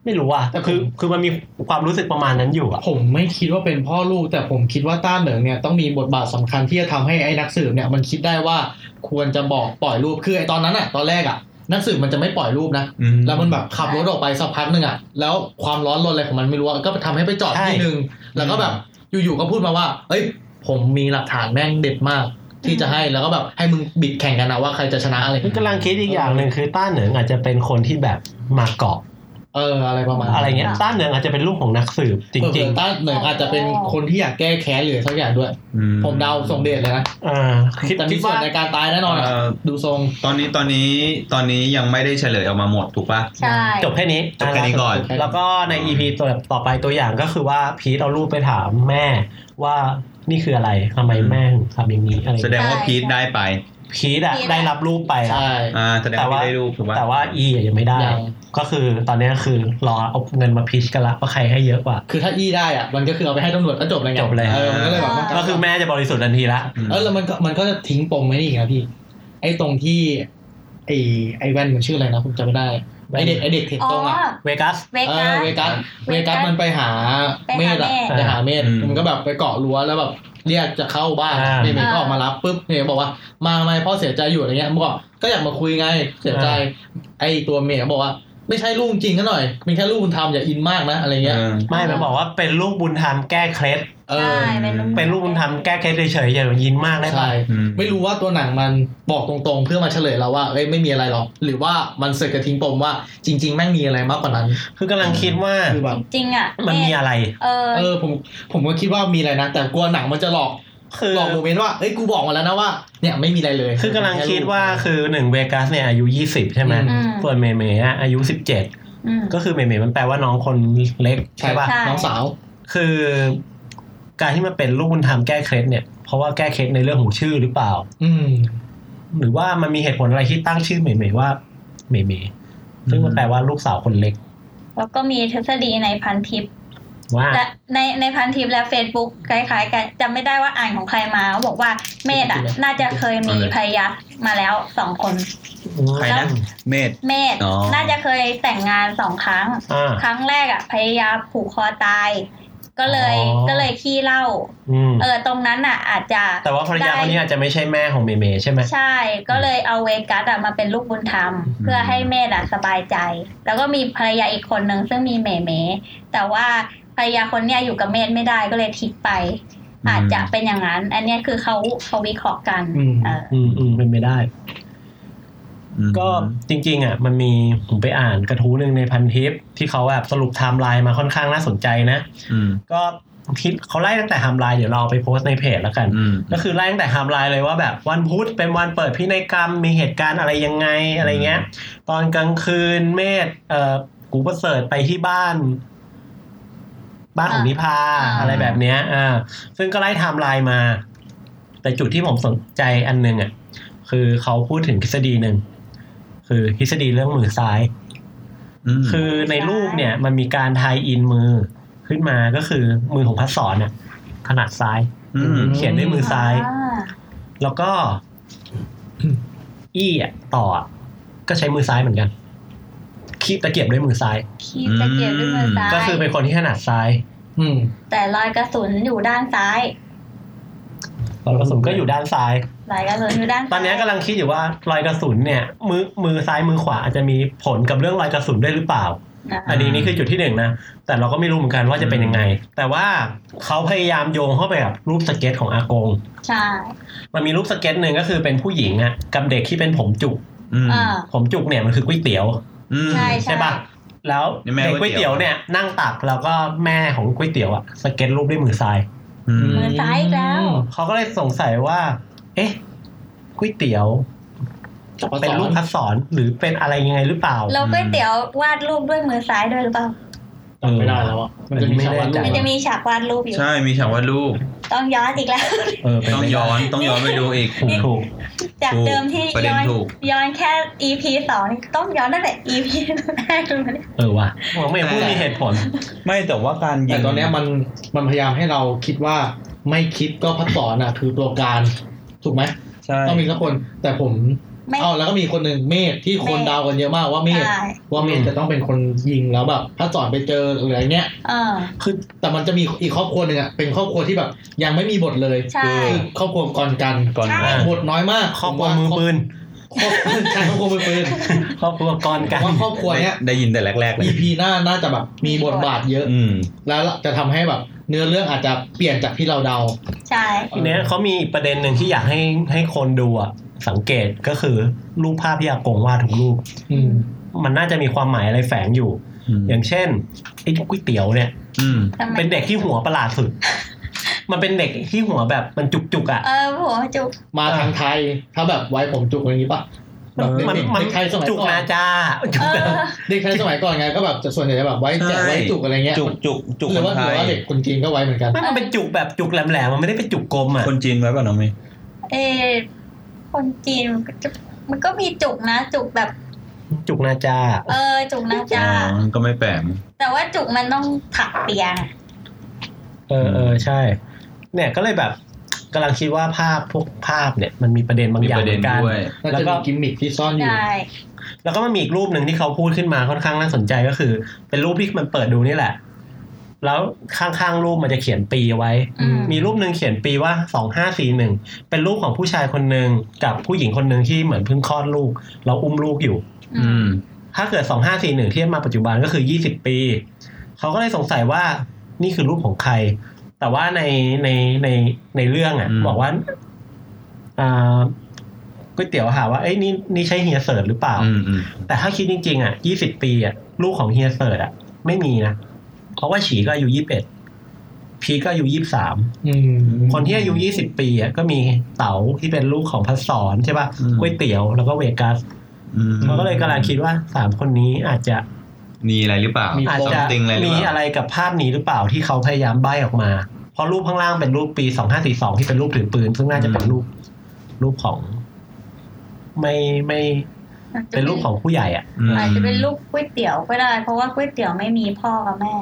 A: ไม่รู้อ่ะ
C: แต่ผม
A: คือคือมันมีความรู้สึกประมาณนั้นอยู่อ่ะ
C: ผมไม่คิดว่าเป็นพ่อลูก แต่ผมคิดว่าต้าเหนิงเนี่ยต้องมีบทบาทสำคัญที่จะทำให้ไอ้นักสืบเนี่ยมันคิดได้ว่าควรจะบอกปล่อยรูปคือไอ้ตอนนั้นอะตอนแรกอะนักสืบมันจะไม่ปล่อยรูปนะ
B: อืม
C: แล้วมันแบบขับรถออกไปสักพักหนึ่งอะแล้วความร้อนรนอะไรของมันไม่รู้อะก็ไปทำให้ไปจอด
A: ใช่
C: ที่หนึ่งแล้วก็แบบอยู่ๆก็พูดมาว่า เอ้ย ผมมีหลักฐานแม่งเด็ดมาก ที่จะให้แล้วก็แบบให้มึงบิดแข่งกันนะว่าใครจะชนะอะไรอย่าง
A: นี่
C: เงี้ย
A: กำลังคิดอีกอย่างหนึ่งคือต้าเหนิงอาจจะเป็นคนที่แบบมาเกาะ
C: เอออะไรประมาณนั้น
A: อะไรเงี้ยต้าเหนิงอาจจะเป็นลูกของนักสืบจริง
C: เออต้าเหนิงอาจจะเป็นคนที่อยากแก้แค้นหรือสักอย่างด้วย
B: อื
C: ผมเดาสมเด็จเลยนะ
A: ๆ อ่าคิด
C: แต่
A: คิ
C: มี
A: ด
C: ส่วน
A: ว่า
C: ในการตายแน่นอนอะ
B: เอ่อ
C: ดูทรง
B: ตอนนี้ตอนนี้ตอนนี้ยังไม่ได้เฉลยออกมาหมดถูกป่ะ
D: ใช่
A: จบแค่นี้
B: จบแค่นี้ก่อน
A: แล้วก็ใน EP ตัวต่อไปตัวอย่างก็คือว่าพีทเอารูปไปถามแม่ว่านี่คืออะไรทำไมแม่ถึงทำอย่างนี้อะไร
B: แสดงว่า
D: ใช่
B: พีทได้ไป
A: พีทอะ
D: พีทอะ
A: ได้รับรูปไปละ
C: ใช่
B: อ่า แสดง
A: แต่
B: ว่า
A: ว่า
B: พีทได้รูปถูกป่ะ
A: แต่ว่าอีอะยังไม่ได้
C: อย่าง
A: ก็คือตอนนี้ก็คือรอเอาเงินมาพีชกันละว่าใครให้เยอะกว่า
C: คือถ้าอี้ได้อะมันก็คือเอาไปให้ตำรวจก็จบเลยไง
A: จบเลย
C: เออมันก็เลยแบบ
A: ก็คือแม่จะบริสุทธิ์ทันทีละ
B: อืม
C: เออแล้วมันก็มันก็จะทิ้งปมไว้นี่อีกนะพี่ ไอ้ตรงที่ ไอไอแว่นมันชื่ออะไรนะผมจำไม่ได้ไอเด็กไอเด็กเทค
D: อ๋อ
C: ตรงอ่ะ
A: เวกัส
D: เว
C: เอ
D: กั
C: อ
D: ส
C: เวกัสเว
D: เว
C: กั
D: กัส
C: สมันไปหาเมธอะ
A: ไป
C: ไป
A: หา
C: หา
A: เม
C: เม
A: ธ
C: ธ
B: อืม
C: มันก็แบบไปเกาะรั้วแล้วแบบเรียกจะเข้าบ้าน
A: อ่า
C: เมธมันก็
D: อ่า
C: ออกมารับปุ๊บเมธบอกว่ามาทำไมพ่อเสียใจอยู่อะไรเงี้ยมันบอกก็อยากมาคุยไงเสียใจไอตัวเมธบอกว่า ไม่ใช่ลูกจริงก็หน่อยเป็นแค่ลูกคุณทำอย่าอินมากนะอะไรเงี้ย
B: เออ
A: ไม่มันบอกว่าเป็นลูกบุญธรรมแก้เคล็ด
C: เออ
D: ใช่
A: เป็นลูกบุญธรรมแก้เคล็ดเฉยๆอย่ายินมากได้ปะ
C: ใช่ ไม่รู้ว่าตัวหนังมันบอกตรงๆ เพื่อมาเฉลยเราว่าเอ้ยไม่มีอะไรหรอก หรือว่ามันเสกกระทิ้งปมว่าจริง ๆ แม่งมีอะไรมากกว่านั้น
A: คือกำลังคิดว่า
C: คือแบบ
D: จริงๆอ่ะ
A: มันมีอะไร
D: เออ
C: เออผมผมก็คิดว่ามีอะไรนะ แต่กลัวหนังมันจะหลอก
A: คือ
C: หลอกโมเมนต์ว่าเอ้ยกูบอกมาแล้วนะว่าเนี่ยไม่มีอะไรเลย
A: คือกำลังคิดว่าคือหนึ่งเวกัสเนี่ยอายุยี่สิบใช่ไหม
D: อืม
A: ส่วนเมเมอะอายุสิบเจ็ด
D: อืม
A: ก็คือเมเมมันแปลว่าน้องคนเล็ก
C: ใช่
A: ใช่ปะ
C: ป่ะ
D: ใช่
C: น้องสาว
A: คือ การที่มันเป็นลูกบุญธรรมแก้เคล็ดเนี่ยเพราะว่าแก้เคล็ดในเรื่องของชื่อหรือเปล่า
C: อืม
A: หรือว่ามันมีเหตุผลอะไรที่ตั้งชื่อเมเมว่าเมเมซึ่งมันแปลว่าลูกสาวคนเล็ก
D: แล้วก็มีทฤษฎีในพันทิป
A: ว่า
D: และในในพันทิปและ Facebook คล้ายๆกันจำไม่ได้ว่าอ่านของใครมาเขาบอกว่าเมธอ่ะ
C: จริงๆ
D: น่าจะเคยมี
B: เอาเลย
D: ภรรยามาแล้วสองคน
B: ใครนะเมธ
D: เมธ
B: อ๋อ
D: น่าจะเคยแต่งงานสองครั้ง
A: อ่า
D: ครั้งแรกอ่ะภรรยาผูกคอตาย ก็เลย
A: อ๋อ
D: ก็เลยขี้เหล้า
A: อืม
D: เออตรงนั้นอ่ะ อาจจะ
A: แต่ว่าภรรยาคนนี้อาจจะไม่ใช่แม่ของเมเมใช่ไหม
D: ใช่ก็เลยเอาเวกัสอ่ะมาเป็นลูกบุญธรรม เพื่อให้เมธอ่ะสบายใจ แล้วก็มีภรรยาอีกคนหนึ่งซึ่งมีเมเมแต่ว่าภรรยาคนเนี้ยอยู่กับเมธไม่ได้ก็เลยทิ้งไป
B: อืม
D: อาจจะเป็นอย่างนั้น อันเนี้ยคือเขาเขาวิเคราะห์กัน
C: อืม
D: เออ
A: อืมอืมเป็นไม่ได้
B: อืม
A: ก็จริง ๆ อ่ะ มันมีผมไปอ่านกระทู้หนึ่งในพันทิปที่เขาแบบสรุปไทม์ไลน์มาค่อนข้างน่าสนใจนะ
B: อืม
A: ก็คิดเขาไล่ตั้งแต่ไทม์ไลน์เดี๋ยวเราเอาไปโพสต์ในเพจแล้วกัน
B: อืม
A: ก็คือไล่ตั้งแต่ไทม์ไลน์เลยว่าแบบวันพุธเป็นวันเปิดพินัยกรรมมีเหตุการณ์อะไรยังไงอะไรเงี้ย ตอนกลางคืนเมธเอ่อกูประเสริฐไปที่บ้าน บ้านของนิพาอะไรแบบเนี้ยอ่าซึ่งก็ไล่ไทม์ไลน์มา แต่จุดที่ผมสนใจอันหนึงอ่ะคือเขาพูดถึงทฤษฎีหนึ่งคือทฤษฎีเรื่องมือซ้าย คือในรูปเนี่ยมันมีการไทยอินมือขึ้นมาก็คือมือของพัดสอนน่ะขนาดซ้าย
B: อืม
A: เขียนด้วยมือซ้าย
D: อ่า
A: แล้วก็ อี้อ่ะต่ออ่ะก็ใช้มือซ้ายเหมือนกันคีบตะเกียบด้วยมือซ้าย
D: คีบตะเกียบด้วยมือซ้าย
A: ก็คือเป็นคนที่ถนัดซ้าย
C: อืม
D: แต่รอยกระสุนอยู่ด้านซ้าย
A: รอยกระสุนก็อยู่ด้านซ้าย
D: รอยกระสุนอยู่ด้านซ้าย
A: ตอนเนี้ยกำลังคิดอยู่ว่ารอยกระสุนเนี่ย มือมือซ้ายมือขวาอาจจะมีผลกับเรื่องรอยกระสุนด้วยหรือเปล่า
D: นะ
A: อันนี้นี่คือจุดที่หนึ่งนะแต่เราก็ไม่รู้เหมือนกันว่าจะเป็นยังไง แต่ว่าเขาพยายามโยงเข้าไปกับรูปสเก็ตของอากง
D: ใช่
A: มันมีรูปสเก็ตหนึ่งก็คือเป็นผู้หญิงอะกับเด็กที่เป็นผมจุก
B: อืม
D: อ่า
A: ผมจุกเนี่ยมันคือก๋วยเตี๋ยว
B: อืม
D: ใช่
A: ปะแล้ว
B: นี่แม่
A: เด็กก๋วยเตี๋ยว
B: ก๋วยเตี๋ยว
A: เนี่ยนั่งตักแล้วก็แม่ของก๋วยเตี๋ยวอะสเก็ตรูปด้วยมือซ้าย
B: อืม
D: มือซ้ายอีกแล้ว
A: เขาก็เลยสงสัยว่า เอ๊ะก๋วยเตี๋ยว
C: กับอักษร
A: เป็นรูปอักษรหรือเป็นอะไรยังไงหรือเปล่า
D: แล้วก๋วยเตี๋ยววาดรูปด้วยมือซ้ายด้วยหรือเปล่า
C: จำไม่ได้แล้วอ่ะมันจะมีคำว่า
A: ไม่แน่ใจ
C: ลูก
D: มันจะมีฉากวาดรูปอยู่
B: ใช่มีฉากวาดรูป
D: ต้องย้อนอีกแล้ว
A: เออเป็น
B: ต้องย้อนต้องย้อนไปดูอีก
A: ถูกถูก
D: จากเดิมที่
B: ประเด็น
D: ย้อน
B: ถูก
D: ย้อนแค่ EP สองนี่ต้องย้อนตั้งแต่ EP แรกเลยนะ
A: เออว่ะผมไม่พูดมีเหตุผล
B: ไม่แต่ว่าการยิ
C: แต่
B: ง
C: ตอนเนี้ยมันมันพยายามให้เราคิดว่าไม่คิดก็พัดสอนอ่ะคือตัวการถูกไหม
B: ใช่
C: ต้องมีสักคนแต่ผม
D: ไม่
C: เอาแล้วก็มีคนหนึ่งเมธที่คนเดาวกันเยอะมากว่าเมธ
D: ใช่
C: ว่าเมธ
A: อืม
C: จะต้องเป็นคนยิงแล้วแบบถ้าสอนไปเจอหรืออะไรเงี้ย
D: เออ
A: คือ
C: แต่มันจะมีอีกครอบครัวหนึ่งอ่ะเป็นครอบครัวที่แบบยังไม่มีบทเลย
D: ใช่
C: คือครอบครัวก่อนกัน
B: ก่อน
D: ใช่
B: อ่า
C: บทน้อยมาก
A: ครอบครัวมือปืน
C: ครอบครัว *laughs* ใช่ครอบครัวมือปืน
A: ครอบครัวกรกัน
C: ว่าครอบครัวเนี้ย
B: ได้ยินแต่แรก ๆ เลย
C: EP หน้าน่าจะแบบมีบทบาทเยอะ
B: อืม
C: แล้วจะทำให้แบบเนื้อเรื่องอาจจะเปลี่ยนจากที่เราเดา
D: ใช่
A: ทีเนี้ยเขามีอีกประเด็นหนึ่งที่อยากให้ให้คนดูอะสังเกตก็คือรูปภาพที่อากงวาดทุกรูป
C: อืม
A: มันน่าจะมีความหมายอะไรแฝงอยู่ อย่างเช่นไอ้ก๋วยเตี๋ยวเนี่ย
B: อืม
D: ทำไม
A: เป็นเด็กที่หัวประหลาดสุด มันเป็นเด็กที่หัวแบบมันจุกๆอ่ะ
D: เออหัวจุก
C: มาทางไทยถ้าแบบไว้ผมจุกอย่างนี้ปะแบบ
A: มัน
C: เด็กๆ
A: มัน
C: เด็กไทยสมัย
A: จุก
C: ก่อน
A: นาจาจุ
D: เอกอ
A: นะ
C: เด็กไทยสมัยก่อนไงก็แบบจะส่วนใหญ่จะแบบไว้แจก
B: ใช่
C: ไว้จุกอะไรเงี้ย
B: จุกจุกจุก
C: ห
B: ค
C: รือน ว่าห
B: ไท
C: รือยว่าเด็กคนจีนก็ไว้เหมือนกัน
A: ไม่มันเป็นจุกแบบจุกแหลมๆมันไม่ได้เป็นจุกกลมอ่ะ
B: คนจีนไว้ป่ะน้องเมย์
D: เออคนจีนมันก็จะมันก็มีจุกนะ จุกแบบ
A: จุกนาจา
D: เออ จุก
B: อ๋
D: นะจ๊ะ
B: อก็ไม่แปลก
D: แต่ว่าจุกมันต้องถักเปียง
A: เออเออใช่ เนี่ยก็เลยแบบ กำลังคิดว่าภาพพวกภาพเนี่ยมันมีประเด็นบาง
B: มี
A: อย่า
B: ป
A: ง
B: ระ
A: เห
B: เด็
A: มือน
B: น
A: กัน
B: ด้วย
C: น่า
A: แล้ว
C: จะ
A: ก็
C: มีกิมมิคที่ซ่อนอยู่
D: ใช่
A: แล้วก็มันมีอีกรูปหนึ่งที่เขาพูดขึ้นมาค่อนข้างน่าสนใจก็คือ เป็นรูปที่มันเปิดดูนี่แหละ แล้วข้างๆรูปมันจะเขียนปีเอาไว้
D: อืม
A: มีรูปหนึ่งเขียนปีว่าสองห้าสี่หนึ่งเป็นรูปของผู้ชายคนหนึ่งกับผู้หญิงคนหนึ่งที่เหมือนเพิ่งคลอดลูก เราอุ้มลูกอยู่
D: อื
B: อื
D: ม
B: ม
A: ถ้าเกิดสองห้าสี่หนึ่งเทียบมาปัจจุบันก็คือยี่สิบปี เขาก็เลยสงสัยว่านี่คือรูปของใคร แต่ว่าในในในในเรื่องอ่ะ
B: อืม
A: บอกว่าอ่าก๋วยเตี๋ยวหาว่าเอ้ยนี่นี่ใช่เฮียเสิร์ชหรือเปล่า
B: อืมอืม
A: แต่ถ้าคิดจริง ๆ อ่ะยี่สิบปีอ่ะลูกของเฮียเสิร์ตอ่ะ ไม่มีนะ เพราะว่าฉีก็อายุยี่สิบเอ็ดพีก็อายุยี่สิบสาม
C: อืม
A: คนที่อายุยี่สิบปีอ่ะก็มีเต๋าที่เป็นลูกของพัสสอนใช่ป่ะก๋วยเตี๋ยวแล้วก็เวกัส
B: อืม
A: เขาก็เลยกำลังคิดว่าสามคนนี้อาจจะ
B: มีอะไรหรือเปล่า
A: อาจจะ
B: something อะไรหรือ
A: มี
B: เปล่า
A: อะไรกับภาพนี้หรือเปล่าที่เขาพยายามใบ้ออกมา เพราะรูปข้างล่างเป็นรูปปีสองห้าสี่สองที่เป็นรูปถือปืน ซึ่งน่าจะเป็นรูปรูปของ ไม่ไม่เป็นรูปของผู้ใหญ่อ่ะ
B: ม
D: อาจจะเป็นลูกก๋วยเตี๋ยวก็ได้ เพราะว่าก๋วยเตี๋ยวไม่มีพ่อกับแม่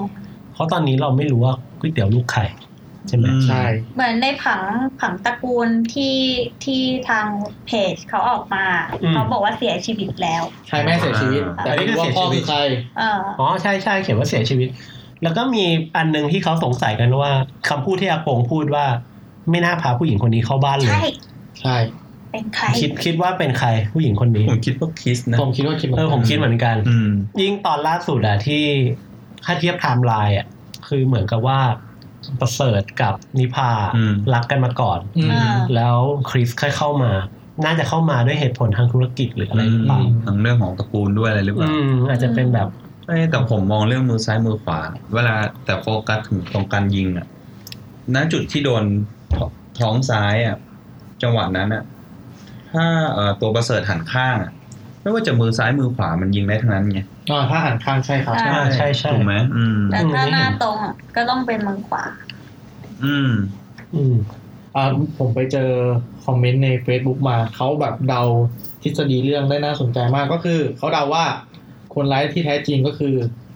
A: เพราะตอนนี้เราไม่รู้ว่าก๋วยเตี๋ยวลูกใครใช่ไหม
B: อืม
C: ใช่
D: เหมือนในผังผังตระกูลที่ที่ทางเพจเขาออกมา
A: อืม
D: เขาบอกว่าเสียชีวิตแล้ว
C: ใช่แม่เสียชีวิต
B: อ่า
C: แต่ไม่รู้ว่าพ่อคือใคร
D: เออ
A: อ๋อใช่ใช่เขียนว่าเสียชีวิต แล้วก็มีอันหนึ่งที่เขาสงสัยกันว่าคำพูดที่อากงพูดว่า ไม่น่าพาผู้หญิงคนนี้เข้าบ้านเลย
D: ใช่
C: ใช่
D: เป็นใคร
A: คิดคิดว่าเป็นใครผู้หญิงคนนี้
B: ผมคิดว่าคิสนะ
C: ผมคิดว่าคิด
A: เออผมคิดเหมือนกัน
B: อืม
A: ยิ่งตอนล่าสุดอะที่ถ้าเทียบไทม์ไลน์อะคือเหมือนกับว่าประเสริฐกับนิพา
B: อืม
A: รักกันมาก่อน
C: อืม
D: อ่า
A: แล้วคริสค่อยเข้ามา น่าจะเข้ามาด้วยเหตุผลทางธุรกิจหรืออะไรหรือเปล่า
C: อืม
B: ทั้งเรื่องของตระกูลด้วยอะไรหรือเปล่า
A: อืมอาจจะเป็นแบบ
B: เอ้ยแต่ผมมองเรื่องมือซ้ายมือขวา เวลาแต่โฟกัสถึงตรงการยิงอะณจุดที่โดนทท้องซ้ายอะจังหวะนั้นอะถ้าเอ่อตัวประเสริฐหันข้างอะไม่ว่าจะมือซ้ายมือขวามันยิงได้ทั้งนั้นไง
C: อ่าถ้าหันข้างใช่ครับ
D: ใช่
A: ใช่ใช่
B: ถูกไหมอืม
D: แต่ถ้าหน้าตรงอ่ะก็ต้องเป็นมือขวา
B: อืม
A: อืม
C: อ่าผมไปเจอคอมเมนต์ใน Facebook มา เขาแบบเดาทฤษฎีเรื่องได้น่าสนใจมากก็คือ เขาเดาว่าคนร้ายที่แท้จริงก็คือ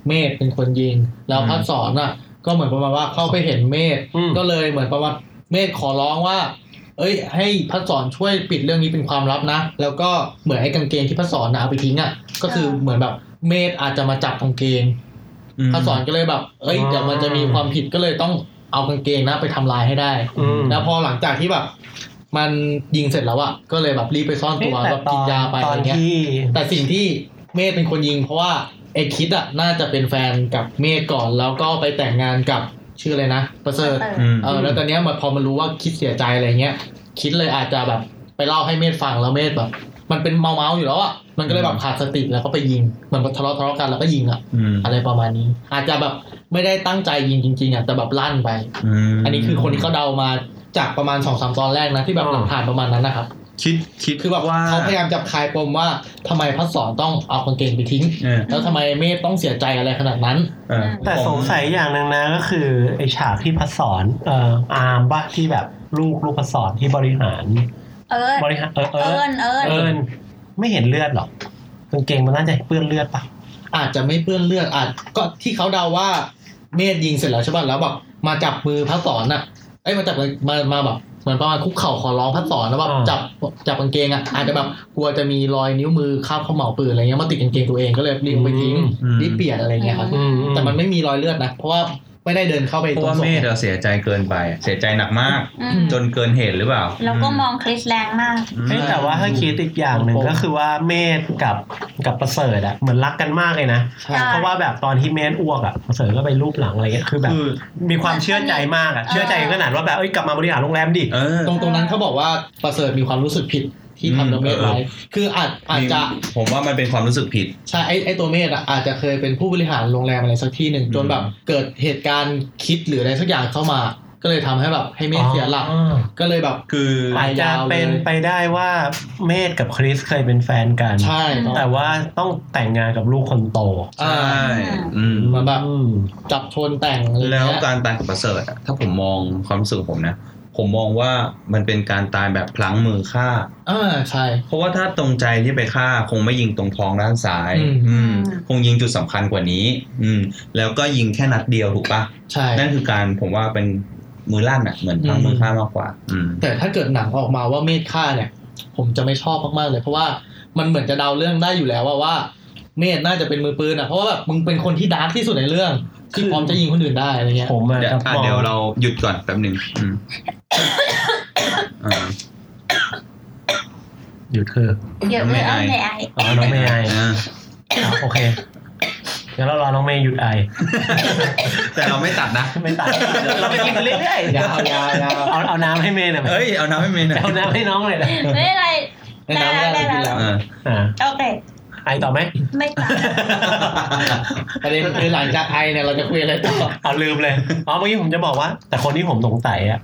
C: เมธเป็นคนยิง แล้ว
B: อืม
C: พัดสอนอ่ะ ก็เหมือนประมาณว่าเข้าไปเห็นเมธ
A: อืม
C: ก็เลยเหมือนประมาณเมธขอร้องว่า เอ้ย ให้พัดสอนช่วยปิดเรื่องนี้เป็นความลับนะ แล้วก็เหมือนไอ้กางเกงที่พัดสอนน่ะเอาไปทิ้งอ่ะก็คือเหมือนแบบเมธอาจจะมาจับกางเกง
B: ม
C: พัดสอนก็เลยแบบ เอ้ยเดี๋ยวมันจะมีความผิดก็เลยต้องเอากางเกงนะไปทำลายให้ได้
A: อืม
C: แล้วพอหลังจากที่แบบ มันยิงเสร็จแล้วอะก็เลยแบบรีบไปซ่อนตัว
A: เอ๊ะแต่
C: แบบ
A: ตอ
C: กิ
A: น
C: นยาไป
A: ต
C: อะ
A: อน
C: ไรเงี้ย
A: ที่
C: แต่สิ่งที่เมธเป็นคนยิง เพราะว่าไอคิดอะน่าจะเป็นแฟนกับเมธก่อนแล้วก็ไปแต่งงานกับชื่ออะไรนะประเสริฐ
D: เออ
B: อืม
C: เออแล้วตอนเนี้ยมันพอมันรู้ว่าคิดเสียใจอะไรเงี้ย คิดเลยอาจจะแบบไปเล่าให้เมธฟังแล้วเมธแบบ มันเป็นเมาเมาๆอยู่แล้วอะมันก็เลยแบบขาดสติแล้วก็ไปยิงเหมือนทะเลาะทะเลาะกันแล้วก็ยิงอะ
B: อืม
C: อะไรประมาณนี้ อาจจะแบบไม่ได้ตั้งใจยิงจริงๆอ่ะแต่แบบลั่นไป
B: ม
C: อันนี้คือคนที่เขาเดามาจากประมาณสองสามตอนแรกนะ ที่แบบ
A: อ๋อ
C: หลักฐานประมาณนั้นนะครับ
B: คิดคิด
C: คือแบบ
B: ว่า
C: เขาพยายามจะคลายปมว่าทำไมพัดสอนต้องเอากางเกงไปทิ้ง
B: เออ
C: แล้วทำไมเมธต้องเสียใจอะไรขนาดนั้น
B: เออ
A: แต่สงสัยอย่างหนึ่งนะก็คือไอฉากที่พัสสอนเอ่ออาร์มบ้าที่แบบลูกลูกพัสสอนที่บริหาร
D: เอิญ
A: บริหารเออเอ
D: เอิ
A: อ
D: ญเอิญ
A: เอิญไม่เห็นเลือดหรอกกางเกงมันน่าจะเปื้อนเลือดปะ
C: อาจจะไม่เปื้อนเลือดอาจก็ที่เขาเดาว่าเมธยิงเสร็จแล้วใช่ป่ะแล้วแบบมาจับมือพัดสอนอ่ะเอ้ยมาจับมามาแบบเหมือนประมาณคุกเข่าขอร้องพัดสอนแล้วแบบจับจับกางเกงอ่ะอาจจะแบบกลัวจะมีรอยนิ้วมือข้าวข้าวเหมาปืนอะไรเงี้ยมาติดกางเกงตัวเองก็เลยรีบเอาไปทิ้ง รีบเปลี่ยนอะไรเงี้ยครับ
A: อืม
C: แต่มันไม่มีรอยเลือดนะ เพราะว่าไม่ได้เดินเข้าไป
B: เพราะ
C: ตรง
B: ว่า
C: ศพ
B: เมธเราเสียใจเกินไป เสียใจหนักมาก
D: อืม
B: จนเกินเหตุหรือเปล่า
D: แล้วก็มองคลิสแรงมาก
B: อืม
A: เอ้ยแต่ว่าถ้าคิดอีกอย่างหนึ่งก็คือว่าเมธกับกับประเสริฐอะเหมือนรักกันมากเลยนะ
C: ใช่
D: ใช่
A: เพราะว่าแบบตอนที่เมธอ้วกอะประเสริฐก็ไปรูปหลังอะไรเงี้ยคือแบบ
B: คือ
A: มีความเชื่อใจมากอะเชื่อใจขนาดว่าแบบเอ้ยกลับมาบริหารโรงแรมดิ
B: เออ
C: ตรงตรงนั้นเขาบอกว่าประเสริฐมีความรู้สึกผิดที่
B: อืม
C: ทำกับเมธไว้
B: เออ
C: คืออาจอาจจะ
B: ผมว่ามันเป็นความรู้สึกผิด
C: ใช่ไอไอตัวเมธอะอาจจะเคยเป็นผู้บริหารโรงแรมอะไรสักที่หนึ่ง
B: อืม
C: จนแบบเกิดเหตุการณ์คิดหรืออะไรสักอย่างเข้ามา ก็เลยทำให้แบบให้เมธเสียหลัก ก็เลยแบบ
B: คือ
A: อาจจะเป็นไปได้ว่าเมธกับคริสเคยเป็นแฟนกัน
C: ใช่
A: แต่ว่าต้องแต่งงานกับลูกคนโต
B: ใช่
C: อ่า
B: อืม
C: มาแบบ
A: อืม
C: จับชนแต่งอะไร
B: แล้ว
C: เงี้ย
B: การตายของประเสริฐอะถ้าผมมองความรู้สึกของผมนะ ผมมองว่ามันเป็นการตายแบบพลั้งมือฆ่า
C: อ่าใช่
B: เพราะว่าถ้าตรงใจที่ไปฆ่าคงไม่ยิงตรงท้องด้านซ้าย
C: อืม
B: อืมคงยิงจุดสำคัญกว่านี้ อืม แล้วก็ยิงแค่นัดเดียวถูกปะ
C: ใช่
B: นั่นคือการผมว่าเป็น มือลั่นอ่ะเหมือน
C: อืม
B: ทำมือฆ่ามากกว่า อืม
C: แต่ถ้าเกิดหนังออกมาว่าเมธฆ่าเนี่ย ผมจะไม่ชอบมากๆเลย เพราะว่ามันเหมือนจะเดาเรื่องได้อยู่แล้วว่าว่า เมธน่าจะเป็นมือปืนอ่ะเพราะว่าแบบมึงเป็นคนที่ดาร์กที่สุดในเรื่องที่พร้อมจะยิงคนอื่นได้อะไรเงี้ย
A: ผมอะ
B: เดี๋ยว
A: จะ
B: อ่ะ
A: มอง
B: เดี๋ยวเราหยุดก่อนแป๊บหนึ่งอืมอ่า
A: หยุดเถอะ
D: เดี๋ยว
B: ไม่
D: ไม่
B: ไอ
D: เอา
A: อ๋อ
D: ไม่ไอ
A: น้องเมย์ไอ
B: อ่า
A: อ๋อโอเคงั้นเรารอน้องเมย์หยุดไอ
B: แต่เราไม่ตัดนะ
A: ไม่ตัดเราไปกินเรื่อย
C: ยาวยาวยาว
A: ๆเอาเอาน้ำให้เมย์หน่อยไหม
B: เอ้ย เอาน้ำให้เมย์หน่อย
A: เอาน้ำให้น้องเลยนะ
D: ไม่เป็นไร
C: ในน้ำไม่ได้เลยกินแล้ว
B: เออ
A: อ่า
D: โอเค
A: ไอต่อไหม
D: ไม่ตาย
C: ประเด็นคือหลังจากไอเนี่ยเราจะคุยอะไรต่อ
A: เอาลืมเลยอ๋อเมื่อกี้ผมจะบอกว่า แต่คนที่ผมสงสัยอะ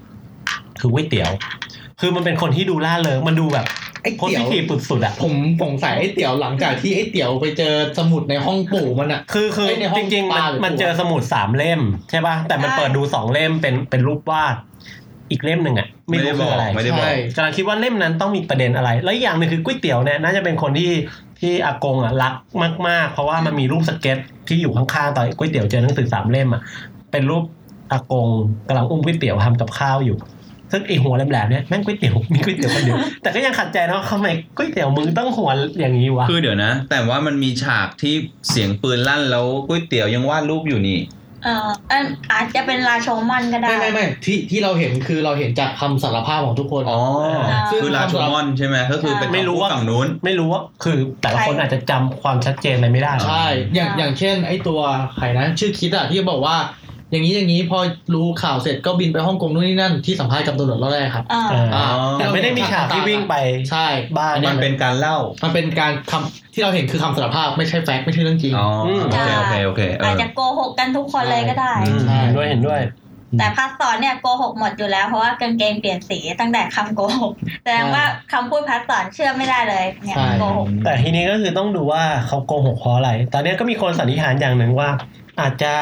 A: คือก๋วยเตี๋ยว คือมันเป็นคนที่ดูล่าเริงมันดูแบบ
C: ไอ
A: โพ
C: เตี๋ย
A: สิ
C: ว
A: ทีฟสุดๆอะ
C: ผมสงสัยไอเตี๋ยวหลังจากที่ไอเตี๋ยวไปเจอสมุดในห้องปู่มันอ่ะ
A: คือคือ
C: ไอ้ในห้
A: จ
C: อง
A: ริงๆ
C: ป
A: มัน
C: ลาหรือ
A: มัน
C: ปูอะ
A: เจอสมุดสามเล่มใช่ป่ะแต่มันเปิดดูสองเล่มเป็นเป็นรูปวาดอีกเล่มหนึ่งอ่ะไม่รู้คืออะไร
B: ไม่ได้บอก
C: ใช่
A: กำลังคิดว่าเล่มนั้นต้องมีประเด็นอะไร แล้วอีกอย่างหนึ่งคือก๋วยเตี๋ยวเนี่ยน่าจะเป็นคนที่ที่อากงอ่ะรักมาก ๆ เพราะว่ามันมีรูปสเก็ตที่อยู่ข้างๆตอนก๋วยเตี๋ยวเจอหนังสือสามเล่มอ่ะเป็นรูปอากงกำลังอุ้มก๋วยเตี๋ยวทำกับข้าวอยู่ซึ่งไอหัวแหลมๆเนี่ยแม่งก๋วยเตี๋ยว *laughs* มีก๋วยเตี๋ยวคนเดียวแต่ก็ยังขัดใจนะว่าทำไมก๋วยเตี๋ยวมึงต้องหัวอย่างนี้วะ
B: คือเดี๋ยวนะ แต่ว่ามันมีฉากที่เสียงปืนลั่นแล้วก๋วยเตี๋ยวยังวาดรูปอยู่นี่
D: เอ่ออันอาจจะเป็นราโชมอนก็ได้
C: ไม่ไม่ไม่ที่ที่เราเห็นคือเราเห็นจากคำสารภาพของทุกคน
B: อ๋อ
D: า
B: คือราชมอนใช่ไหมก็คือเป็นคำพูดฝั่งนู้น
A: ไม่รู้ว่าคือแต่ละคนอาจจะจำความชัดเจนอะไรไม่ได้
C: ใช่ อย่าง
D: อ่า
C: อย่างเช่นไอตัวใครนะชื่อคิดอะที่บอกว่า อย่างนี้อย่างนี้พอรู้ข่าวเสร็จก็บินไปฮ่องกงนู่นนี่นั่นที่สัมภาษณ์กับตำรวจรอบแรกครับ
D: เออ
A: อ่า
B: แต่
A: แต่ไม่ได้มีฉากที่วิ่งไป
C: ใช่
A: บ้าน
C: อั
B: มันเป็นการเล่า
C: มันเป็นการคำที่เราเห็นคือคำสารภาพไม่ใช่แฟกต์ไม่ใช่เรื่องจริง
B: อ๋อ
A: อืม
B: โอเค โอเค โอเคเอ
D: อาจ
B: อ
D: จะโกหกกันทุกคนเลยก็ได้
A: อืม
C: ใช่
A: เห็นด้วยเห็นด้วย
D: แต่พาสตอนเนี่ยโกหกหมดอยู่แล้วเพราะว่ากางเกงเปลี่ยนสีตั้งแต่คำโกหกแสดงว่าคำพูดพาสตอนเชื่อไม่ได้เลยเนี่ย
C: ใช่
D: โกหก
A: แต่ทีนี้ก็คือต้องดูว่าเขาโกหกเพราะอะไร ตอนนี้ก็มีคนสันนิษฐานอย่างหนึ่งว่า อาจจะ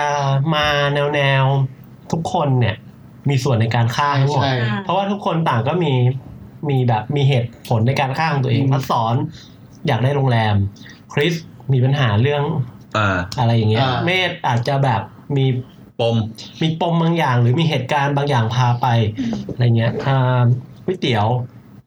A: มาแนวแนวๆทุกคนเนี่ย มีส่วนในการฆ่า
C: ใช่
A: ทั้งหมด
C: ใช่
D: อ่า
A: เพราะว่าทุกคนต่างก็มีมีแบบมีเหตุผลในการฆ่าของตัวเอง
C: อืม
A: พัดสอนอยากได้โรงแรมคริสมีปัญหาเรื่อง
B: เออ
A: อะไรอย่างเงี้ย
C: อ่า
A: เมธอาจจะแบบมี
B: ปม
A: มีปมบางอย่างหรือมีเหตุการณ์บางอย่างพาไปอะไรเงี้ยอ่าก๋วยเตี๋ยว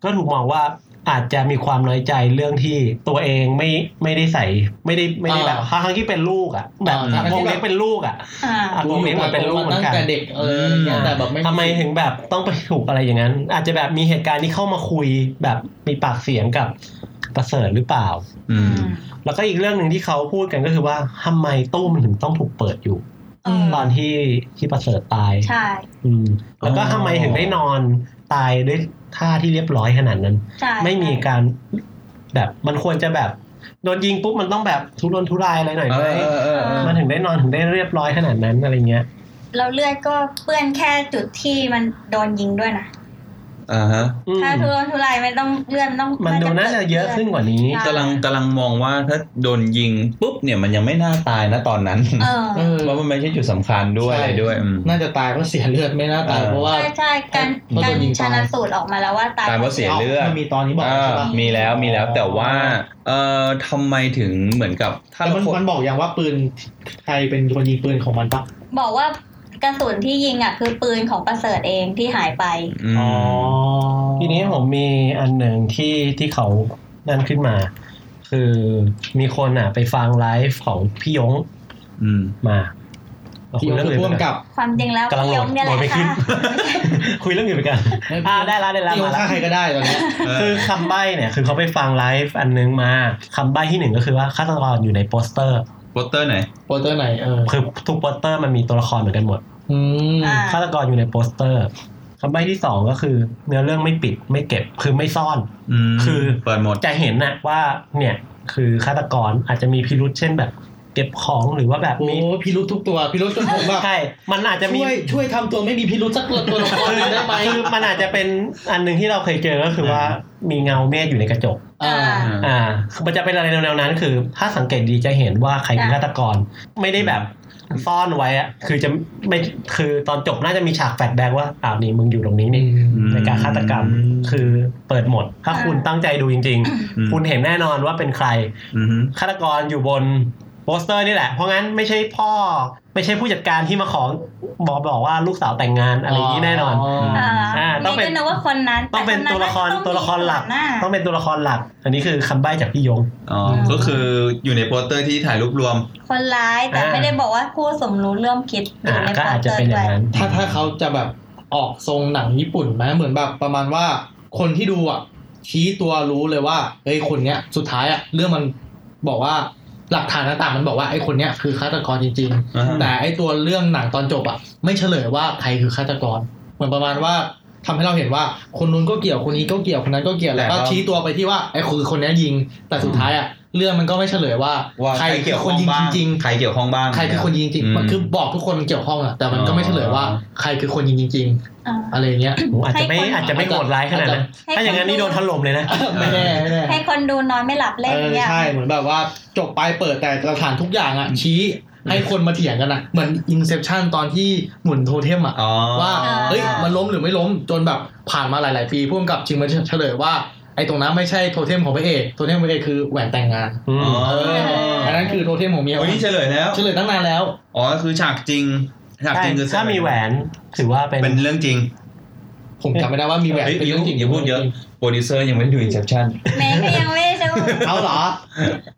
A: ก็ถูกมองว่าอาจจะมีความน้อยใจเรื่องที่ตัวเองไม่ไม่ได้ใส่ไม่ได้ไม่ได้แบบ
C: อ่า
A: ทั้งๆที่เป็นลูกอ่ะแบบ
C: อ่า
A: อากงเลี้ยงเป็นลูกอ่ะ
D: อ่า
A: อากงเลี้ยงมาเป็นลูกเหมือ
C: ตั้
A: น
C: ง
A: กัน
C: แต่เด็กเอออะไรเงี้ยแต่แบบไม่
A: ทำไมถึงแบบต้องไปถูกอะไรอย่างนั้น อาจจะแบบมีเหตุการณ์ที่เข้ามาคุยแบบมีปากเสียงกับประเสริฐหรือเปล่า
B: อืม
A: แล้วก็อีกเรื่องหนึ่งที่เขาพูดกันก็คือว่าทำไมตู้มันถึงต้องถูกเปิดอยู่
D: อืม
A: ตอนที่ที่ประเสริฐตาย
D: ใช่
A: อืมแล้วก็
B: อ๋อ
A: ทำไมถึงได้นอนตายด้วยท่าที่เรียบร้อยขนาดนั้น
D: ใช่
A: ไม่มีการแบบมันควรจะแบบโดนยิงปุ๊บมันต้องแบบทุรนทุรายอะไรหน่อย
B: เอ
A: ไหม
B: อเออเออเออ
A: มันถึงได้นอนถึงได้เรียบร้อยขนาดนั้นอะไรเงี้ย
D: เราเลือดก็เปื้อนแค่จุดที่มันโดนยิงด้วยนะ
B: อ่าฮะ
A: อืม
D: ถ้าทุรนทุรายไม่ต้องเลือดต้อง
A: มันดูน่าจะเยอะขึ้นกว่านี้
B: กำลังกำลังมองว่าถ้าโดนยิงปุ๊บเนี่ยมันยังไม่น่าตายนะตอนนั้น
D: เออ
C: เออ
B: เพราะมันไม่ใช่จุดสำคัญด้วย
C: ใช่
B: อะไรด้วยอืม
C: น่าจะตายเพราะเสียเลือดไม่น่าตาย
B: เออ
C: เพราะว่า
D: ใช่ใช่การ
C: เพราะ
D: การ
C: โดนยิงตาย
D: ชนะสูตรออกมาแล้วว่าตาย
B: ตายเพราะเสีย ลือด
C: มันมีตอนนี้บอก
B: อ่า
C: ใช่ปะ
B: มีแล้วมีแล้วแต่ว่าเอ่อทำไมถึงเหมือนกับถ้า
C: แต่
B: เรา
C: มัน
B: คน
C: มันบอกอย่างว่าปืนใครเป็นคนยิงปืนของมันปะ
D: บอกว่ากระสุนที่ยิงอ่ะคือปืนของประเสริฐเองที่หายไป
B: อืม
A: ทีนี้ผมมีอันหนึ่งที่ที่เขานั่นขึ้นมา คือมีคนอ่ะ ไปฟังไลฟ์ของพี่ยง
B: อืม
A: มาเอา
C: พี่
A: คุ
C: ย
A: ย
C: ก
A: เรื่อง
C: คือ
A: อื่น
C: พ่ว
A: ไปก่
C: ง
A: อน
C: กับ
D: ความจริงแล้ว
A: กำลังโห
D: พี่
A: ล
D: ย
A: ด
D: งเนี่ยแห
A: โหลด
D: ละ
A: ไม่ขึ้น
D: ค่ะ
A: คุยเรื่องอื่นไป *laughs* กันอ่าได้ละได้ละ
C: พี่ย
A: มากละ
C: ฆ่าใครก็ได้ตอนเนี้ย
A: คือคำใบ้เนี่ยคือเขาไปฟังไลฟ์อันนึงมาคำใบ้ที่หนึ่งก็คือว่าฆาตกรอยู่ในโปสเตอร์
B: โปสเตอร์ไหน
C: โปรเตอร์ไหนเออ
A: คือทุกโปสเตอร์มันมีตัวละครเหมือนกันหมด
C: อืม
D: อ่า
A: ฆาตกรอยู่ในโปสเตอร์คำใบ้ที่สองก็คือ เนื้อเรื่องไม่ปิดไม่เก็บคือไม่ซ่อน
B: อืม
A: คือ
B: เปิดหมด
A: จะเห็นนะว่าเนี่ยคือฆาตกรอาจจะมีพิรุษเช่นแบบ เก็บของหรือว่าแบบ
C: โอ้
A: มี
C: พี่รุธทุกตัวพี่รุธจนผมแบบ
A: ใช่มันอาจจะมี
C: ช่วยช่วยทำตัวไม่มีพี่รุธสักตัวละครหนึ่งได้ไหม
A: คือมันอาจจะเป็นอันหนึ่งที่เราเคยเจอก็คือว่ามีเงาเมฆอยู่ในกระจก
C: อ่า
A: อ่าคือมันจะเป็นอะไรแนวๆนั้น คือ ถ้าสังเกตดีจะเห็นว่าใครคือฆาตกร ไม่ได้แบบซ่อนไว้อะคือจะไม่คือตอนจบน่าจะมีฉากแฟลชแบ็กว่าอ้าวนี่มึงอยู่ตรงนี้นี่
B: ม
A: ในการฆาตกรรม คือเปิดหมด ถ้า
D: อ่า
A: คุณตั้งใจดูจริง
B: อืม
A: ๆ คุณเห็นแน่นอนว่าเป็นใคร
B: อืม
A: ฆาตกรอยู่บนโปสเตอร์นี่แหละ เพราะงั้นไม่ใช่พ่อ ไม่ใช่ผู้จัดการที่มาขอบอกบอกว่าลูกสาวแต่งงานอะไรอย่างนี้แน่นอน
C: อ
A: อ่าต้องเป็น
D: ก็นึกว่าคนนั้น
A: ต้องเป็นตัวละคร
D: แ
A: ตัวละครหลัก
D: มีส่วนน่ะ
A: ต้องเป็นตัวละครหลัก อันนี้คือคำใบ้จากพี่ยง
B: อ๋อก็คืออยู่ในโปสเตอร์ที่ถ่ายรูปรวม
D: คนร้ายแต่
A: อ่า
D: ไม่ได้บอกว่าผู้สมรู้ร่วมคิดอ
A: อ่า
D: ยู่ใน
A: ก็
D: ปอ
A: อาจ
D: เต
A: จะ
D: อ
A: เป็น
D: ร์
A: อ
D: ด้ว
A: ย่าง
D: ย
A: นั้น
C: ถ้าถ้าเขาจะแบบออกทรงหนังญี่ปุ่นไหมเหมือนแบบประมาณว่า คนที่ดูอ่ะชี้ตัวรู้เลยว่าเฮ้ยคนเนี้ยสุดท้ายอ่ะเรื่องมันบอกว่าหลักฐานต่างๆมันบอกว่าไอ้คนเนี้ยคือฆาตกรจริง
B: อ่าฮะ
C: ๆ แต่ไอ้ตัวเรื่องหนังตอนจบอ่ะ ไม่เฉลยว่าใครคือฆาตกร เหมือนประมาณว่าทำให้เราเห็นว่าคนนู้นก็เกี่ยวคนนี้ก็เกี่ยวคนนั้นก็เกี่ยวแล้วก็ชี้ตัวไปที่ว่าไอ้คือคนเนี้ยยิง แต่สุดท้ายอ่ะเรื่องมันก็ไม่เฉลยว่า
B: ว่า
C: ใคร
B: เกี่
C: เกี่
B: ย
C: ยว ว
B: ข้อ
C: ค
B: น ง
C: ยิง
B: บ้าง
C: จริง ๆ
B: ใครเกี่ยวข้องบ้าง
C: ใครคือคนยิงจริง
B: อืม
C: มันคือบอกทุกคนเกี่ยวข้องอะแต่มันก็ไม่เฉลยว่า
B: อ๋อ
C: ใครคือคนยิงจริง
D: อ่า
C: ๆ อะไร *laughs* เงี้ย
A: โอ้อาจจะไม่
D: ให้คน
A: อาจจะไม่โหดร้ายขนาดนั้น
D: ให้
A: ถ้าอย่างนั้นนี่โดนถล่มเลยนะ
C: ไม่แน่ไม่แน่
D: ให้คนดูนอนไม่หลับเล่น
C: เออ
D: เนี่ย
C: ใช่เหมือนแบบว่าจบไปเปิดแต่หลักฐานทุกอย่างอะชี้ให้คนมาเถียงกันอะเหมือนอินเซ t ชันตอนที่หมุนโทเทมอะ
B: อ๋อ
C: ว่าเฮ้ยมันล้มหรือไม่ล้มจนแบบผ่านมาหลาย ๆ ปีพ่วงกับจริงมันเฉลยว่าไอ้ตรงนั้นไม่ใช่โทเทมของพระเอกโทเทมของพระเอกคือแหวนแต่งงาน
A: อื
B: อ๋อ
A: ม
C: อันนั้นคือโทเทมของเมีย
B: โอ้ยนี่เฉลยแล้ว
C: เฉลยตั้งนานแล้ว
B: อ๋อคือฉากจริงฉากจริงคือ
A: ใช่ถ้ามีแหวนถือว่าเป็น
B: เป็นเรื่องจริง
C: ผมจำไม่ได้ว่ามีแหวน
B: เฮ้ย
C: เป็นเรื่องจริง
B: อย่าพูดเยอะ โปรดิวเซอร์ยังไม่ได้ดู Inception
D: แม่ก็ยังไม่ได้จะ
C: เอาเหรอ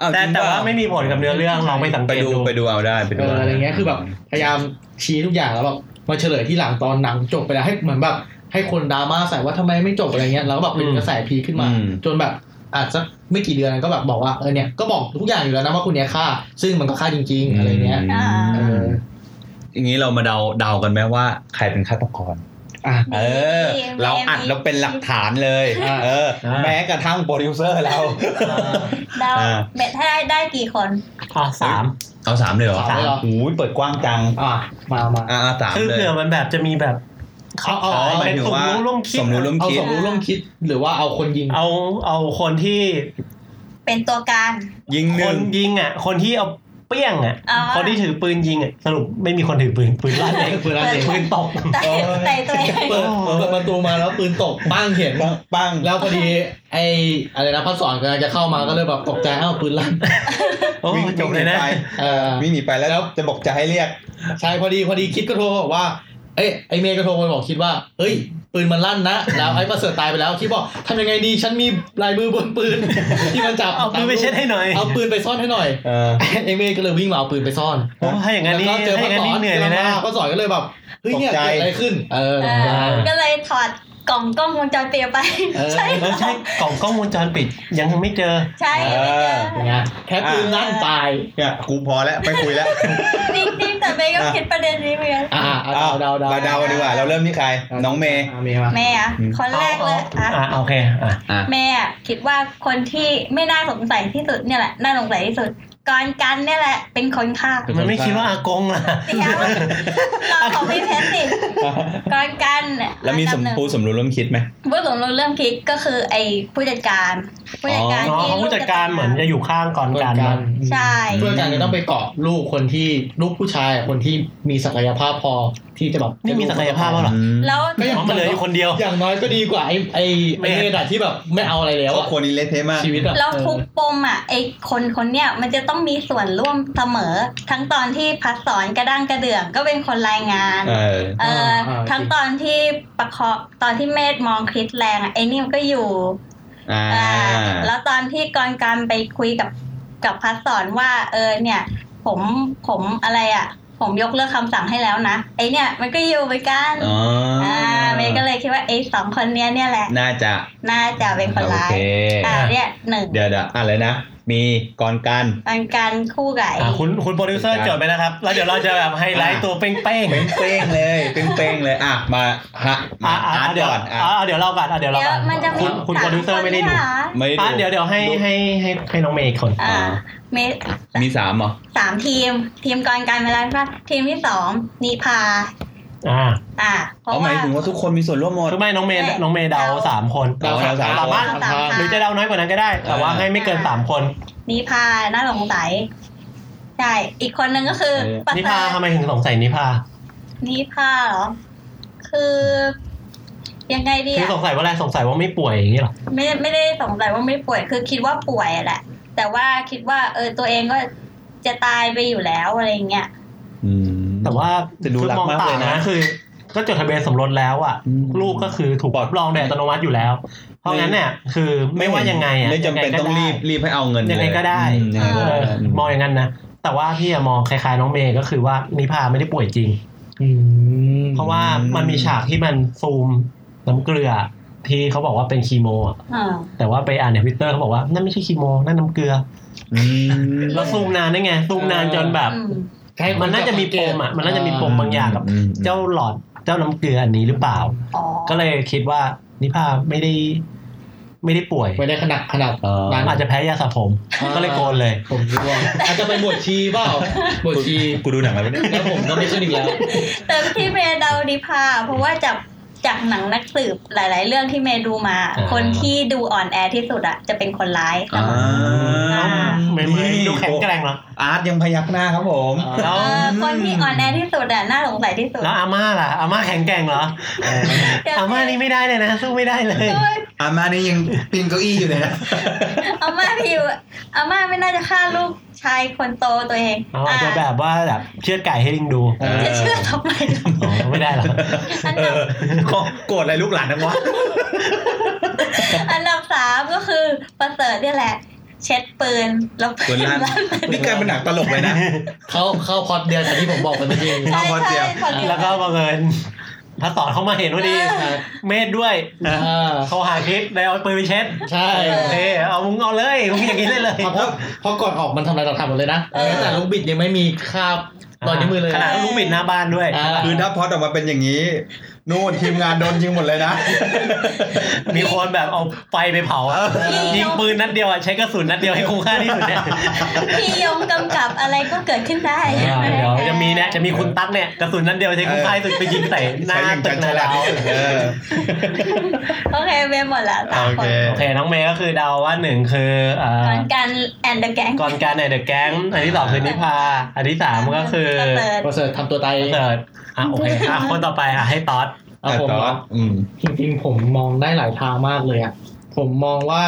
B: อ้าวจ
A: แต่
B: ริง
A: แต่
B: เปล่
A: ว่าไม่มีผลกับเนื้อเรื่องลองไปสัง
B: ไป
A: เกต
B: ดู
A: ดู
B: ไปดูเอาได้ไปดู
C: เอออะไรเงี้ยคือแบบพยายามชี้ทุกอย่างแล้วแบบมาเฉลยที่หลังตอนหนังจบไปแล้วให้เหมือนแบบให้คนดราม่าใส่ว่าทำไมไม่จบอะไรเงี้ยแล้วก็แบบเป็น
A: อืม
C: กระแสพีคขึ้นมา
B: อืม
C: จนแบบอาจจะไม่กี่เดือนก็แบบบอกว่าเออเนี่ยก็บอกทุกอย่างอยู่แล้วนะว่าคุณเนี้ยฆ่า ซึ่งมันก็ฆ่าจริง ๆ อะไรเงี้ย
B: อืม
D: อ่า
C: เออ
B: อย่างนี้เรามาเดาเดากันไหมว่าใครเป็นฆาตกร
C: อ่ะ
B: เออ เราอัดแล้วเป็นหลักฐานเลย
C: อ่า
B: เออ
A: อ่า
B: แม้กระทั่งโปรดิวเซอร์เรา
D: เดา
B: อ่า
D: เบ็ดถ้าได้ได้กี่คน
A: อ๋อสาม
B: เอาสามเลยเหรอ
C: สามเลยเหรอ
B: โอ้ยเปิดกว้างจัง
C: อ่ะมามา
B: อ่าสาม
A: คือ
B: เลย
A: เผื่อมันแบบจะมีแบบ
C: เอาเอา
B: อ๋อ
C: เอา
B: หมาย
A: เป็น
B: ถึง
A: สม
B: ว่า
A: รู้ร่วมคิด
B: สมรู้ร่วม
C: เอา
B: คิด
C: สมรู้ร่วมคิดหรือว่าเอาคนยิง
A: เอาเอาคนที่
D: เป็นตัวการ
B: ยิงห
A: ค
B: นึ่
A: น
B: ง
A: ยิงอ่ะ คนที่เอาเปี้ยงอ่ะ
D: อ๋อ
A: คนที่ถือปืนยิงอ่ะสรุปไม่มีคนถือปืนปืนลั่นเอง
C: ปืนอะไรเอง
A: ปืนตก
D: แต่แต่ตัวเอง
C: เปิดเปิดประตูมาแล้วปืนตกปั้งเห็น
B: ปั้ง
C: แล้วพอดีไอ้อะไรนะพัดสอนกำลังจะเข้ามาก็เลยแบบตกใจอ้าวปืนลั่น
A: โอ้
B: วิ่ง
A: จบเลยนะ
B: วิ่งหไป
C: เออ
B: วิ่งหนีไปแล้วจะบอกจะให้เรียก
C: ใช่พอดีพอดีคิดก็โทรบอกว่า เอ้ยไอเมย์ก็โทรไปบอกคิดว่า เฮ้ย ปืนมันลั่นนะ แล้วไอ้ประเสริฐตายไปแล้วคิดบอกทำยังไงดีฉันมีลายมือบนปืน *laughs* ที่มันจับ
A: เอาปืนไปเช็ดให้หน่อย
C: เอาปืนไปซ่อนให้หน่อย
B: เออ
C: ไอเมย์ก็เลยวิ่งมาเอาปืนไปซ่อน
A: โอ้ถ้าอย่างนั้น
C: แล้ว
A: นี่
C: ก็เจอ
A: ถ้าอ
C: พระ
A: ย่างนั้น
C: สอ
A: นี่
C: น
A: เหนื่อยเลยนะ
C: กำงมาพระสอนก็เลยแบบเฮ้ยเนี่ย
B: ตกใจ
C: เกิดอะไรขึ้น เออ
D: เออก็เลยถอดกล่องกล้องวงจรปิดออกไป
C: เออ
D: ใช่
A: แล้วใช่กล่องกล้องวงจรปิดยังไม่เจอ
D: ใช่ยังไม่เจอ
C: อย่างเงี้ยแค่ปืนลั่นตาย
B: เนี่ยกูพอแล้วไม่คุยแล้ว
D: จริงๆแต่เมย์ก็คิดประเด็นนี้เหมือนกัน
C: อ่าอ่าเอาเดาเดา
B: เราเดาดีกว่า เราเริ่มที่ใคร น้องเมย์
C: อ่ะเมย์มา
D: แม่อะคนแรกเลยอ่ะ
A: อ่ะโอเคอ่ะ
D: แม่อะคิดว่าคนที่ไม่น่าสงสัยที่สุดเนี่ยแหละน่าสงสัยที่สุดก่อนกันเนี่ยแหละ เป็นคน
A: *laughs*
D: ฆ่า
A: มันไม่คิดว่าอากงล่ะ
D: เดี๋ยวเราขอไม่แพ้สิก่อนกันเนี่ย
B: แล้วมีสม
D: อันดับหนึ่ง
B: ปูสมรู้ร่วมคิดไหม
D: ผู้หลงรู้เรื่องคิดก็คือไอ้ผู้จัดการผู้จัดการ
A: น้อง
D: ที่
A: ผู้จัดการเหมือนจะอยู่ข้างก่อน
C: เพื่อ
A: กันน
C: กั
A: นะ
C: น
D: ใช่
C: เพื่อนกันก็ต้องไปเกาะลูกคนที่ลูกผู้ชายคนที่มีศักยภาพพอที่จะแบบ
A: นี่มีศักยภาพ
C: แล้
A: บ้างเหรอ
D: แล้ว
C: ก็ยัง
A: น้องมันเหลืออยู่คนเดียว
C: อย่างน้อยก็ดีกว่าไอ้ไอ้ไอ้
A: แม่
C: เมดอะที่แบบไม่เอาอะไรแล้ว
B: ครอบ
C: อะ
B: ครัวนี้เละเทะมาก
C: ชีวิตอะ
D: แล้วทุก
C: เออ
D: ปมอ่ะไอ้คนคนเนี้ยมันจะต้องมีส่วนร่วมเสมอ ทั้งตอนที่พัดสอนกระด้างกระเดื่องก็เป็นคนรายงาน
B: เออ
D: เอออา ทั้งตอนที่ประคองตอนที่เมธมองคริสแรงอะไอ้นี่มันก็อยู่
B: อ่า
D: อ่าแล้วตอนที่กรการไปคุยกับกับพัสสอนว่า เออเนี่ย ผมผมอะไรอ่ะ ผมยกเลิกคำสั่งให้แล้วนะไอเนี่ยมันก็อยู่ไปกัน
B: อ๋ออ่
D: อ่าเมย์ก็เลยคิดว่าไอสองคนเนี้ยเนี่ยแหละ
B: น่าจะ
D: น่าจะเป็นคนร้าย
B: โอเค
D: อ่าเนี่ยหนึ่ง
B: เดี๋ยวเดี๋ยวอะไรนะ มีกรกัน
D: กรการคู่กับไอ้
A: อ่ะคุณคุณโปรดิวเซอร์จดไปนะครับ แล้วเดี๋ยวเราจะแบบไฮไลท์ตัวเป้งๆ
B: เป็นเป้งเลย
D: *laughs*
B: เป็นเป้งเลย อ่ะ มาฮะมา
A: อ่ะอ่ะ
B: อาร์ต
A: เดี๋ยว
B: ก่อนอ่ะ
A: อ่ะเดี๋ยวเราก่อนอ่ะเดี๋ยวเรา
D: เดี๋ย
A: ก่
D: ว
A: อน
D: มันจะมี
A: คุณคุณ
D: สา
A: โปรดิวเซอร์ไม่ได้
D: ค
A: ดู
D: นเนี่ยเหรอ
B: ไม่
A: อ่ะ
B: ดู
A: เดี๋ยวเดี๋ยวให้ให้ให้ให้น้องเมย์อีกคน
D: อ่า
B: อ่า
D: เมธ
B: มีสามเหรอ
D: สามทีม ทีมกรการไปแล้วใช่ปะทีมที่สองนีพา
A: อ่า
D: อ่า เพ
B: อ๋อ
D: ราะ
B: หมา
D: ว่า
B: ยถึงว่าทุกคนมีส่วนร่วมหมด
A: คือไม่น้องเมย์น้องเมย์เดาสามคน
B: เดาสามทาง
A: สามารถ
D: สามทาง
A: หรือจะเดาน้อยกว่านั้นก็ได้ แต่ว่าให้ไม่เกินสามคน
D: นีพาน่าสงสัยใช่อีกคนนึงก็คือ
B: เออ
D: ประ
A: นิ
D: สา
A: พา
D: ท
A: ทำไมถึงสงสัยนิพา
D: นีพาเหรอ คือ ยังไงดี
A: คือ
D: อะ
A: สงสัยว่าอะไรสงสัยว่าไม่ป่วยอย่างนี้เหรอ
D: ไม่ได้ไม่ได้สงสัยว่าไม่ป่วย คือคิดว่าป่วยแหละ แต่ว่าคิดว่า เออตัวเองก็จะตายไปอยู่แล้วอะไรอย่างเงี้ย
B: อืม
A: แต่ว่า
B: แต่ดูรัก
A: คืออง
B: มากเลยนะ
A: ต่งคือ ก็จดทะเบียนสมรสแล้วอ่ะ
B: อืม
A: ลูกก็คือถูกรับรองโดยอัตโนมัติอยู่แล้ว เพราะงั้นเนี่ยคือไม่ว่ายังไงอ่ะ
B: ไม่จำเป็น
A: ยัไก็
B: ต้องรีบ
A: ได้
E: รีบให้เอาเงิน
A: ยังไงก็ได้
B: อืมยังไงก็ได้
A: เออมองอย่างนั้นนะ แต่ว่าพี่อะมองคล้ายๆน้องเมย์ก็คือว่านิพาไม่ได้ป่วยจริง เพราะว่ามันมีฉากที่มันซูมน้ำเกลือ ที่เขาบอกว่าเป็นคีโมอะ
D: อ่า
A: แต่ว่าไปอ่านในทวิตเตอร์เขาบอกว่านั่นไม่ใช่คีโมนั่นน้ำเกลือ
E: อืม
A: แล้วซูมนานได้ไงซูมนานจนแบบ
D: อืม
C: ให้ค
A: มันน่าจะมีปมอ่ะมันน่าจะมีปมบางอย่างกับ
B: อืม
A: เจ้าหลอดเจ้าน้ำเกลืออันนี้หรือเปล่า
D: อ๋อ
A: ก็เลยคิดว่านิพาไม่ได้ ไม่ได้ป่วย
C: ไม่ได้ขนาดขนาด
B: เออ
C: นั้น
A: อาจจะแพ้ยาสระผม ก็เลยโกนเลย
C: ผมร่วงอาจจะไปบวชชีเปล่าบวชชี
B: กูดูหนังอะไรไม่ได้
C: แล้วผมก็ไม่ขึ้นอีกแล้ว
D: แต่ที่เมย์เดาดีพา เพราะว่าจากจากหนังนักสืบหลาย ๆ เรื่องที่เมย์ดูมา
A: อ่า
D: คนที่ดูอ่อนแอที่สุดอะจะเป็นคนร้ายค่ะ
E: อ่า
A: น้องเมย์ไม่ดูแข็งแกร่งเหรอ
B: อาร์ตยังพยักหน้าครับผม
A: แล้ว
D: เออคนที่อ่อนแอที่สุดอะน่าสงสัยที่สุด
A: แล้วอาม่าล่ะอาม่าแข็งแกร่งเหรอ
D: เดี๋ยว
A: อาม่านี่ไม่ได้เลยนะสู้ไม่ได้เลย
D: ด้วย
B: อามานี่ยังปีนเก้าอี้อยู่เลยนะ
D: อาม่าพี่อยู่อาม่าไม่น่าจะฆ่าลูกชายคนโตตัวเอง
A: เอาอาจจะแบบว่าแบบเชือดไก่ให้ลิงดู
B: เออ
D: อ่ะจะเชื่อทำไมล่ะ
A: อ๋อไม่ได้หรอ
D: อัน
B: เอ
D: ดับ
B: อก็โกรธอะไรลูกหลานนังวะ
D: อันดับสามก็คือประเสริฐนี่แหละ เช็ดปืนแล้วปื
E: ปืน
D: น
E: ลั่น
D: ลั่น
B: นี่กลายเป็นหนังตลกเลยนะ
C: เขาเข้าพล็อดเดียวกับที่ผมบอกไปเมื่อกี้
D: ใช่
B: เอาคนเดี
D: ใช่
B: ยว
D: คนเดีย
A: *laughs*
D: ว
A: แล้วก็บังเอิญพระสอนเข้ามาเห็นพอดี เมธด้วย
C: อ่า
A: เขาหาคลิปเลยเอาปืนไปเช็ด
C: ใช่
A: เออเอามึงเอาเลยมึงอย่างนี้ได้เลย
C: เพราะเพราะก่อนออกมันทำลายหลักฐานหมดเลยนะตั้งแต่ลูกบิดยังไม่มีคราบรอยนิ้วมือเลย
A: ขนาดลูกบิดหน้าบ้านด้วย
C: อ่า
B: คือถ้าพล็อดออกมาเป็นอย่างนี้ นู่นทีมงานโดนยิงหมดเลยนะ
A: *laughs* มีคนแบบเอาไฟไปเผาอะยิงปืนนัดเดียวอะใช้กระสุนนัดเดียวให้คุ้มค่าที่สุดเนี่ย
D: พี่ยงกำกับอะไรก็เกิดขึ้นได้
A: เดี๋ยวจะมีเนี่ยจะมีคุณตั๊กเนี่ยกระสุนนัดเดียวใช้คุ้มค่าที่สุดไปยิงใส่หน้า
B: ใช้อย่าง
A: ตึ
B: จั
A: ก
B: น
A: นา
B: ฉลาด
A: ดาว
B: ที่สุดเออ
D: โอเคเมย์หมดละสาม
B: โอ
D: ค
B: เคน
A: โอเค น้องเมย์ก็คือเดาว่าหนึ่งคือเอ่อ
D: ก่อนการแอนเดอะแก๊ง
A: ก่อนการในเดอะแก๊งอันที่สองคือนิพา อันที่สามก็คือ
D: ประเสริฐ
C: ประเสริฐทำตัวตาย
A: เสิร์ตอ่ะโอเคอ่ะคนต่อไปอ่ะให้ต๊อด
C: เอาผม
B: แต่
C: เหร
B: ว่า
C: อ
B: อืม
C: จริงๆ ผมมองได้หลายทางมากเลยอะผมมองว่า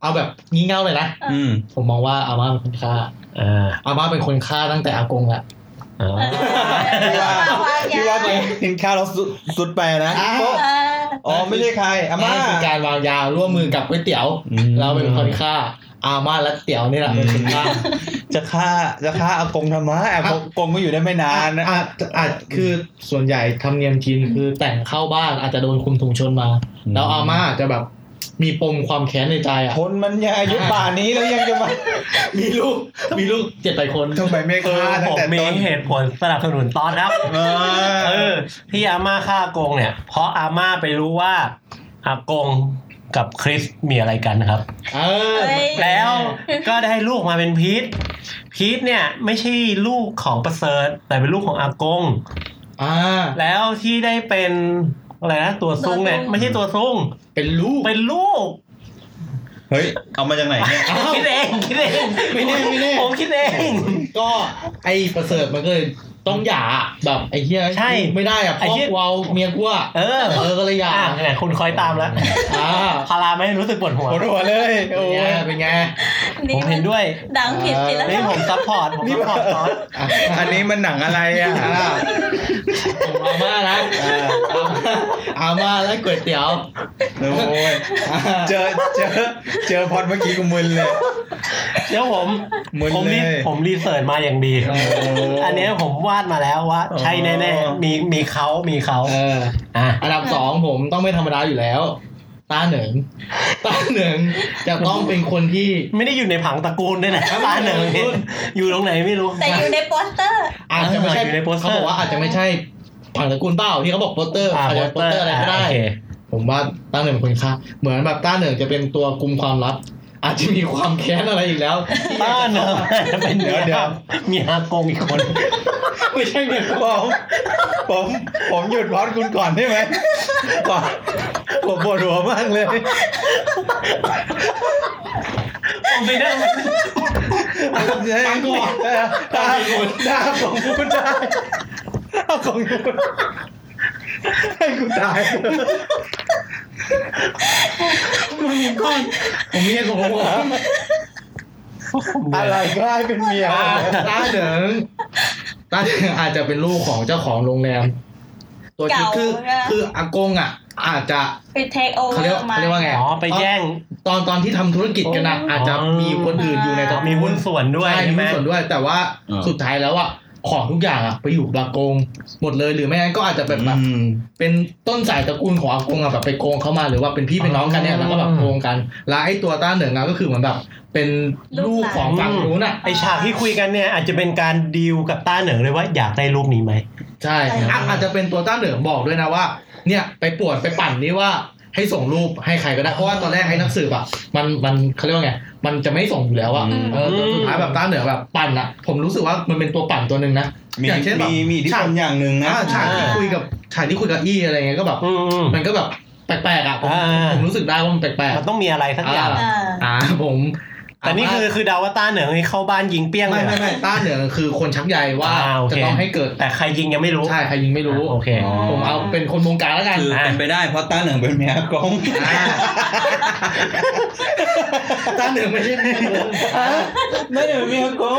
C: เอาแบบงี่เง่าเลยนะ
E: อืม
C: ผมมองว่าอาม่าเป็นคนฆ่า
A: เออ
C: อาม่าเป็นคนฆ่าตั้งแต่อากงละ
A: เออ
D: เออ
B: พี่ว่า
D: เออ
B: พี่ว่าไปกินข้าวแล้วสุดสุดไปนะโป๊ะ
D: เออ
B: อ๋อไม่ใช่ใครอาม่า
C: นั่นคือการวางยาร่วมมือกับก๋วยเตี๋ยว เราเป็นคนฆ่า อาม่าและเตี๋ยวนี่แหละเป็นคนฆ่า
B: จะฆ่าจะฆ่าอากงทำไมอากงกงก็อยู่ได้ไม่นานนะ
C: อ่ะอ่ะคือส่วนใหญ่ทำเนียมจีนคือแต่งเข้าบ้านอาจจะโดนคุมถุงชนมา
B: อืม
C: แล้วอาม่าอาจจะแบบมีปมความแค้นในใจอ่ะ
B: คนมันยังอายุป่านนี้แล้วยังจะมา มีลูก
C: มีลูกเจ็ดแปดคน
B: ทำไมไม่
A: คือ
B: ฆ่าตั้
A: ผ
B: ง
A: ม
B: แต่
A: มี
B: ต้น
A: เหตุผลสนับสนุนต๊อดครับ
B: เออ
A: เออที่อาม่าฆ่าอากงเนี่ย เพราะอาม่าไปรู้ว่าอากงกับคริสมีอะไรกัน *laughs* นะครับ
C: เออ
D: เอ้ย
A: แล้วก็ได้ลูกมาเป็นพีทพีทเนี่ยไม่ใช่ลูกของประเสริฐแต่เป็นลูกของอากง
C: อ่า
A: แล้วที่ได้เป็นอะไรนะตัวซุงเนี่ยไม่ใช่ตัวซุง
C: เป็นลูก
A: เป็นลูก
E: เฮ้ย เอามาจากไหนเนี่ย
C: อ้าว
A: *laughs* คิดเองคิดเอง *laughs*
C: ไม่แน่ไม่แน่
A: ผมคิดเอง
C: ก็ไอ้ประเสริฐมันก็เลยต้องหย่าแบบไอ้เหี้ย
A: ใช่
C: ไม่ได้อ่ะ
A: ไอ้
C: พ่อ
A: เหี้ย
C: กูเอาเมียกูอ่ะ
A: เออ
C: เออก็เลยหย่า
A: อ่ะเนี่ยคุณคอยตาม *laughs* แล้ว
C: อ่า
A: พาราไม่ให้รู้สึกปวดหัว
B: ปวดหัวเลย
C: เป็
B: โอ้
C: นไง
B: ย
C: เป็นไง
A: ผมเห็นด้วย
D: ดังผิดศีลธร
A: นี่
D: รม
A: ผมซัพพอร์ตผมซัพพอร์ตตอน
C: อ่ะ
B: อันนี้มันหนังอะไรอ่ะ
C: อ่ะผมอาม่านะ
B: เออ
C: อาม่าอาม่าและก๋วยเตี๋ยว
B: โอ้ยเจอเจอเจอพอดเมื่อกี้กูมึนเลย
A: เดี๋ยวผม
B: มึน
A: ผมรี
B: เลย
A: ผมรีเสิร์ชมาอย่างดี อันเนี้ยผมวาดมาแล้วว่า ใช่แน่ๆมีมีเขามีเขา
C: เออ
A: อ่ะ
C: อันดับสองผมต้องไม่ธรรมดาอยู่แล้ว ตาเหนิงตาเหนิงจะต้องเป็นคนที่
A: ไม่ได้อยู่ในผังตระกูลด้วยนะบ้านหนึ่งนี่อยู่ตรงไหนไม่รู้
D: แต่อยู่ในโปสเตอร์
C: อาจจะไม่ใช่
A: อยู่ในโปสเตอร์
C: เขาบอกว่าอาจจะไม่ใช่ผังตระกูลเป้าที่เขาบอกโปสเตอร์
A: อ่า
C: อาจ
A: โปส
C: จะโป
A: เตอ
C: สเตอ
A: ร์
C: ร์อะไรก็ได้
A: โอเค
C: ผมว่าต้าเหนิงเป็นคนฆ่าเหมือนแบบต้าเหนิงจะเป็นตัวกลุ่มความลับ อาจจะมีความแค้นอะไรอีกแล้ว
A: ต้าเนอะเป็นเมีย
B: เดี๋ยว
A: เมียอากงอีกคน
C: ไม่ใช่เมีย
B: ผม ผม ผมหยุดพอดคุณก่อนได้ไหมก่อนผมปวดหัวมากเลย
A: ผมไปนั่ง
B: ตากูตากูตาของกูได้เอาของกูให้กูตาย
C: ผมมีเหตุผลของผม
B: อะไรก็ให้เป็นเมีย
C: ต้าเหนิง น่าจะอาจจะเป็นลูกของเจ้าของโรงแรม ตัวจริงคือ
D: เก่าใช่ไหม
C: คืออากงอ่ะ อาจจะ
D: ไปเทคโอเว
C: เขา
D: อ
C: เรียก
D: ร์มา
C: เขาเรียกว่าไง
A: อ๋อไปแย่ง
C: ตอนตอนที่ทำธุรกิจกันอะ
D: โอ้
C: อาจจะมีคนอื่นอยู่ในตอน
A: มีหุ้นส่วนด้วย
C: ใช่
A: ใช่
C: มี
A: ไหม
C: หุ้นส่วนด้วย แต่ว่า
B: เออ
C: สุดท้ายแล้วอ่ะของทุกอย่างอ่ะไปอยู่บากงหมดเลยหรือไม่งั้นก็อาจจะแบบแบบ
B: อืม
C: เป็นต้นสายตระกูลของอากงอะแบบไปโกงเขามาหรือว่าเป็นพี่เป็นน้องกันเนี่ยแล้วก็แบบโกงกัน แล้วไอ้ตัวต้าเหนิงอะก็คือเหมือนแบบเป็นลูกของฝั่งนู้นอะ
A: ไอฉากที่คุยกันเนี่ย อาจจะเป็นการดีลกับต้าเหนิงเลยว่าอยากได้รูปนี้ไหม
C: ใช่อ่ะอาจจะเป็นตัวต้าเหนิงบอกด้วยนะว่า เนี่ยไปปวดไปปั่นนี่ว่าให้ส่งรูปให้ใครก็ได้เพราะว่าตอนแรกไอ้นักสืบอะมันมันเขาเรียกว่าไงมันจะไม่ส่งอยู่แล้วอะ
B: อืม
C: เออแต่สุดท้ายแบบต้าเหนิงแบบปั่นอะผมรู้สึกว่ามันเป็นตัวปั่นตัวหนึ่งนะ
B: มี
C: อย่างเช่นแบบ
B: มีมีอิที่
C: ฉาก
B: ทำอย่างหนึ่งนะ
C: อ่ะฉากที่คุยกับฉากที่คุยกับอี้อะไรเงี้ยก็แบบ
A: อืม
C: มันก็แบบแปลกๆอะผม
A: อ่า
C: ผมรู้สึกได้ว่ามันแปลกๆ
A: มันต้องมีอะไรสักอย่าง
D: เออ
C: อ่าผม
A: แต่นี่คือคือเดาว่าต้าเหนิงนี่เข้าบ้านยิงเปี้ยงเล
C: ไม่
A: ยเหร
C: ไม่
A: อ
C: ไม่ต้าเหนือคือคนชักใยว่า
A: อ่าโอเค
C: จะต้องให้เกิด
A: แต่ใครยิงยังไม่รู้
C: ใช่ใครยิงไม่รู้
A: โอเค
C: ผมเอาเป็นคนวงการแล้วกัน
B: คือเป็นไปได้เพราะต้าเหนิงเป็นเมียอากง
C: อ่าต้าเหนือไม่ใช่
F: ไม่เดี๋ยวมีอากง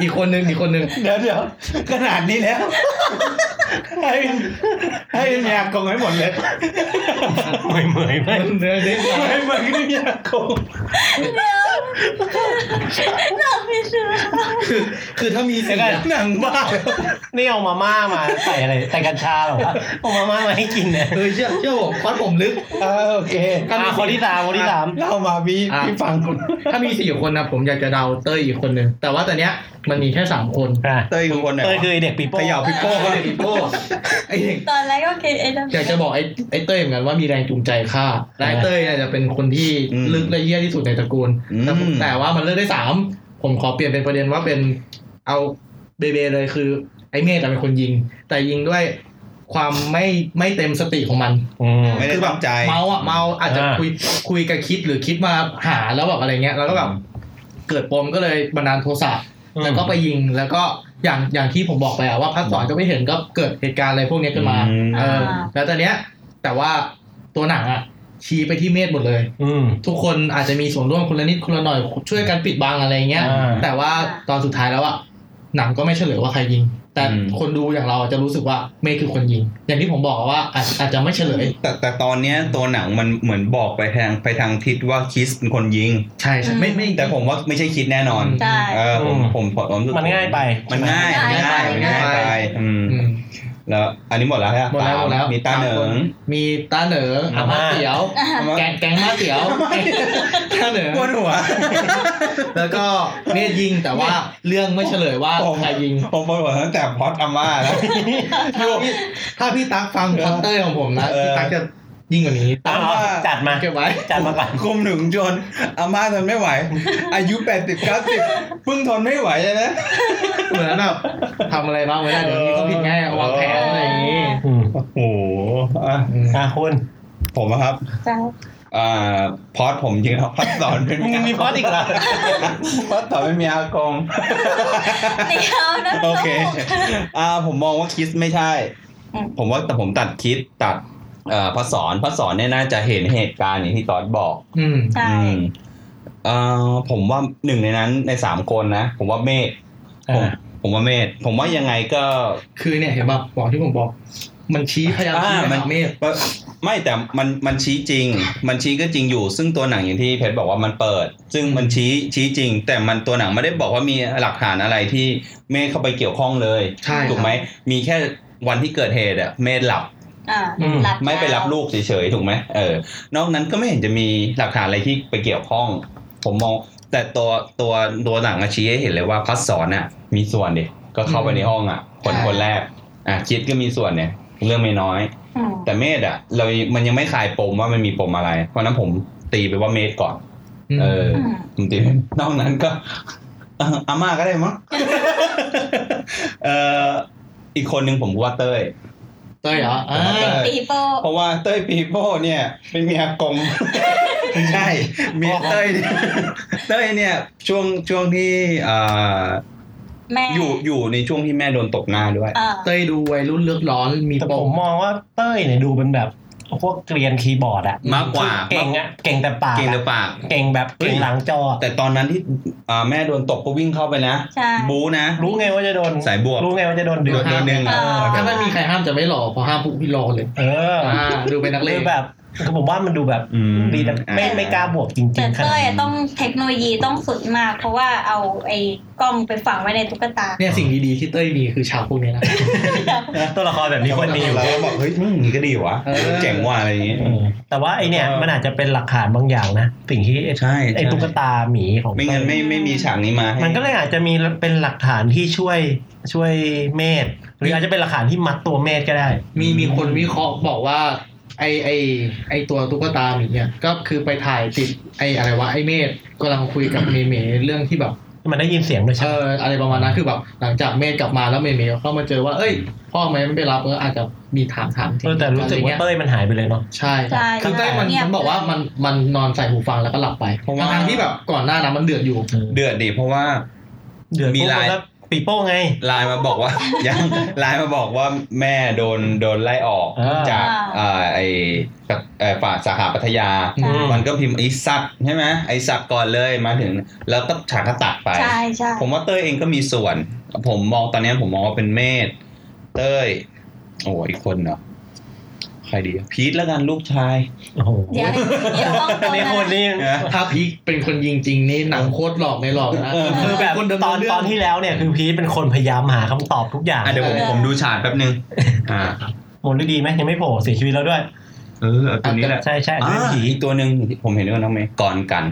C: อีกคนนึงอีกคนนึง
F: เดี๋ยวเดี๋ยวขนาดนี้แล้ว ให้เป็นให้เป็นมีอากงให้หมดเลย
A: เหมยเหมยไม่
C: เนื้อนี้
F: ให้มันก็มีอากง
D: เราไปซื้อ
C: คือคือถ้ามี
A: เดี๋
C: สี
A: ยวกัน
C: อะ
A: หนังบ้านี่เอามาม่ามาใส่อะไรใส่กัญชาเหรอ
C: *laughs*
A: วะเอามาม่ามาให้กินเนี่ย
C: เออเชื่อเชื่อผมฟัดผมลึก
F: อ่าโอเค
A: อ่ะคนที่สามคนที่สาม
F: เล่ามาพี่
C: อ่ะ
F: พี่ฟังคุณ
C: ถ้ามีสี่คนนะผมอยากจะเดาเต้ยอีกคนนึงแต่ว่าตอนเนี้ยมันมีแค่สามคน
A: อ่ะ
B: เต้ยคือคนไห
A: เต้ยว
B: นะ
A: คือไอ้เด็กปีโป้
B: ขยับพี่โป้
C: ไอ้โก้ไอ้เด็ก
D: *laughs* ตอนแรกก็คิดไอ้นั่น
C: อยากจะบอกไอ้ไอ้เต้ยเหมือนกันว่ามีแรงจูงใจฆ่าและไอ้เต้ยเนี่ยจะเป็นคนที่ลึกและเหี้ยที่สุดในตระกูล
B: อืม
C: แต่ผมแต่ว่ามันเลือกได้สามผมขอเปลี่ยนเป็นประเด็นว่าเป็นเอาเบเบเลยคือ ไอ้เมธจะเป็นคนยิง แต่ยิงด้วยความไม่ไม่เต็มสติของมัน
A: อืม
B: ไม่ได้ตั้งใจ
C: เมาอ่ะเมาอาจจะ
A: อ่า
C: คุยคุยกับคิดหรือคิดมาหาแล้วแบบอะไรเงี้ยแล้วก็แบบเกิดปมก็เลยบันดาลโทสะแล้วก็ไปยิงแล้วก็อย่างอย่างที่ผมบอกไปอะว่าพัดสอนก็ไม่เห็นก็เกิดเหตุการณ์อะไรพวกเนี้ยขึ้นมา
B: อืม
C: เออแล้วตอนเนี้ยแต่ว่าตัวหนังอะชี้ไปที่เมธหมดเลย
A: อืม
C: ทุกคนอาจจะมีส่วนร่วมคนละนิดคนละหน่อยช่วยกันปิดบังอะไรเงี้ย
A: อ่า
C: แต่ว่าตอนสุดท้ายแล้วอะหนังก็ไม่เฉลยว่าใครยิง แต่
B: อืม
C: คนดูอย่างเราจะรู้สึกว่าเมธคือคนยิง อย่างที่ผมบอกอะว่าอาจอาจจะไม่เฉลย
B: แต่แต่ตอนเนี้ยตัวหนังมันเหมือนบอกไปทางไปทางทิศว่าคิสเป็นคนยิง
C: ใช่ใช่ไม่ไม่
B: แต่ผมว่าไม่ใช่คิดแน่นอน
D: ใช่
B: เออผม
A: อืม
B: ผมผมผมรู้สึก
A: มันง่ายไป
B: มันง่าย
D: ง่ายไป
B: มันง่าย
C: ง่าย
B: ไป
C: ไป
B: อืม
C: อืม
B: แล้วอันนี้หมดแล้วใช่ปะ
C: หมดแล้วหมดแล้ว
B: มีต้าเหนิง
C: มีต้าเหนิงอา
A: อาม่า
C: ม่าเตี๋ยว แกงแกงมาเตี๋ยวต้าเหนิง
B: ปวดหัว
C: แล้วก็เมธยิงแต่ว่าเรื่องไม่เฉลยว่า
B: ผม
C: ใครยิง
B: ผมปวดหัวตั้งแต่พล็อดอาม่า
C: *laughs*
B: แล้ว
C: ถ้าพี่ถ้าพี่ตั๊กฟังคอนเตอร์ของผมนะ
B: เออ
C: พี่ตั๊กจะยิ่งกว่านี้
A: เอาเอาจัดมา
C: เก็บไว้
A: จัดมาก่อน
B: คุมถึงจนอาม่าทนไม่ไหว อายุ 80 90เพิ่งทนไม่ไหวเลยนะ
C: เหมือนแบบทำอะไรบ้างไม่ได้เดี๋ยวนี้เขาผิดง่ายวางแผนอะไรอย่างนี้
A: อืม
B: โอ้โหอ่ะ
C: อืม
A: อ่ะคุณ
B: ผมอะครับ
D: ใช่
B: อ่าพอดผมจริงครับพอดสอนเป็น
A: มึงมีพอดอีกเหรอ
B: พอดสอนเป็นเมียอากง
D: เดี๋ยวนะ
B: โอเค อ่า ผมมองว่าคิดไม่ใช่
D: อืม
B: ผมว่าแต่ผมตัดคิดตัดเอ่อพระสอนพระสอนเนี่ยน่าจะเห็นเหตุการณ์อย่างที่ตอดบอก
C: อืม
D: ใช่
B: อืมเอ่อผมว่าหนึ่งในนั้นในสามคนนะ ผมว่าเมธผม
A: อ่ะ
B: ผมว่าเมธผมว่ายังไงก็
C: คือเนี่ยเห็นป่ะบอกที่ผมบอก มันชี้พยายามชี้
B: อ่า
C: ไป
B: มัน
C: ทางเมฆ
B: ไม่แต่มันมันชี้จริง มันชี้ก็จริงอยู่ ซึ่งตัวหนังอย่างที่เพชรบอกว่ามันเปิด ซึ่งมันชี้ชี้จริง แต่มันตัวหนังไม่ได้บอกว่ามีหลักฐานอะไรที่เมฆเข้าไปเกี่ยวข้องเลย
C: ใช่
B: ถูกไหมมีแค่วันที่เกิดเหตุอะเมฆหลับ
D: อ่า
A: อืม
D: หลับ
B: ไม่ไปรับ
D: ยาว
B: ลูกเฉยๆถูกไหมเออนอกนั้นก็ไม่เห็นจะมีหลักฐานอะไรที่ไปเกี่ยวข้อง ผมมอง แต่ตัวตัวตัวหนังอะชี้ให้เห็นเลยว่าพัสสอนอะมีส่วนเด็ก็เข้าไปในห้องอะคน
D: ใช่
B: คนแรกอ่ะคิดก็มีส่วนเนี่ย เรื่องไม่น้อย
D: อืม
B: แต่เมธอะเรามันยังไม่คลายปมว่ามันมีปมอะไร เพราะฉะนั้นผมตีไปว่าเมธก่อน
C: อืม
B: เออ
D: อืม
B: ผมตีไปนอกนั้นก็ *laughs* เอ่ออาม่าก็ได้มั้ง *laughs* เอ่ออีกคนหนึ่งผมว่าเต้ย
C: เต้ยเหรออ่า
B: เต้ย
D: ปีโป้
B: เพราะว่าเต้ยปีโป้เนี่ยเป็นเมียกง ไม่ *laughs* ใช่เมียเต้ยเนี่ย *laughs* เต้ยเนี่ยช่วงช่วงที่เอ่อ
D: แม่
B: อยู่อยู่ในช่วงที่แม่โดนตบหน้าด้วย
D: เออ
C: เต้ยดูวัยรุ่นเลือกร้อนมี
A: แต่
C: ป
A: ผม
C: ม
A: มองว่าเต้ยเนี่ยดูเป็นแบบ พวกเกรียนคีย์บอร์ดอะ
B: มากกว่า
A: เก่งอะเก่งแต่ปาก
B: เก่งแต่
A: อะ
B: ปาก
A: เก่งแบบเก่งหลังจอ
B: แต่ตอนนั้นที่อ่าแม่โดนตบก็วิ่งเข้าไปนะ
D: ใช่
B: บูนะ
A: *laughs* รู้ไงว่าจะโดน
B: สายบวก
A: รู้ไงว่าจะโดนดึง
B: โดนโดนดึง
D: เออ
B: เออ
C: ถ้าไม่มีใครห้ามจะไม่หล่อเพอห้ามปุ๊บพี่หล่อเลย
A: เอออ
C: อ่าดูเป็นนักเล
A: คื
C: ง
A: อแบบคือผมว่ามันดูแบบ
B: อืม
A: ดีแต่ไม่
B: อ่า
A: ไม่กล้าบวกจริง
D: แต่
A: ๆขนา
D: เต้
A: ด
D: ย
A: นี้
D: ต้องเทคโนโลยีต้องสุดมาก เพราะว่าเอาไอ้กล้องไปฝังไว้ในตุ๊กตา
C: เนี่ยสิ่งดีๆที่เต้ยมีคือฉากพวกนี้นะ
A: ตัวละครแบบนี้คนดีอยู่
B: เราก็บอกเฮ้ยมึงนี่ก็ดีวะ
C: เออ
B: เจ๋งว่ะอะไรอย่างงี้
A: เออแต่ว่าไอเนี่ยมันอาจจะเป็นหลักฐานบางอย่างนะสิ่งที่ไอ้
B: ใช่ใช่
A: ไอตุ๊กตาหมีของ
B: ไม่งั้น
A: เต้ย
B: ไม่ไม่มีฉากนี้มาให้
A: มันก็เลยอาจจะมีเป็นหลักฐานที่ช่วยช่วยเมธหรืออาจจะเป็นหลักฐานที่มัดตัวเมธก็ได้
C: มีมีคนวิเคราะห์บอกว่า ไอไอไอตัวตุ๊กตาหมีเนี่ยก็คือไปถ่ายติดไออะไรวะไอเมธกำลังคุยกับ *coughs* เมเมเรื่องที่แบบ
A: มันได้ยินเสียงด้วย
C: เอ
A: ใช่ไหม
C: ออะไรประมาณนั้นคือแบบหลังจากเมธกลับมาแล้วเมเมเข้ามาเจอว่าเอ้ย พ่อแม่ไม่ไปรับก็อาจจะมีถามถาม
A: เออแต่รู้สึกว่าเต้ยมันหายไปเลยเนาะ
C: ใช่
D: ใช่
C: คือเต้ยมัน
D: เงียบ
C: มันบอกว่ามันมันนอนใส่หูฟังแล้วก็หลับไป
B: เพราะว่า
C: ทั้งๆที่แบบก่อนหน้านั้นมันเดือดอยู่
B: เดือดดิเพราะว่า
A: เดือด
B: มี
A: มีลา
B: ลายย
A: ปีโป้ไง
B: ไลน์มาบอกว่า *laughs* ยังไลน์มาบอกว่าแม่โดนโดนไล่ออก
A: อ่า
B: จาก
D: อ่า
B: อ่าไอเอ่อฝ่าสาขาพัทยา
D: ใช่
A: อืม
B: มันก็พิมพ์ไอสักใช่ไหมไอสักก่อนเลยมาถึง แล้วก็ฉากก็ตัดไป
D: ใช่ใช่
B: ผมว่าเต้ยเองก็มีส่วน ผมมองตอนนี้ผมมองว่าเป็นเมธเต้ย โอ้อีกคนเนาะใครดีอะพีทแล้วกันลูกชาย
A: โอ้โห
D: เดี๋ยวเดี๋ยวต้อง
A: อันนี้คนนี่
B: นะ
C: ถ้าพีคเป็นคนยิงจริงนี่หนังโคตรหลอกในหลอกนะ
B: เออ
A: คือแบบ
C: คน
A: ต
C: ดำเนิ
A: อน
C: นเรื่
A: ต
C: อ
A: อน
C: ง
A: ที่แล้วเนี่ยคือพีทเป็นคนพยายามหาคำตอบทุกอย่าง
B: อ่ะเดี๋ยวผมผมดูฉากแป๊บนึง อ่า
A: หมดฤดีไหมยังไม่โผล่เสียชีวิตแล้วด้วย
B: เออเอาตัวนี้แหละ
A: ใช่ใช่
B: อ่า
A: เรื่องผี
B: อีกตัวหนึ่งผมเห็นด้วยน้องเมย์ก่อนกัน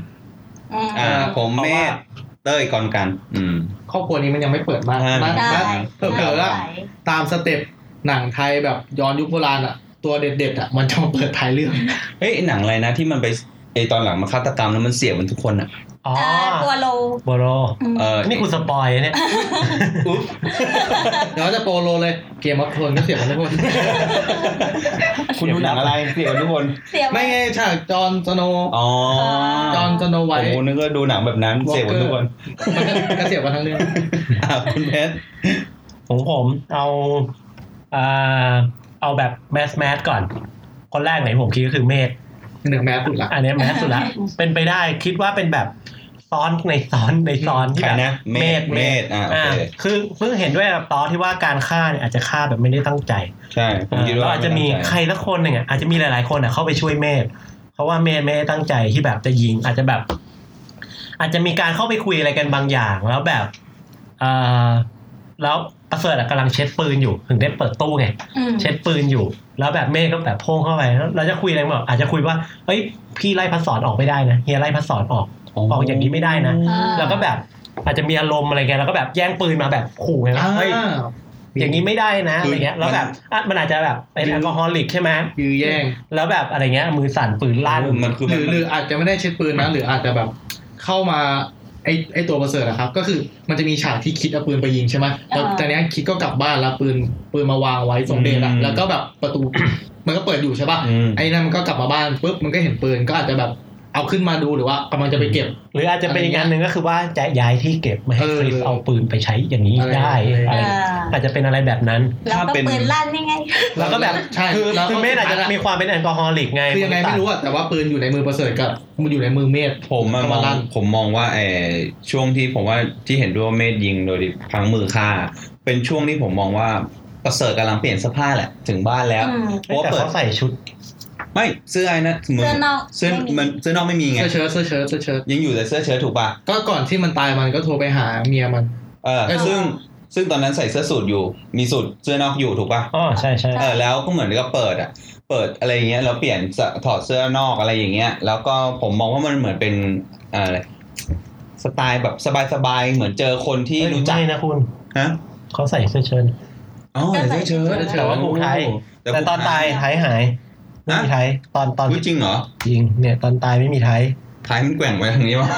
D: อืม
B: อ่า ผมเมธเต้ยก่อนกัน อืม
C: ครอบครัวนี้มันยังไม่เปิดมาก
B: ใช่
C: มาก
D: ใช่
C: มากเผลอๆอะตามสเต็ปหนังไทยแบบย้อนยุคโบราณอะตัวเด็ดๆอะมันจะมาเปิดท้ายเรื่อง *laughs*
B: เฮ้ยไอ้หนังอะไรนะที่มันไปไอตอนหลังมาฆาตกรรมแล้วมันเสียบนทุกคนอ่ะ
A: อ๋อ
D: อ่าตัวโล
A: โบโร
D: อืม
B: เออ
A: นี่คุณสปอยเนี่ย
C: เดี๋ยวจะโปโลเลยเกมออฟโทนก็เสียบมันทุกคน *laughs*
B: คุณดูหนังอะไรเสียบนทุกคน
D: เสียง
C: ไม่ไงฉากจอห์นสโนว์
B: อ๋อ
C: จอห์นสโน
B: ผ
C: ไวท์
B: มนึกว่าดูหนังแบบนั้นเสียบนทุกคน
C: มัน *laughs* ก็เสียบกันทั้งเรื่อง
B: อ่ะคุณเพชร
A: ของผมเอาอ่าเอาแบบแมสแมสก่อน คนแรกไหนผมคิดก็คือเมธ
C: หนึ่งแม้สุดละ
A: อันเนี้ยแมสสุด
D: *laughs*
A: ละเป็นไปได้คิดว่าเป็นแบบซ้อนในซ้อนในซ้อนที่
B: ใคร
A: แบบ
B: นะเมธเมธอ่าโอ
A: อ่า
B: เค
A: คือเพิ่งเห็นด้วยกับตอที่ว่าการฆ่าเนี่ยอาจจะฆ่าแบบไม่ได้ตั้งใจ
B: ใช่ผมคิดว่า
A: เราอาจจะมีใครสักคนหนึ่งอ่ะอาจจะมีหลาย ๆ คนอ่ะเข้าไปช่วยเมธเพราะว่าเมธไม่ได้ตั้งใจที่แบบจะยิง อาจจะแบบ อาจจะมีการเข้าไปคุยอะไรกันบางอย่าง แล้วแบบเออแล้วประเสริฐอะกำลังเช็ดปืนอยู่ถึงได้เปิดตู้ไง
D: อืม
A: เช็ดปืนอยู่ แล้วแบบเมฆก็แบบโพ่งเข้าไปแล้วเราจะคุยอะไรบอกอาจจะคุยว่าเฮ้ยพี่ไล่พัสสอนออกไม่ได้นะเฮียไล่พัสสอนออก ออกอย่างนี้ไม่ได้นะ
D: อ่า
A: แล้วก็แบบ อาจจะมีอารมณ์อะไรกันแล้วก็แบบแย่งปืนมาแบบขู่ไงว่าเฮ้ย อย่างนี้ไม่ได้นะอะไรเงี้ยแล้วแบบอ่ะมันอาจจะแบบเป็นแอลกอฮอลิกใช่ไหม
C: ยื้อแย่ง
A: แล้วแบบอะไรเงี้ยมือสั่นปืนลั่น
B: มันคือ
C: ห
B: มั
C: รื
B: น
C: อหรืออาจจะไม่ได้เช็ดปืนนะหรืออาจจะแบบเข้ามาไอไอตัวประเสริฐอะครับ ก็คือมันจะมีฉากที่คิดเอาปืนไปยิงใช่ไหมแล้ว
D: อ่า
C: ตอนเนี้ยคิดก็กลับบ้านแล้วปืนปืนมาวางไว้ตรงเดชอะแล้วก็แบบประตู มันก็เปิดอยู่ใช่ป่ะ
B: อืม
C: ไอ้นั่นมันก็กลับมาบ้านปุ๊บมันก็เห็นปืนก็อาจจะแบบเอาขึ้นมาดูหรือว่ากำลังจะไปเก็บ
A: หรืออาจจะเป็นอีกอันหนึ่งก็คือว่าจะย้ายที่เก็บไม่ให้
C: เออ
A: คริสเอาปืนไปใช้อย่างนี้
C: อะไร
A: ได้
C: อะไร
A: อะไร
D: อ่า
A: อาจจะเป็นอะไรแบบนั้น
D: แล้วก็ปืนลั่นยังไง
A: แล้วก็แบบ
C: ใช่
A: คือ
C: แล้วก็
A: คือเมธอาจจะ
C: สุดท้ายละ
A: มีความเป็นแอลกอฮอลิกไง
C: คือยังไงไม่รู้อะแต่ว่าปืนอยู่ในมือประเสริฐกับมันอยู่ในมือเมธ
B: ผมอะม
C: กำลั
B: อง
C: ลั่
B: ง
C: น
B: ผมมองว่าไอช่วงที่ผมว่าที่เห็นด้วยว่าเมธยิงโดยพลังมือฆ่า เป็นช่วงที่ผมมองว่าประเสริฐกำลังเปลี่ยนเสื้อผ้าแหละถึงบ้านแล้ว
D: อืม
B: เพ
A: เอ้ย
B: ราะว่า
A: แต่
B: เปิด
A: เขาใส่ชุด
B: ไม่เสื้อไอ้นะมื
D: เสื้อนอก
B: เสื้อ
D: ไม่มี
B: มันเสื้อนอกไม่มีไง
C: เสื้อเชิ้ตเสื้อเชิ้ตเสื้อเชิ้ต
B: ยังอยู่แต่เสื้อเชิ้ตถูกป่ะ
C: ก็ก่อนที่มันตายมันก็โทรไปหาเมียมัน
B: เออ
C: เออ
B: ซึ่งซึ่งตอนนั้นใส่เสื้อสูทอยู่ มีสูทเสื้อนอกอยู่ถูกป่ะ
A: อ๋อใช่ใช่
B: เออแล้วก็เหมือนกับเปิดอะเปิดอะไรอย่างเงี้ยแล้วเปลี่ยนเสื้อถอดเสื้อนอกอะไรอย่างเงี้ย แล้วก็ผมมองว่ามันเหมือนเป็นอะไรสไตล์แบบสบายๆเหมือนเจอคนที่
A: เอ้ย
B: รู้จัก
A: ไม่นะคุณ
B: ฮะ
A: เขาใส่เสื้อเชิ้ต
B: อ๋อ
D: ใส่
B: ใส่
D: เสื้
B: เชิ้
D: อ
B: ต
D: เชิ้ต
A: แต่ว่าผูกไทย
B: แต่
A: แต่ตอน
B: ผูกไ
A: ตายไทยหายไม่มีไทยตอนตอน
B: อุ๊ยจริงเหรอ
A: จริงเนี่ยตอนตายไม่มีไทย
B: ท้ายมันแกว่งไปทางนี้วะ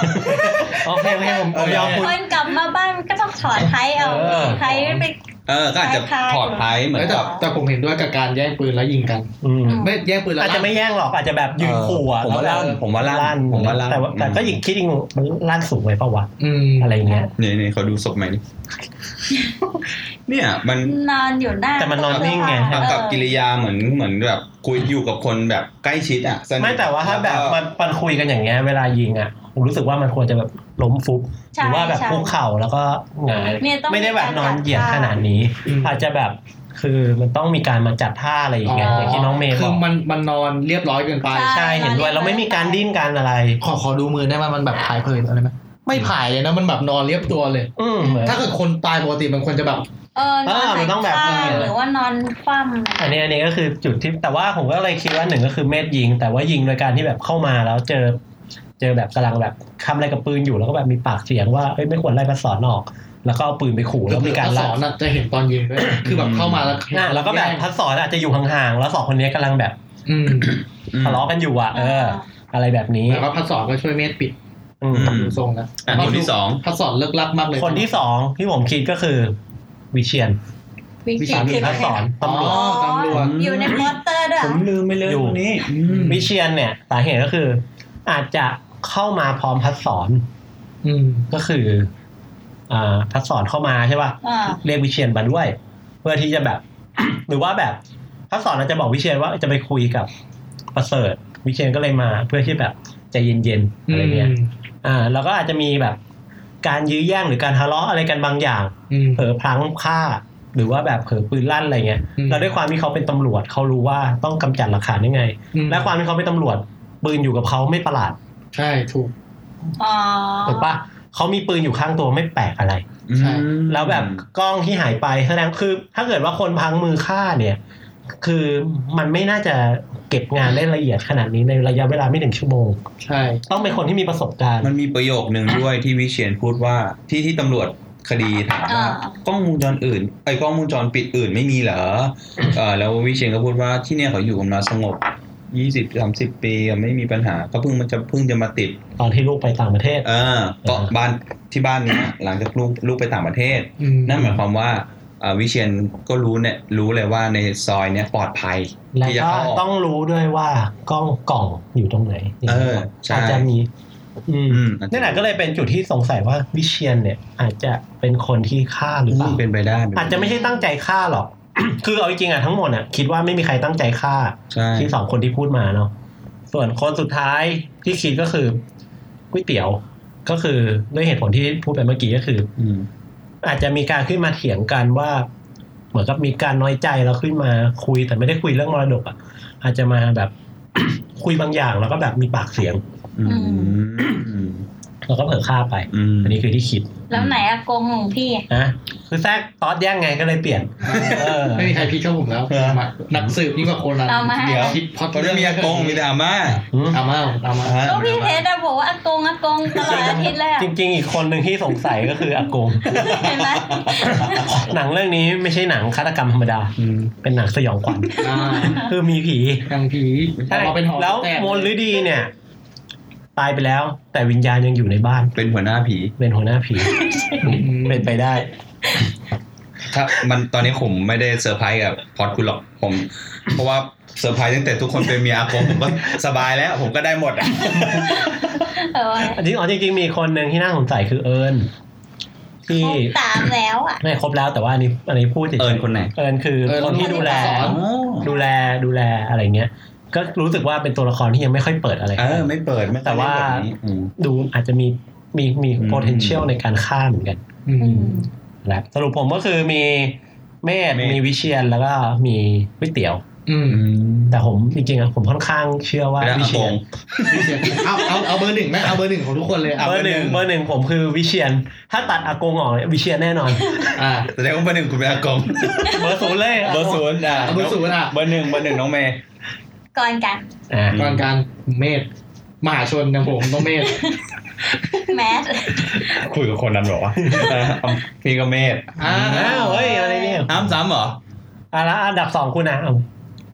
A: โอเคโอเคผมผมยอมคุณ
D: คนกลับมาบ้านก็ต้องถอดไทยเอา
A: เออ
D: ไทยไม่ไป
B: เออก็อาจจะ
D: คล้ายๆ
B: ถอดไพ่เหมือน
C: แต่
B: กับ
C: แต่ผมเห็นด้วยกับการแย่งปืนแล้วยิงกัน
A: อืม
C: ไม่แย่งปืนแล้ว
A: อาจจะไม่แย่งหรอกอาจจะแบบยืนขู่อะ
B: เออผมว่าลั่นผมว่าลั่นผมว่าลั่น
A: แต่แต่ก็
B: อืม
A: อีกคิดอีกมันลั่นสูงไปเปล่าวะ
C: อืม
A: อะไรเงี้ย
B: เนี่ยเนี่ยเขาดูศพ
A: *laughs*
B: ใหม่นี่เนี่ยมัน
D: นอนอยู่หน้า
A: แต่มันนอนนิ่งไง
D: เออ
B: ทำกับกิริยาเหมือนเหมือนแบบคุยอยู่กับคนแบบใกล้ชิดอ่ะสนิท
A: ไม่แต่ว่าถ้าแบบ
B: ล้ก็
A: มันมันคุยกันอย่างเงี้ยเวลายิงอ่ะผมรู้สึกว่ามันควรจะแบบล้มฟุบ
D: ใช่
A: หรือว่าแบบ
D: ใช่
A: คุกเข่าแล้วก็หงาย
D: เนี่ยต้อง
A: ไม่ได้แบบนอนเหยียด
D: มีการ
A: ข
D: จัดท่า
A: นาดนี้
C: อืม
A: อาจจะแบบคือมันต้องมีการมาจัดท่าอะไรอย่างเงี้ยอย่างที่น้องเมย์
C: คื
A: บ
C: อ
A: อก
C: มันมันนอนเรียบร้อยเกินไป
A: ใช่เห็นด้วยแล้วไม่มีการดิ้นการอะไร
C: ขอขอดูมือได้ไหมมันแบบผายเพลินอะไรไหมไม่ผายเลยนะมันแบบนอนเรียบตัวเลย
A: อืมเหมือน
C: ถ้าเกิดคนตายปกติมันควรจะแบบ
D: เออนอน
A: เออมันต้องแบบ
D: หาย
A: นี้
D: ข้างหรือว่านอนคว่ำนะ
A: อันนี้อันนี้ก็คือจุดที่แต่ว่าผมก็เลยคิดว่าหนึ่งก็คือเมตรยิง แต่ว่ายิงโดยการที่แบบเข้ามาแล้วเจอ เจอแบบกำลังแบบทำอะไรกับปืนอยู่แล้วก็แบบมีปากเสียงว่าเอ้ยไม่ควรไล่กระสอนออก แล้วก็เอาปืนไปขู่แล้วมีการ
C: ส
A: ลั่
C: อน นน่ะจะเห็นตอนยิงด้วย คือแบบเข้ามาแล้ว
A: น่ะแล้วก็แบบพัดสอนอาจจะอยู่ห่างๆแล้วสองคนนี้กำลังแบบ
C: อืม
B: อืม
A: ทะเลาะกันอยู่อ่ะเออ อะไรแบบนี้
C: แล้วก็พัดสอนก็ช่วยเมตรปิด
A: อืม
B: อืม
C: ดูทรงนะ
B: อ่ะคนที่สอง
C: พัดสอนเลิกลักมากเลย
A: คนที่สองที่ผมคิดก็คือ วิเชียน
C: วิชา
A: หรือพัดสอนตำรวจ
C: อ๋อ ตำรวจ
D: อยู่ในมอเตอร์ด้วย
B: ผมลืมไปเลย
A: อยู่
B: ตรงนี้อืม
A: วิเชียนเนี่ยสาเหตุก็คือ อาจจะเข้ามาพร้อมพัดสอน
C: อืม
A: ก็คืออ่าพัดสอนเข้ามาใช่ป่ะ
D: อ่า
A: เรียกวิเชียนมาด้วย เพื่อที่จะแบบ *clears throat* หรือว่าแบบพัดสอนอาจจะบอกวิเชียนว่าจะไปคุยกับประเสริฐ วิเชียนก็เลยมา เพื่อที่แบบใจเย็นๆอะไรเงี้ยอ่าแล้วก็อาจจะมีแบบการยื้อแย่งหรือการทะเลาะอะไรกันบางอย่าง
C: อืม
A: เผลอพลั้งฆ่า หรือว่าแบบเผลอปืนลั่นอะไรเงี้ย
C: อืม
A: แล้วด้วยความที่เขาเป็นตำรวจเขารู้ว่าต้องกำจัดหลักฐานยังไง
C: อืม
A: และความที่เขาเป็นตำรวจ ปืนอยู่กับเขาไม่ประหลาด
C: ใช่ถูก
D: อ๋อ
A: ถูกปะเขามีปืนอยู่ข้างตัวไม่แปลกอะไร
C: ใช่
B: อืม
A: แล้วแบบกล้องที่หายไปแสดงคือ ถ้าเกิดว่าคนพังมือฆ่าเนี่ย คือมันไม่น่าจะเก็บงานได้ละเอียดขนาดนี้ในระยะเวลาไม่ถึงชั่วโมง
C: ใช่
A: ต้องเป็นคนที่มีประสบการณ์
B: มันมีประโยคนึงด้วยที่วิเชียนพูดว่าที่ที่ตำรวจคดีถามว่ากล้องวงจรอื่นไอ้ยกล้องวงจรปิดอื่นไม่มีเหรอเออแล้ววิเชียนก็พูดว่าที่เนี่ยเขาอยู่กันมาสงบยี่สิบสามสิบปีไม่มีปัญหา ก็เพิ่งมันจะเพิ่งจะมาติด
A: ตอนที่ลูกไปต่างประเทศ
B: เออก็บ้านที่บ้านเนี้หลังจากลูกลูกไปต่างประเทศ
C: อืม
B: นั่นหมายความว่าเอ่อวิเชียนก็รู้เนี่ยรู้เลยว่าในซอยเนี่ยปลอดภัย
A: และ
B: ที่จะ
A: ก็
B: เข้าออก
A: ต้องรู้ด้วยว่ากล้องกล่องอยู่ตรงไหน
B: เออใช่
A: อาจจะมี อืม
B: อืม
A: นั่นแหละก็เลยเป็นจุดที่สงสัยว่าวิเชียนเนี่ย อาจจะเป็นคนที่ฆ่าหรือเปล่า
B: เป็นไปได้
A: อาจจะไม่ใช่ตั้งใจฆ่าหรอก *coughs* คือเอาจริงๆอะทั้งหมดอะคิดว่าไม่มีใครตั้งใจฆ่า
B: ใช่
A: ที่สองคนที่พูดมาเนาะส่วนคนสุดท้ายที่คิดก็คือก๋วยเตี๋ยว ก็คือด้วยเหตุผลที่พูดไปเมื่อกี้ก็คือ
B: อืม
A: อาจจะมีการขึ้นมาเถียงกันว่า เหมือนกับมีการน้อยใจแล้วขึ้นมาคุยแต่ไม่ได้คุยเรื่องมรดกอ่ะอาจจะมาแบบ *coughs* คุยบางอย่างแล้วก็แบบมีปากเสียง
B: อืมอืม
A: แล้วก็เผลอฆ่าไป
B: อืม
A: อันนี้คือที่คิด
D: แล้วไหนอะโกงของพี่อะ
A: นะคือแทรกตอดแย่งไงก็เลยเปลี่ยนเออ
C: ไม่มีใครพิดเข้าผมแล้วมานักสืบยิ่งกว่าโคนนั้น
D: เอามาให้
B: เดี๋ยว
C: คิดพล็อด
B: มันไม่มีอากงมีแต่อาม่า
A: อืม
C: เอามาเอามา
D: ก็พี่เพชรอะบอกว่าอากงอากงตลอดอาทิตย์เลยอะ
A: จริง ๆ อีกคนหนึ่งที่สงสัยก็คืออาก
D: *laughs*
A: ง
D: เห็นไหม
A: หนังเรื่องนี้ไม่ใช่หนังฆาตกรรมธรรมดา
B: อืม
A: เป็นหนังสยองขวัญ *laughs*
C: อ่า
A: คือมีผี
C: ทางผีออกมาเป็นหอ
A: แล้ว
C: ตก
A: มนฤดีเนี่ย ตายไปแล้ว แต่วิญญาณยังอยู่ในบ้าน
B: เป็นหัวหน้าผี
A: เป็นหัวหน้าผี
C: อืม
A: เป็นไปได้
B: ถ้ามันตอนนี้ผมไม่ได้เซอร์ไพรส์กับพอดคุณหรอกผม เพราะว่าเซอร์ไพรส์ตั้งแต่ทุกคนเป็นเมียอากงผมก็สบายแล้วผมก็ได้หมดอ่ะ
D: เออ
A: อันนี้อ๋อจริงๆมีคนหนึ่งที่น่าสงสัยคือเอิญที่
D: ครบสามแล้วอะ
A: ไม่ครบแล้วแต่ว่าอันนี้อันนี้พูดฉยๆ
B: เอิญคนไหน
A: เอิญคือ
C: เอิญ
A: คนที่
C: ลูก
A: ดูแล
C: สอน
A: ดูแลดูแลอะไรเงี้ย ก็รู้สึกว่าเป็นตัวละครที่ยังไม่ค่อยเปิดอะไร
B: เออไม่เปิดไม่เคย
A: แต่ว่า
B: เล่นบบนี้อืม
A: ดูอาจจะมีมีมี
B: อืม
A: potential ในการฆ่าเหมือนกัน
C: อืม
A: นะครับสรุปผมก็คือมีเมธ
B: เมธ
A: มีวิเชียนแล้วก็มีก๋วยเตี๋ยว
C: อืม
B: อืม
A: แต่ผมจริงๆอะผมค่อนข้างเชื่อว่า
B: เป็น
A: วิ
B: อา
A: เชี
B: ก
A: ยน
B: ง
C: เอาเอาเอาเบอร์หนึ่งไหมเอาเบอร์หนึ่งของทุกคนเลยเอา
A: เบอร์หนึ่ง
B: เบอร์หนึ่ง
A: เบอร์หนึ่งผมคือวิเชียน ถ้าตัดอากงออกเนี่ยวิเชียนแน่นอน
C: อ่า
B: แสดงว่าเบอร์หนึ่งคุณเป็นอากง
A: เบอร์ศูนย์เลย
B: เบอร์ศูนย์อ่ะ
C: เอาเบอร์ศูนย์อ่ะ
B: เบอร์หนึ่งเบอร์หนึ่งน้องเมย์
D: ก่อนกัน
A: อ่ะ
B: ม
C: ก่อนการเมธมหาชนอย่างผมต้องเมธ
D: แมส
B: คุยกับคนนั้นเหรอวะเออพี่ก็เมธ
C: อ้า
A: อ้าว
C: ว
A: เฮ้ยอะไรเนี่ย
B: อ้ามซ้ำเหรอ
A: อ่ะแล้วอันดับสองคุณนะเอา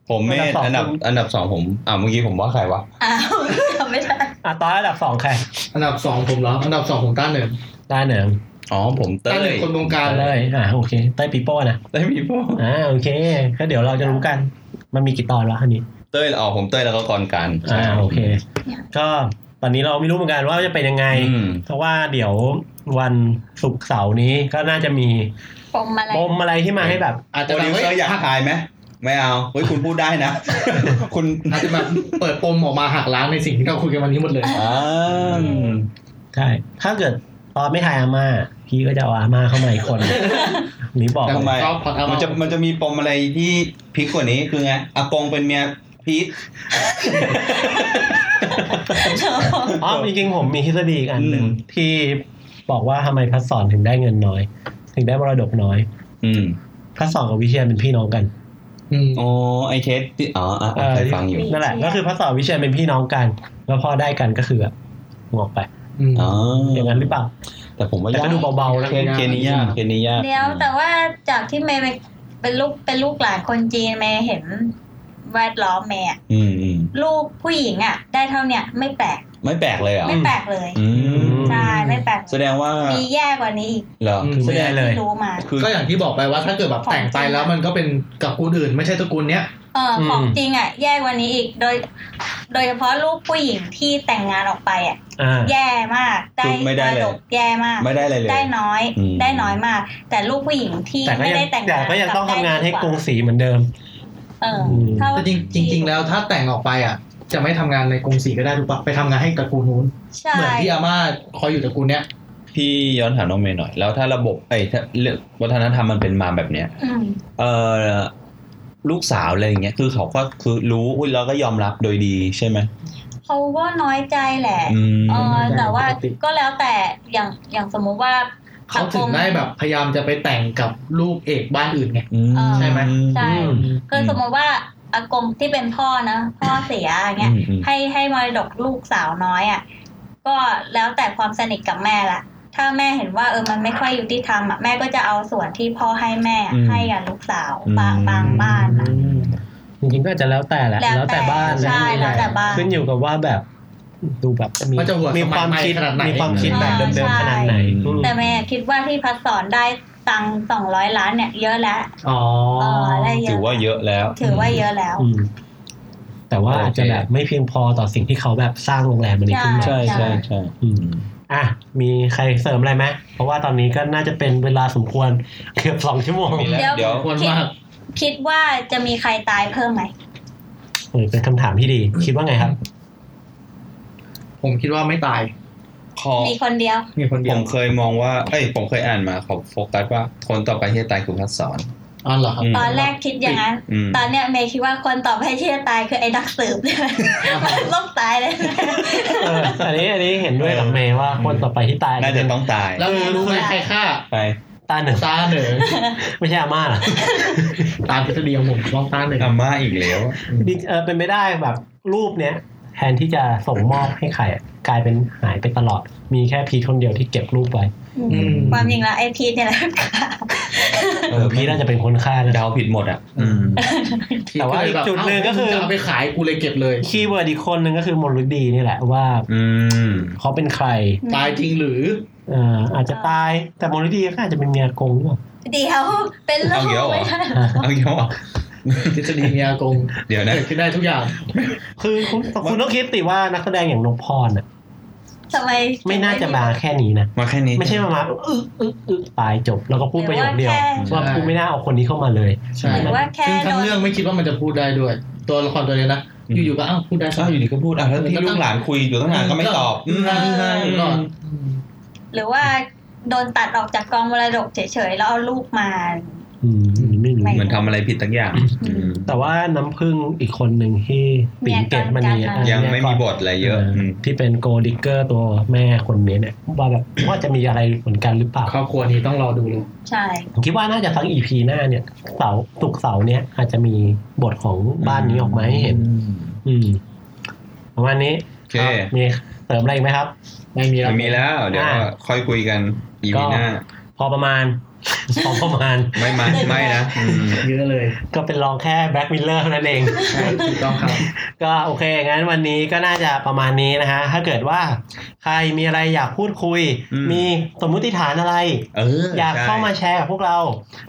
B: ผมเมธ
A: อั
B: อัน
A: นดั
B: ดับ
A: สอ
B: บ
A: ง
B: อันดับสองผมอ่าเมื่อกี้ผมว่าใครวะ
D: อ้าวทำไม่ได้
A: อ่ะตอนอันดับสองใคร
C: อันดับสองผมเหรออันดับสองผมต้าเหนิง
A: ด้านเหนิง
B: อ๋อผมเต้
C: ตั้งหนึ่
B: ย
C: งคนวงการ
A: ได้อ่าโอเคใต้ปีโป้นะ
B: เต้ยมีโป้
A: อ่าโอเคก็เดี๋ยวเราจะรู้กัน มันมีกี่ตอนวะอันนี้
B: เต้ยอ๋อผมเต้ยแล้วก็กรกัน
A: อ่าโอเค ก็ตอนนี้เราไม่รู้เหมือนกันว่าจะเป็นยังไง
B: อืม
A: เพราะว่าเดี๋ยววันศุกร์เสาร์นี้ก็น่าจะมี
D: ปมอะไร
A: ปมอะไรที่มาให้แบบ
C: อาจจะ
B: โปร
C: แบ
B: ดิ
C: บ
B: วเซอร์อยากทายไหมไม่เอาเฮ้ยคุณพูดได้นะ *laughs* คุณ
C: อาจจะแบบเปิดปมออกมาหักล้างในสิ่งที่เราคุยกันวันนี้หมดเลย
B: อ่า
A: ใช่ ถ้าเกิดตอนไม่ถ่ายอาม่า พี่ก็จะเอาอาม่าเข้ามาอีกค
D: *laughs*
A: น นี่บอก
B: ทำไม
C: ชอบพอดเอามั
B: มันจะมันจะมีปมอะไรที่พีคกว่านี้คือไงอากงเป็นเมียพีค
A: อ๋อจริงๆผมมีทฤษฎีอีกอันหนึ่ง
B: อืม
A: ที่บอกว่าทำไมพัสสอนถึงได้เงินน้อย ถึงได้มรดกน้อย
B: อืม
A: พัสสอนกับวิเชียนเป็นพี่น้องกัน
C: อืม
B: โอ้ไอเคสที่อ๋ออ่ะอ่ะเคยฟังอยู่
D: วิเชีย
A: นั่นแหละ ก็คือพัสสอนวิเชียนเป็นพี่น้องกัน แล้วพอได้กันก็คือแบบงอกไป
C: อืม
B: อ๋อ
A: อย่างนั้นหรือเปล่า
B: แต่ผมว่า
A: แต่
B: ยา
A: ก็
B: ก
A: ดูเบาๆนะ
B: เคสเคสนี้ยากเคสนี้ยาก
D: เดี๋ยวแต่ว่าจากที่เมย์เป็นเป็นลูกเป็นลูกหลานคนจีนเมย์เห็นแวดล้อมเมย์อะ
B: อืมอืม
D: ลูกผู้หญิงอ่ะ ได้เท่าเนี้ยไม่แปลก
B: ไม่แปลกเลยเหรอ
D: ไม่แปลกเลย
B: อืม
D: ใช่ไม่แปลก
B: แสดงว่า
D: มีแย่กว่านี้อีก
B: เหรอ
C: อืม
A: คือไม่ได้เลย
D: ที่รู้มา
B: คือ
C: ก็อย่างที่บอกไปว่าถ้าเกิดแบบแต่งไปแล้วมันก็เป็นกับกูลอื่น ไม่ใช่ตระกูลเนี้ย
D: เอออ
A: ม
D: ของจริงอ่ะ แย่กว่านี้อีกโดย โดยเฉพาะลูกผู้หญิงที่แต่งงานออกไปอ่ะ
A: อ่า
D: แย่มากได้
B: คือไม่ได้เลย
D: มรกแย่มาก
B: ไม่ได้อะไรเลย
D: ได้น้อย
B: อืม
D: ได้น้อยมาก แต่ลูกผู้หญิงที่
A: แต่ก็
D: ไม่
A: ยัง
D: ได้แต่งงาน
A: แต่ก็ยังต้องทำงานให้กรุง
D: ลับ
A: ศรีเหมือนเดิม
D: ได้ดีกว่าเออ
A: อืม
D: เท่า
C: แต่จริงจริง ๆ แล้วถ้าแต่งออกไปอ่ะ จะไม่ทำงานในกรุงศรีก็ได้ถูกปะไปทำงานให้ตระกูลนู้น
D: ใช่
C: เหมือนที่อาม่าคอยอยู่ตระกูลเนี้ย
B: พี่ย้อนถามน้องเมย์หน่อย แล้วถ้าระบบไอ้ยถ้าเรื่องวัฒนธรรมมันเป็นมาแบบเนี้ย
D: อืม
B: เออลูกสาวอะไรอย่างเงี้ยคือเขาก็คือรู้อุ๊ยแล้วก็ยอมรับโดยดีใช่ไหม
D: เขาก็น้อยใจแหละ
B: อืม
D: เออแต่ว่า
C: ปกติ
D: ก็แล้วแต่อย่างอย่างสมมุติว่า
C: เขาถึงได้แบบพยายามจะไปแต่งกับลูกเอกบ้านอื่นไง
B: ม
D: เออ
C: ใช่ไหม
D: ใช่
A: อืม
D: คือสมมติว่าอากงที่เป็นพ่อนะพ่อเสียอย่างเงี้ย
B: อืมอืม
D: ให้ให้มรดกลูกสาวน้อยอะ่ะก็แล้วแต่ความสนิทกับแม่ละถ้าแม่เห็นว่าเออมันไม่ค่อยยุติธรรมอะ่ะแม่ก็จะเอาส่วนที่พ่อให้แม่อะให้กับลูกสาวบางบางบ้านนะ
A: จริงๆก็อาจจะแล้วแต่แหละ
D: แล้วแต่
A: แล้วแต่บ้านนะ
D: ใช่แล้วแต่บ้าน
A: ขึ้นอยู่กับว่าแบบดูแบบมี
C: ว่าจะหัว
A: มี
C: สมัยว
A: คาม
C: ใหม่
A: คิด
C: ขนาดไหน
A: มีความคิดแบบเดิมๆขนาดไหนอืม
D: แต่แม่คิดว่าที่พัดสอนได้ตังสองร้อยล้านเนี่ยเยอะแล้ว
C: อ๋อ
D: เออได้เยอะ
B: ถือว่าเยอะแล้ว
D: ถือว่าเยอะแล้ว
A: อืมแต่ว่า
B: โอเค
A: อาจจะแบบไม่เพียงพอต่อสิ่งที่เขาแบบสร้างโรงแรมมันนี้ขึ้นมา
B: ใช่ใช่ใช่
A: อืมอ่ะมีใครเสริมอะไรไหมเพราะว่าตอนนี้ก็น่าจะเป็นเวลาสมควร *laughs* เกือบสองชั่วโมง
D: เดี๋ยว
B: เดี๋ยว
C: ควรมาก
D: คิดว่าจะมีใครตายเพิ่มไหม
A: เออเป็นคำถามที่ดี คิดว่าไงครับ
C: ผมคิดว่าไม่ตาย
B: ขอ
D: มีคนเดียว
C: มีคนเดี
B: ผ
C: ยว
B: มเคยมองว่า เอ้ยผมเคยอ่านมาขอโฟกัสว่าคนต่อไปที่จะตายคือพัดสอน
C: อ๋อเหรอครับ
B: อืม
D: ตอนแรกคิดอย่างนั้น
B: อืม
D: ตอนเนี้ยเมย์คิดว่าคนตอบให้ที่จะตายคือไอ้นักสืบเนี่ย *laughs* มันต้องตายเลย
A: เอออันนี้อันนี้เห็นด้วยกับเมย์ว่าคนต่อไปที่ตาย
B: น่าจะต้องตาย
C: แล้วรู้ไหมใครฆ่า
B: ไป
A: ตาหนึ่ง
C: ตาเห
D: *laughs*
C: นิง
A: ไม่ใช่อาม่าเหรอ
C: ตามทฤษฎีของผมต้องตาเหนิง
B: อาม่าอีกแล้ว
A: ดิเออเป็นไม่ได้แบบรูปเนี้ยแทนที่จะส่งมอบให้ใครอะกลายเป็นหายไปตลอด มีแค่พีทคนเดียวที่เก็บรูปไว้
C: อืม
D: ความจริงแล้วไอพีชเนี่ยแหละค่ะ
A: เออพีทน่าจะเป็นคนฆ่านะ
B: เดาผิดหมดอ่ะ อืม
A: แต่ว่าอีกจุดหนึ่งก็คือ
C: จะเอาไปขายกูเลยเก็บเลย
A: คีย์เวิร์ดอีกคนหนึ่งก็คือมนฤดีนี่แหละว่า
B: อืม
A: เขาเป็นใคร
C: ตายจริงหรือ
A: เอ่ออาจจะตายแต่มนฤดีก็อาจจะเป็นเมียกงหรือเปล่า *laughs*
D: เดี๋ยวเป็นโรค
B: เอาเดี๋ยวเหรอ
D: ไม่ใช่เหรอ
B: เอาเยอะ
C: ทฤษฎีเมียอากง
B: เดี๋ยวนะ
C: เกิดขึ้นได้ทุกอย่าง
A: คือคุณคุณต้องคิดติว่านักแสดงอย่างนกพรน่ะ
D: *laughs* ทำไม
A: ไม่น่าจะมาแค่นี้นะ
B: มาแค่นี้
A: ไม่ใช่มามาอึ๊กอึ๊กอึ๊กตายจบ แล้วก็พูดประโยคเดียว
B: หรือ
A: ว่า
B: ว่าแค่
A: กูไม่น่าเอาคนนี้เข้ามาเลย
C: ใช่
D: หรือว่าแค่
C: ซึ่งทั้ง
D: โดน
C: เรื่องไม่คิดว่ามันจะพูดได้ด้วย ตัวละครตัวเนี้ยนะ
B: อืม
C: อยู่ๆก็อ้าวพูดได้
B: อ้าวอยู่ดีก็พูดอ่ะแล้วที่ลูกหลานคุยอยู่ตั้งนานก็ไม่ตอบอืม
C: นั่นนั่นก็
D: หรือว่าโดนตัดออกจากกองมรดกเฉยๆแล้วเอาลูกมา
A: อืมไม่รู้
B: เหมือนทำอะไรผิดตั้งอย่าง
D: อืม
A: แต่ว่าน้ำพึ่งอีกคนหนึ่งที่ปิงเกตมันนี
D: อืม
B: ยังไม่มีบทอะไรเยอะม
A: ที่เป็นโกลดิกเกอร์ตัวแม่คนนี้เนี่ยว่าแบบ ว่าจะมีอะไรเหมือนกันหรือเปล่า
C: ครอบครัวนี้ต้องรอดูเลย
D: ใช่
A: ผมคิดว่าน่าจะสักอีพีหน้าเนี่ยเสาร์ศุกร์เสาร์เนี่ยอาจจะมีบทของบ้านนี้ออกมาให้เห็น อืมประมาณนี้
B: โอเค
A: ครับมีเสริมอะไรอีกไหมครับ
C: ไม่มีแล้ว
B: ไม่มีแล้ว เดี๋ยว
A: อ่ะ
B: ค่อยคุยกันอีพี
A: ก็
B: หน้า
A: พอประมาณ *laughs* พอประมาณ
B: ไม่
A: *laughs*
B: ไม่ไม่นะอืม
C: เยอะเลย
A: ก็เป็นรองแค่แบล็กมิลเลอร์เท่านั้นเอง
C: ใช่ถูกต้องครับ
A: ก็โอเค งั้นวันนี้ก็น่าจะประมาณนี้นะฮะ ถ้าเกิดว่าใครมีอะไรอยากพูดคุย มีสมมุติฐานอะไร
B: เออ
A: อ
B: อย
A: ากเข้ามาแชร์กับพวกเรา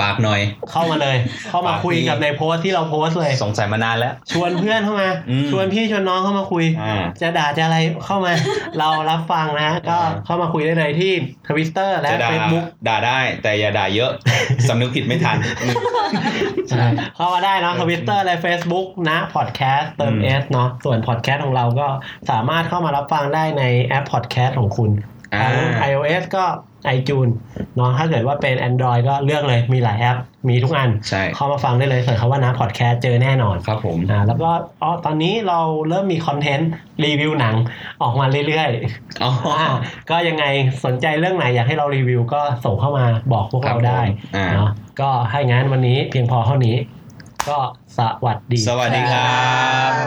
B: ปากหน่อย
A: เข้ามา
B: *laughs*
A: เลย เข้ามาคุยกับในโพสต์ที่เราโพสต์เลย
B: สงสัยมานานแล้ว
A: ชวนเพื่อนเข้ามา
B: *laughs* อืม
A: ชวนพี่ชวนน้องเข้ามาคุย
B: อ่า
A: จะด่าจะอะไรเข้า
B: *laughs*
A: มา เรารับฟังนะ ก็
B: อ่า
A: เข้ามาคุยได้เลยที่ทวิตเตอร์และ
B: จะด่า
A: เฟซบุ๊ก
B: ด่าได้แต่อย่าด่า
A: *laughs*
B: เยอะ สำนึกผิดไม่ทันอืม
A: เข้ามาได้เนาะทวิตเตอร์และ Facebook นะพอดแคสต์เติม
B: อืม
A: เอสเนาะส่วนพอดแคสต์ของเราก็สามารถเข้ามารับฟังได้ในแอปพอดแคสต์ของคุณ
B: อ่า
A: ทั้ง iOS ก็ iTunes เนาะถ้าเกิดว่าเป็น Android ก็เลือกเลยมีหลายแอป มีทุกอัน
B: ใช่
A: เข้ามาฟังได้เลยเสิร์ชคำว่านะพอดแคสต์เจอแน่นอน
B: ครับผม
A: อ่าแล้วก็อ๋อตอนนี้เราเริ่มมีคอนเทนต์รีวิวหนังออกมาเรื่อย
B: อ๋อ
A: ๆอ่าก็ยังไงสนใจเรื่องไหนอยากให้เรารีวิวก็ส่งเข้ามาบอกพวกเราได้
B: อ่า
A: เนาะก็ให้งานวันนี้เพียงพอเท่านี้ ก็สวัสดี
B: สวัสดีครับ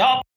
A: จบ